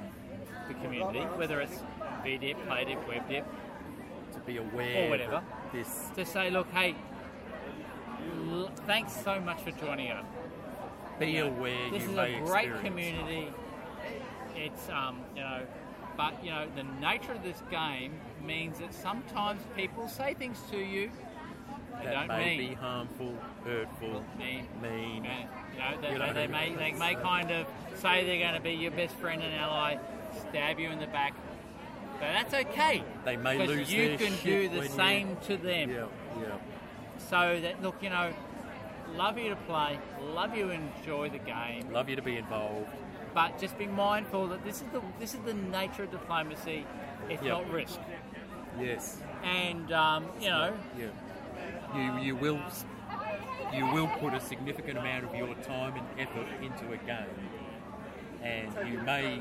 the community, whether it's VDIP, PlayDIP, WebDIP,
to be aware
Or whatever.
that this
to say, look, hey, l- thanks so much for joining us.
Be
You know,
aware
This
you
is
may
a great
experience.
community. It's um, you know, but you know the nature of this game means that sometimes people say things to you they
that
don't
may
mean.
be harmful, hurtful,
Mean.
mean.
Yeah, you know, they,
You know.
they may they may kind of say they're going to be your best friend and ally, stab you in the back, but that's okay.
They may
because
lose
you
their
can do
shit
the
when you-
same to
Yeah,
them.
yeah.
So that look, you know, love you to play, love you enjoy the game,
Love you to be involved.
but just be mindful that this is the this is the nature of diplomacy. It's
Yeah.
not risk,
Yes.
and um, you know,
Yeah. You you will s- you will put a significant amount of your time and effort into a game, and you may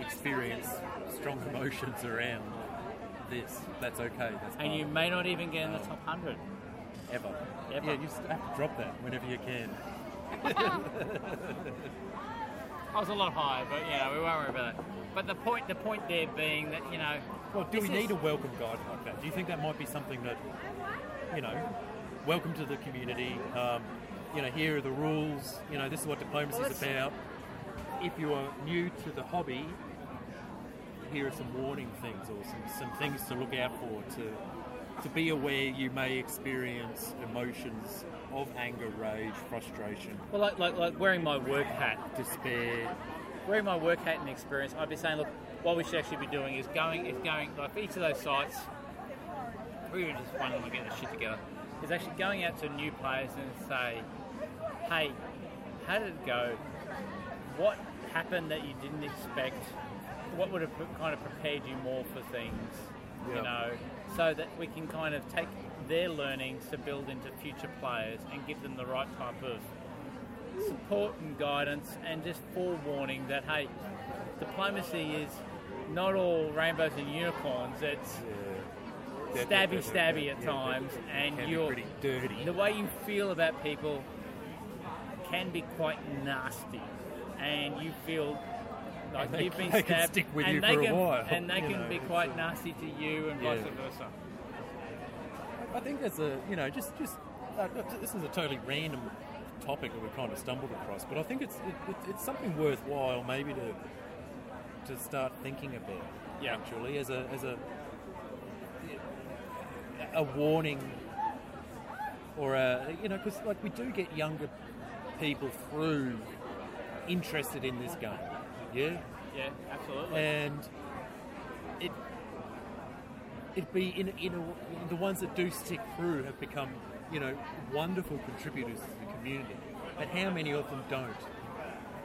experience strong emotions around this. That's okay. That's part
and you
of it.
may not even get in the top hundred.
ever.
Ever.
Yeah, you just have to drop that whenever you can.
I was a lot higher, but you know, we won't worry about that. But the point the point there being that you know,
Well, do
This
we
is-
need a welcome guide like that? Do you think that might be something that, you know, welcome to the community? Um, you know, here are the rules. You know, this is what diplomacy
Well,
is
that's-
about. If you are new to the hobby, here are some warning things or some, some things to look out for to to be aware you may experience emotions of anger, rage, frustration,
well, like like, like wearing my work hat
despair.
wearing my work hat and experience, I'd be saying, look, what we should actually be doing is going, is going, like for each of those sites, we were just finally getting the shit together, is actually going out to new players and say, hey, how did it go? What happened that you didn't expect? What would have pre- kind of prepared you more for things? You
Yeah.
know, so that we can kind of take their learnings to build into future players and give them the right type of support and guidance and just forewarning that hey diplomacy is not all rainbows and unicorns it's
uh,
stabby stabby at times and
you're
you're
pretty dirty.
the way you feel about people can be quite nasty and you feel like
they
you've
can-
been
they
stabbed,
can stick with
and
you
they
for a
can,
while,
and they
you
can
know,
be
it's,
quite nasty to you, and
Yeah.
vice versa.
I think that's a you know just just uh, this is a totally random topic that we kind of stumbled across, but I think it's it, it, it's something worthwhile maybe to to start thinking about.
Yeah.
actually, as a as a a warning or a you know because like we do get younger people through interested in this game, yeah,
Yeah, absolutely.
and it it'd be in in a, the ones that do stick through have become you know wonderful contributors to the community, but how many of them don't?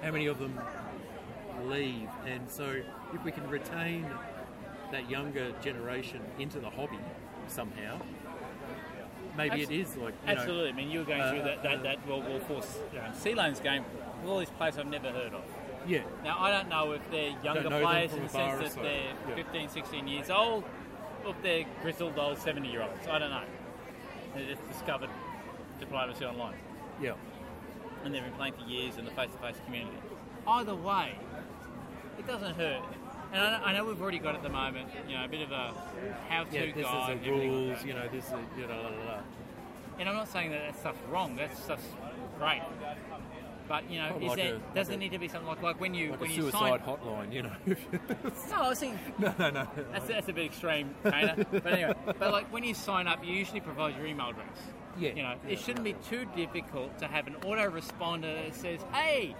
How many of them leave? And so if we can retain that younger generation into the hobby somehow, maybe it is like you know,
Absolutely. I mean, you were going through
uh,
that,
uh,
that, that World War Four um, Sea Lanes game with all these players I've never heard of.
yeah.
Now, I don't know if they're younger
Don't know them
players
from
in the
a bar or
sense that
so.
they're
Yeah.
15, 16 years old, or if they're grizzled old 70 year olds. I don't know. They just discovered diplomacy online
Yeah,
and they've been playing for years in the face to face community. Either way, it doesn't hurt. And I know, I know we've already got at the moment, you know, a bit of a how to
yeah. This
guide. and
is a
everything like
rules,
that.
you know. This is a, you know, la, la, la.
And I'm not saying that that stuff's wrong. That stuff's great. But you know,
Kind of
is
like
there,
a-
does
like
it
a-
need to be something like like when you
like
when
a
you
suicide
sign?
hotline, you know.
No, I was thinking
no, no, no.
that's, that's a bit extreme, Dana. but anyway, but like when you sign up, you usually provide your email address.
Yeah.
You know,
Yeah.
it shouldn't be too difficult to have an autoresponder that says, "Hey,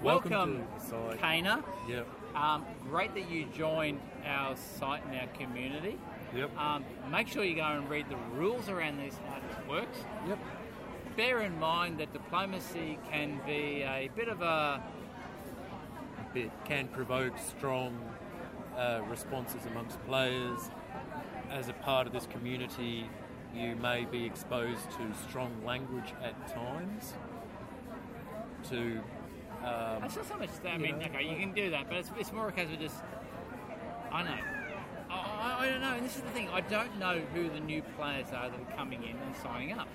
Welcome to
welcome,
the site."
Kana.
Yep.
Um, great that you joined our site and our community.
Yep.
Um, make sure you go and read the rules around these how this works.
yep.
bear in mind that diplomacy can be a bit of a
It can provoke strong uh, responses amongst players. As a part of this community, you may be exposed to strong language at times. To um,
it's not so much that I
You
mean
know.
okay you can do that but it's, it's more a case of just I know I, I, I don't know and this is the thing I don't know who the new players are that are coming in and signing up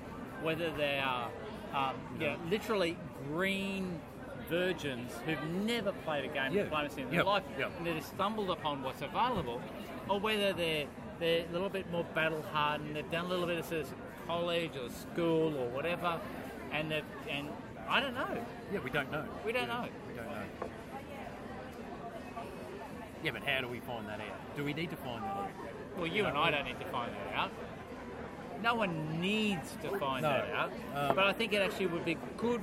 whether they are um, yeah, literally green virgins who've never played a game
Yeah.
of diplomacy in their
Yep.
life
Yep.
and they just stumbled upon what's available or whether they're they're a little bit more battle hardened. They've done a little bit of sort of college or school or whatever, and they've and I don't know.
yeah, we don't know.
We don't know.
We don't know. Yeah, but how do we find that out? Do we need to find that out?
Well, you and I don't need to find that out. No one needs to find
No.
that out.
Um,
but I think it actually would be good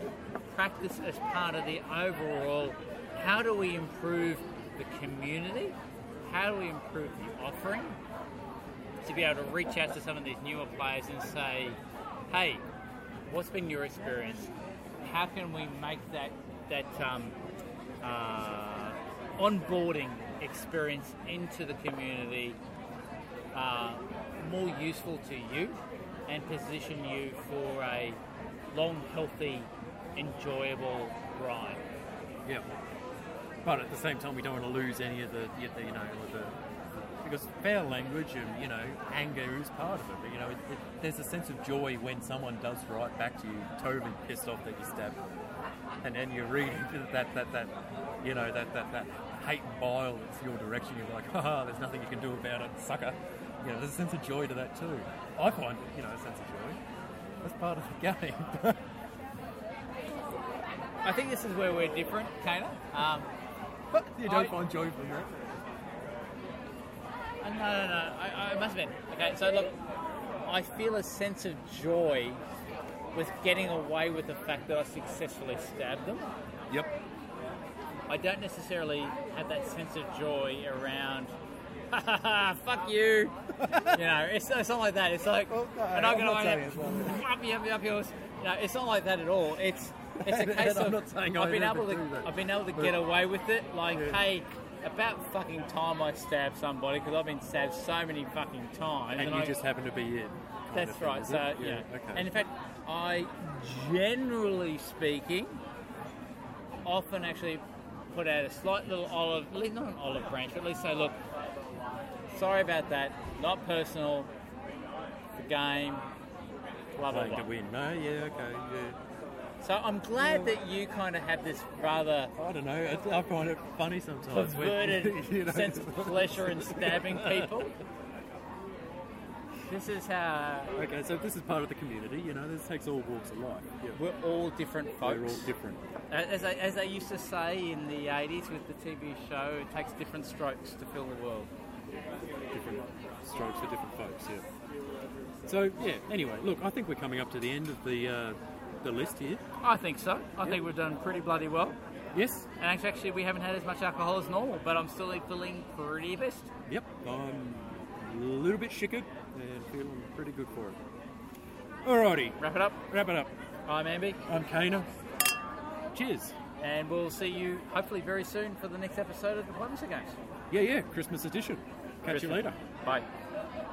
practice as part of the overall how do we improve the community? How do we improve the offering? To be able to reach out to some of these newer players and say, hey, what's been your experience? How can we make that, that um, uh, onboarding experience into the community uh, more useful to you and position you for a long, healthy, enjoyable ride.
Yeah. But at the same time, we don't want to lose any of the, you know, of the, because foul language and, you know, anger is part of it. But, you know, it, it, there's a sense of joy when someone does right back to you, totally pissed off that you stabbed them. And then you read that, that, that, you know, that, that, that hate and bile that's your direction. You're like, haha, there's nothing you can do about it, sucker. You know, there's a sense of joy to that too. I find, you know, a sense of joy. That's part of the game.
I think this is where we're different, Kana. Um,
you
don't
don't
I-
find joy from that.
Uh, No, no, no. I, I must admit. Okay, so look, I feel a sense of joy with getting away with the fact that I successfully stabbed them.
Yep.
I don't necessarily have that sense of joy around. "Ha, ha, ha, Fuck you! you know, it's, it's not like that. It's like,
Well, no,
and I'm
I'm
going
not
to
saying
end
it's like
up, up, up, up yours. No, it's not like that at all. It's it's a
And
case
I'm
of
not saying
I've
I
been
never
able to
do that.
I've been able to
But-
get away with it. Like,
Yeah.
hey, about fucking time I stabbed somebody because I've been stabbed so many fucking times,
and, you
I,
just happen to be it. kind
that's
of thing,
right.
is
So
it?
yeah.
Okay.
And in fact, I generally speaking often actually put out a slight little olive, at least not an olive branch, but at least say, look, sorry about that, not personal, the game, blah blah
Playing
blah.
to win. No, yeah, okay, yeah.
So I'm glad that you kind of have this rather
I don't know. It, I find it funny sometimes. when-
perverted
you know.
sense of pleasure in stabbing people. This is how
Okay, so this is part of the community. You know, this takes all walks of life. Yeah.
we're all different folks.
We're all different.
As they, as they used to say in the 80s with the TV show, it takes different strokes to fill the world.
different strokes for different folks. Yeah. So yeah. Anyway, look, I think we're coming up to the end of the uh, the list here.
I think so. I
Yeah.
think we've done pretty bloody well.
Yes.
And actually, actually, we haven't had as much alcohol as normal, but I'm still feeling pretty pissed.
Yep. I'm a little bit shickered and feeling pretty good for it. Alrighty.
Wrap it up.
Wrap it up.
I'm Amby,
I'm Kana. Cheers.
and we'll see you hopefully very soon for the next episode of the Plymouth Games.
Yeah, yeah. Christmas edition. Catch you
Christmas.
later.
Bye.